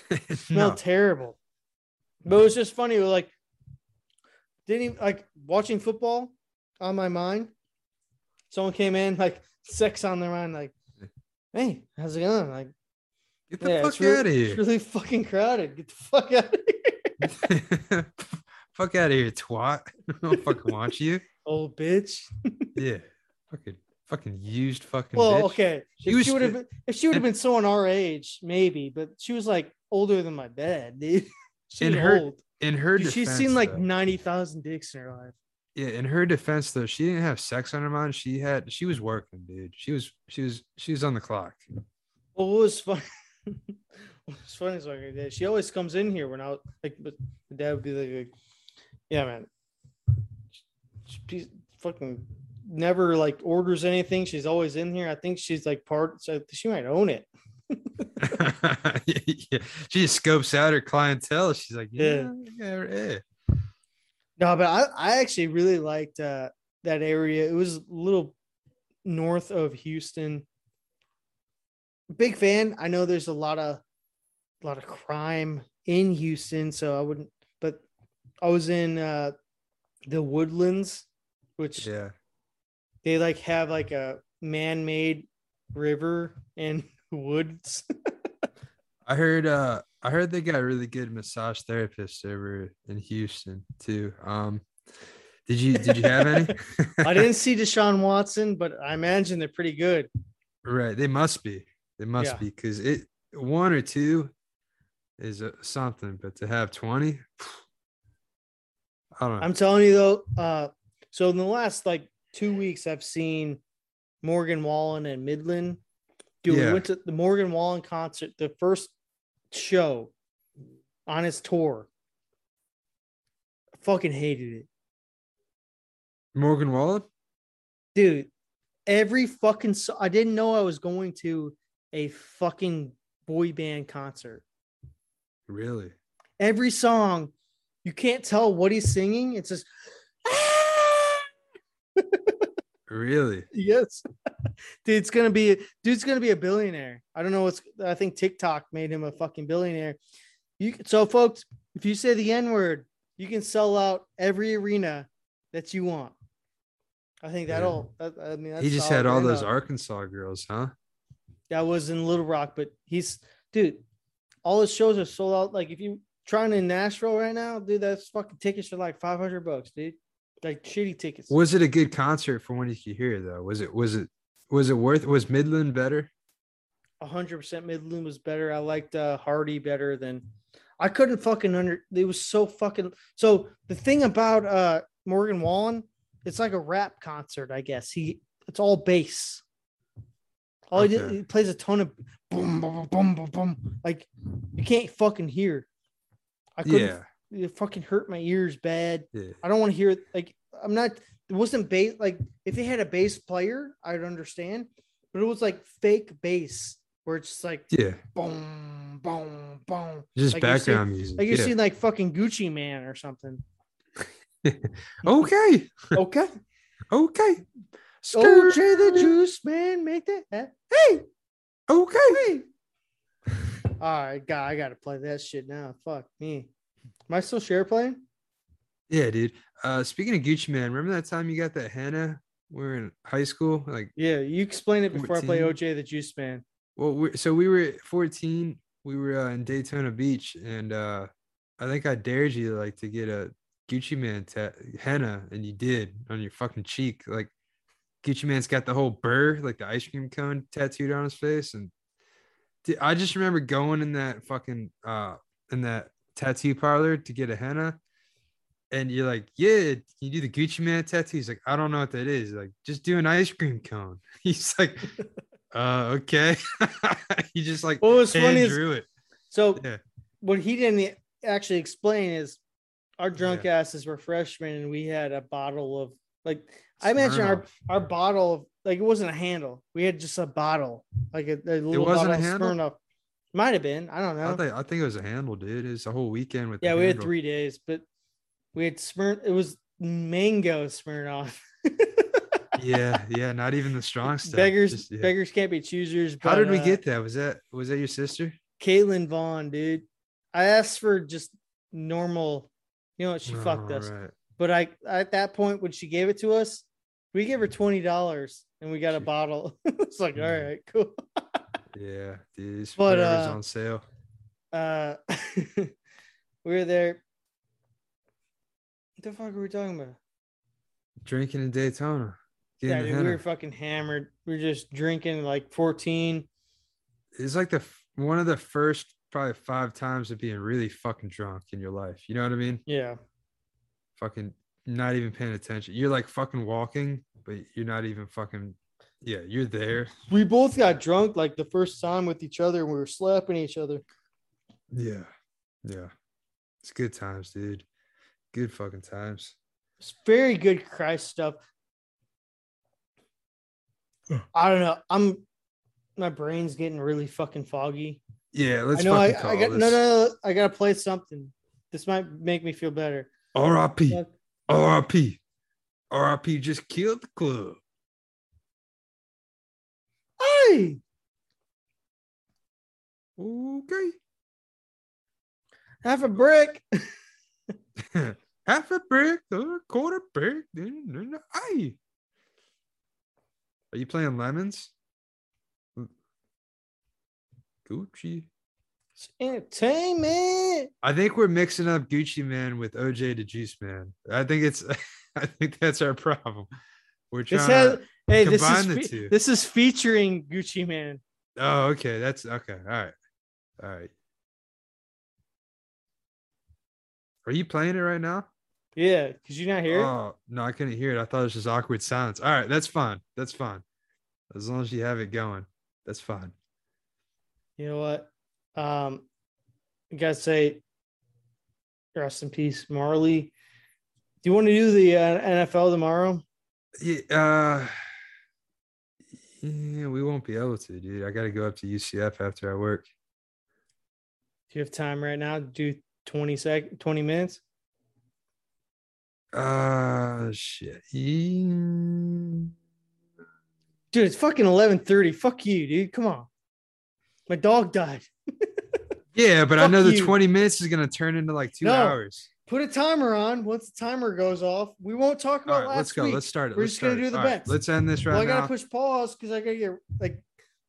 [SPEAKER 1] no.
[SPEAKER 3] smelled terrible. But it was just funny. It was like, didn't even like watching football on my mind. Someone came in, like, sex on their mind, like, hey, how's it going? Like,
[SPEAKER 1] Get the
[SPEAKER 3] yeah,
[SPEAKER 1] fuck
[SPEAKER 3] it's really-
[SPEAKER 1] out of
[SPEAKER 3] it's really fucking crowded. Get the fuck out of here, (laughs)
[SPEAKER 1] here. (laughs) fuck out of here, twat. (laughs) I don't fucking want you.
[SPEAKER 3] old bitch.
[SPEAKER 1] Yeah. Fucking fucking used fucking
[SPEAKER 3] Well,
[SPEAKER 1] bitch.
[SPEAKER 3] okay.
[SPEAKER 1] She
[SPEAKER 3] if
[SPEAKER 1] was
[SPEAKER 3] she would have
[SPEAKER 1] fit-
[SPEAKER 3] been if she would have been someone our age, maybe, but she was like older than my dad, dude. (laughs) She
[SPEAKER 1] In
[SPEAKER 3] was
[SPEAKER 1] her
[SPEAKER 3] old.
[SPEAKER 1] In her
[SPEAKER 3] Dude,
[SPEAKER 1] defense,
[SPEAKER 3] she's seen like
[SPEAKER 1] though-
[SPEAKER 3] ninety thousand dicks in her life.
[SPEAKER 1] yeah, in her defense though, she didn't have sex on her mind. She had she was working, dude. She was she was she was on the clock.
[SPEAKER 3] Well, what was funny? (laughs) what was funny is like yeah, she always comes in here when I was like, but my dad would be like, like, "Yeah, man, she's fucking never like orders anything. She's always in here. I think she's like part. So she might own it.
[SPEAKER 1] (laughs) yeah. She just scopes out her clientele. She's like, yeah,
[SPEAKER 3] Yeah.
[SPEAKER 1] yeah, yeah.
[SPEAKER 3] No, but I I actually really liked uh, that area. It was a little north of Houston. Big fan. I know there's a lot of a lot of crime in Houston, so I wouldn't. But I was in uh, the Woodlands, which
[SPEAKER 1] yeah.
[SPEAKER 3] they like have like a man-made river and (laughs) woods.
[SPEAKER 1] I heard uh I heard they got really good massage therapists over in Houston too. Um Did you did you have any?
[SPEAKER 3] (laughs) I didn't see Deshaun Watson, but I imagine they're pretty good.
[SPEAKER 1] (laughs) Right. They must be. They must
[SPEAKER 3] Yeah.
[SPEAKER 1] be because it one or two is a, something, but to have 20, I don't know.
[SPEAKER 3] I'm telling you though, uh, so in the last like two weeks, I've seen Morgan Wallen and Midland. Dude,
[SPEAKER 1] Yeah.
[SPEAKER 3] we went to the Morgan Wallen concert, the first show on his tour. I fucking hated it.
[SPEAKER 1] Morgan Wallen?
[SPEAKER 3] Dude, every fucking so- I didn't know I was going to a fucking boy band concert.
[SPEAKER 1] Really?
[SPEAKER 3] Every song, you can't tell what he's singing. It's just
[SPEAKER 1] Really?
[SPEAKER 3] (laughs) Yes. dude's gonna be dude's gonna be a billionaire. I don't know what's I think TikTok made him a fucking billionaire. You so folks, if you say the N-word, you can sell out every arena that you want. I think
[SPEAKER 1] Yeah.
[SPEAKER 3] that'll that, I mean that's
[SPEAKER 1] he just
[SPEAKER 3] solid
[SPEAKER 1] had all
[SPEAKER 3] brand
[SPEAKER 1] those
[SPEAKER 3] up.
[SPEAKER 1] Arkansas girls, huh?
[SPEAKER 3] that was in Little Rock, but he's dude, all his shows are sold out. Like if you trying in Nashville right now, dude, that's fucking tickets for like five hundred bucks, dude. Like shitty tickets.
[SPEAKER 1] Was it a good concert for when you could hear though? Was it was it was it worth was Midland better?
[SPEAKER 3] hundred percent Midland was better. I liked uh, Hardy better than I couldn't fucking under. It was so fucking. So the thing about uh, Morgan Wallen, it's like a rap concert, I guess. He it's all bass. All he, did,
[SPEAKER 1] Okay.
[SPEAKER 3] he plays a ton of boom, boom, boom, boom, boom. Like you can't fucking hear. I couldn't.
[SPEAKER 1] Yeah.
[SPEAKER 3] It fucking hurt my ears bad.
[SPEAKER 1] Yeah.
[SPEAKER 3] I don't want to hear it. Like I'm not. It wasn't bass. Like if they had a bass player, I'd understand. But it was like fake bass, where it's just like
[SPEAKER 1] Yeah.
[SPEAKER 3] boom, boom, boom.
[SPEAKER 1] Just
[SPEAKER 3] Like you're seeing-
[SPEAKER 1] background music.
[SPEAKER 3] Like you're
[SPEAKER 1] yeah.
[SPEAKER 3] seeing like fucking Gucci Man
[SPEAKER 1] (laughs)
[SPEAKER 3] or something.
[SPEAKER 1] okay.
[SPEAKER 3] Okay.
[SPEAKER 1] Okay.
[SPEAKER 3] OJ the
[SPEAKER 1] Skirt.
[SPEAKER 3] Juice Man, make that. Hey.
[SPEAKER 1] Okay.
[SPEAKER 3] All right, God, I gotta play that shit now. Fuck me. Am I still share playing?
[SPEAKER 1] Yeah, dude. Uh, speaking of Gucci Man, remember that time you got that henna? We were in high school. Like,
[SPEAKER 3] Yeah, you explain it before I play
[SPEAKER 1] 14.
[SPEAKER 3] OJ the Juice Man.
[SPEAKER 1] well, we so we were 14. We were uh, in Daytona Beach, and uh, I think I dared you like to get a Gucci Man ta- henna, and you did on your fucking cheek. Like, Gucci Man's got the whole burr, like the ice cream cone, tattooed on his face, and dude, I just remember going in that fucking uh in that tattoo parlor to get a henna. and you're like, yeah, you do the Gucci Man tattoo. He's like, I don't know what that is. Like, just do an ice cream cone. (laughs) He's like, uh, okay. (laughs) he just like
[SPEAKER 3] Well, what's funny
[SPEAKER 1] hand
[SPEAKER 3] is
[SPEAKER 1] drew it.
[SPEAKER 3] So
[SPEAKER 1] Yeah.
[SPEAKER 3] what he didn't e-, actually explain is our drunk asses were freshmen and we had a bottle of like I imagine our
[SPEAKER 1] Smirnoff.
[SPEAKER 3] our bottle of like it wasn't a handle. We had just a bottle, like a, a little
[SPEAKER 1] wasn't
[SPEAKER 3] bottle
[SPEAKER 1] a
[SPEAKER 3] of
[SPEAKER 1] handle?
[SPEAKER 3] Smirnoff. Might have been. I don't know.
[SPEAKER 1] I, think, I think it was a handle, dude. It's a whole weekend with. the
[SPEAKER 3] yeah, we had
[SPEAKER 1] handle.
[SPEAKER 3] three days, but we had Smirn. It was
[SPEAKER 1] (laughs)
[SPEAKER 3] mango Smirnoff.
[SPEAKER 1] Yeah, yeah. Not even the
[SPEAKER 3] (laughs)
[SPEAKER 1] strong stuff.
[SPEAKER 3] beggars,
[SPEAKER 1] just- yeah.
[SPEAKER 3] beggars can't be choosers.
[SPEAKER 1] How did
[SPEAKER 3] but,
[SPEAKER 1] we
[SPEAKER 3] uh,
[SPEAKER 1] get that? Was that was that your sister?
[SPEAKER 3] Caitlin Vaughn, dude? I asked for just normal. You know what? She fucked
[SPEAKER 1] Oh,
[SPEAKER 3] us.
[SPEAKER 1] right.
[SPEAKER 3] But I at that point when she gave it to us, we gave her twenty dollars and we got a bottle. (laughs) it's like, all
[SPEAKER 1] Mhm.
[SPEAKER 3] right, cool.
[SPEAKER 1] Yeah, dude. it's
[SPEAKER 3] But,
[SPEAKER 1] whatever's
[SPEAKER 3] uh,
[SPEAKER 1] on sale.
[SPEAKER 3] Uh, (laughs) we were there. What the fuck are we talking about?
[SPEAKER 1] Drinking in Daytona.
[SPEAKER 3] Yeah,
[SPEAKER 1] Getting
[SPEAKER 3] dude,
[SPEAKER 1] a
[SPEAKER 3] we
[SPEAKER 1] henna.
[SPEAKER 3] were fucking hammered. We were just drinking like fourteen.
[SPEAKER 1] it's like the f- one of the first probably five times of being really fucking drunk in your life. You know what I mean?
[SPEAKER 3] Yeah,
[SPEAKER 1] Fucking not even paying attention. You're like fucking walking, but you're not even fucking. Yeah, you're there.
[SPEAKER 3] we both got drunk like the first time with each other, and we were slapping each other.
[SPEAKER 1] Yeah, yeah. It's good times, dude. Good fucking times.
[SPEAKER 3] It's very good Christ stuff. I don't know. I'm my brain's getting really fucking foggy.
[SPEAKER 1] Yeah, let's
[SPEAKER 3] I know
[SPEAKER 1] fucking
[SPEAKER 3] I,
[SPEAKER 1] call
[SPEAKER 3] I got
[SPEAKER 1] this.
[SPEAKER 3] no, no no I gotta play something. This might make me feel better.
[SPEAKER 1] R.I.P.
[SPEAKER 3] Fuck.
[SPEAKER 1] R.I.P. R.I.P. Just killed the club.
[SPEAKER 3] Hey,
[SPEAKER 1] Okay.
[SPEAKER 3] half a brick.
[SPEAKER 1] half a brick, a quarter brick, then then the eye. Are you playing lemons? Mm. Gucci.
[SPEAKER 3] It's entertainment.
[SPEAKER 1] I think we're mixing up Gucci Man with OJ the Juice Man. I think it's (laughs) I think that's our problem. We're trying.
[SPEAKER 3] This has
[SPEAKER 1] to,
[SPEAKER 3] hey, this
[SPEAKER 1] combine the
[SPEAKER 3] is fe-
[SPEAKER 1] two.
[SPEAKER 3] this is featuring Gucci Man.
[SPEAKER 1] oh, okay. That's okay. All right. All right. Are you playing it right now?
[SPEAKER 3] Yeah, because you not hear it?
[SPEAKER 1] Oh no, I couldn't hear it. I thought it was just awkward silence. All right, that's fine. That's fine. As long as you have it going, that's fine.
[SPEAKER 3] You know what? Um, I gotta say, rest in peace, Marley. Do you want to do the uh, NFL tomorrow?
[SPEAKER 1] Yeah, uh, yeah, we won't be able to, dude. I got to go up to UCF after I work.
[SPEAKER 3] Do you have time right now? to Do 20 sec 20 minutes?
[SPEAKER 1] Uh, shit. Mm,
[SPEAKER 3] Dude, it's fucking 11:30. Fuck you, dude. Come on. My dog died.
[SPEAKER 1] Yeah, but I know
[SPEAKER 3] Fuck
[SPEAKER 1] the
[SPEAKER 3] you.
[SPEAKER 1] 20 minutes is going to turn into like two
[SPEAKER 3] No.
[SPEAKER 1] hours.
[SPEAKER 3] Put a timer on. Once the timer goes off, we won't talk
[SPEAKER 1] All
[SPEAKER 3] about
[SPEAKER 1] right,
[SPEAKER 3] last
[SPEAKER 1] let's go.
[SPEAKER 3] week.
[SPEAKER 1] Let's start it.
[SPEAKER 3] We're
[SPEAKER 1] let's
[SPEAKER 3] just gonna
[SPEAKER 1] start it.
[SPEAKER 3] do the
[SPEAKER 1] All right,
[SPEAKER 3] bets.
[SPEAKER 1] let's end this right
[SPEAKER 3] well, I
[SPEAKER 1] now.
[SPEAKER 3] gotta push pause because I gotta get like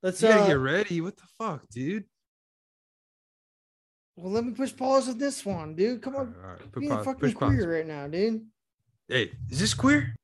[SPEAKER 3] let's
[SPEAKER 1] you got
[SPEAKER 3] uh
[SPEAKER 1] to get ready. What the fuck, dude?
[SPEAKER 3] well let me push pause with this one, dude. Come
[SPEAKER 1] All
[SPEAKER 3] on,
[SPEAKER 1] right, all right,
[SPEAKER 3] be
[SPEAKER 1] put
[SPEAKER 3] a
[SPEAKER 1] pause,
[SPEAKER 3] fucking
[SPEAKER 1] push pause.
[SPEAKER 3] queer right now, dude.
[SPEAKER 1] Hey, is this queer?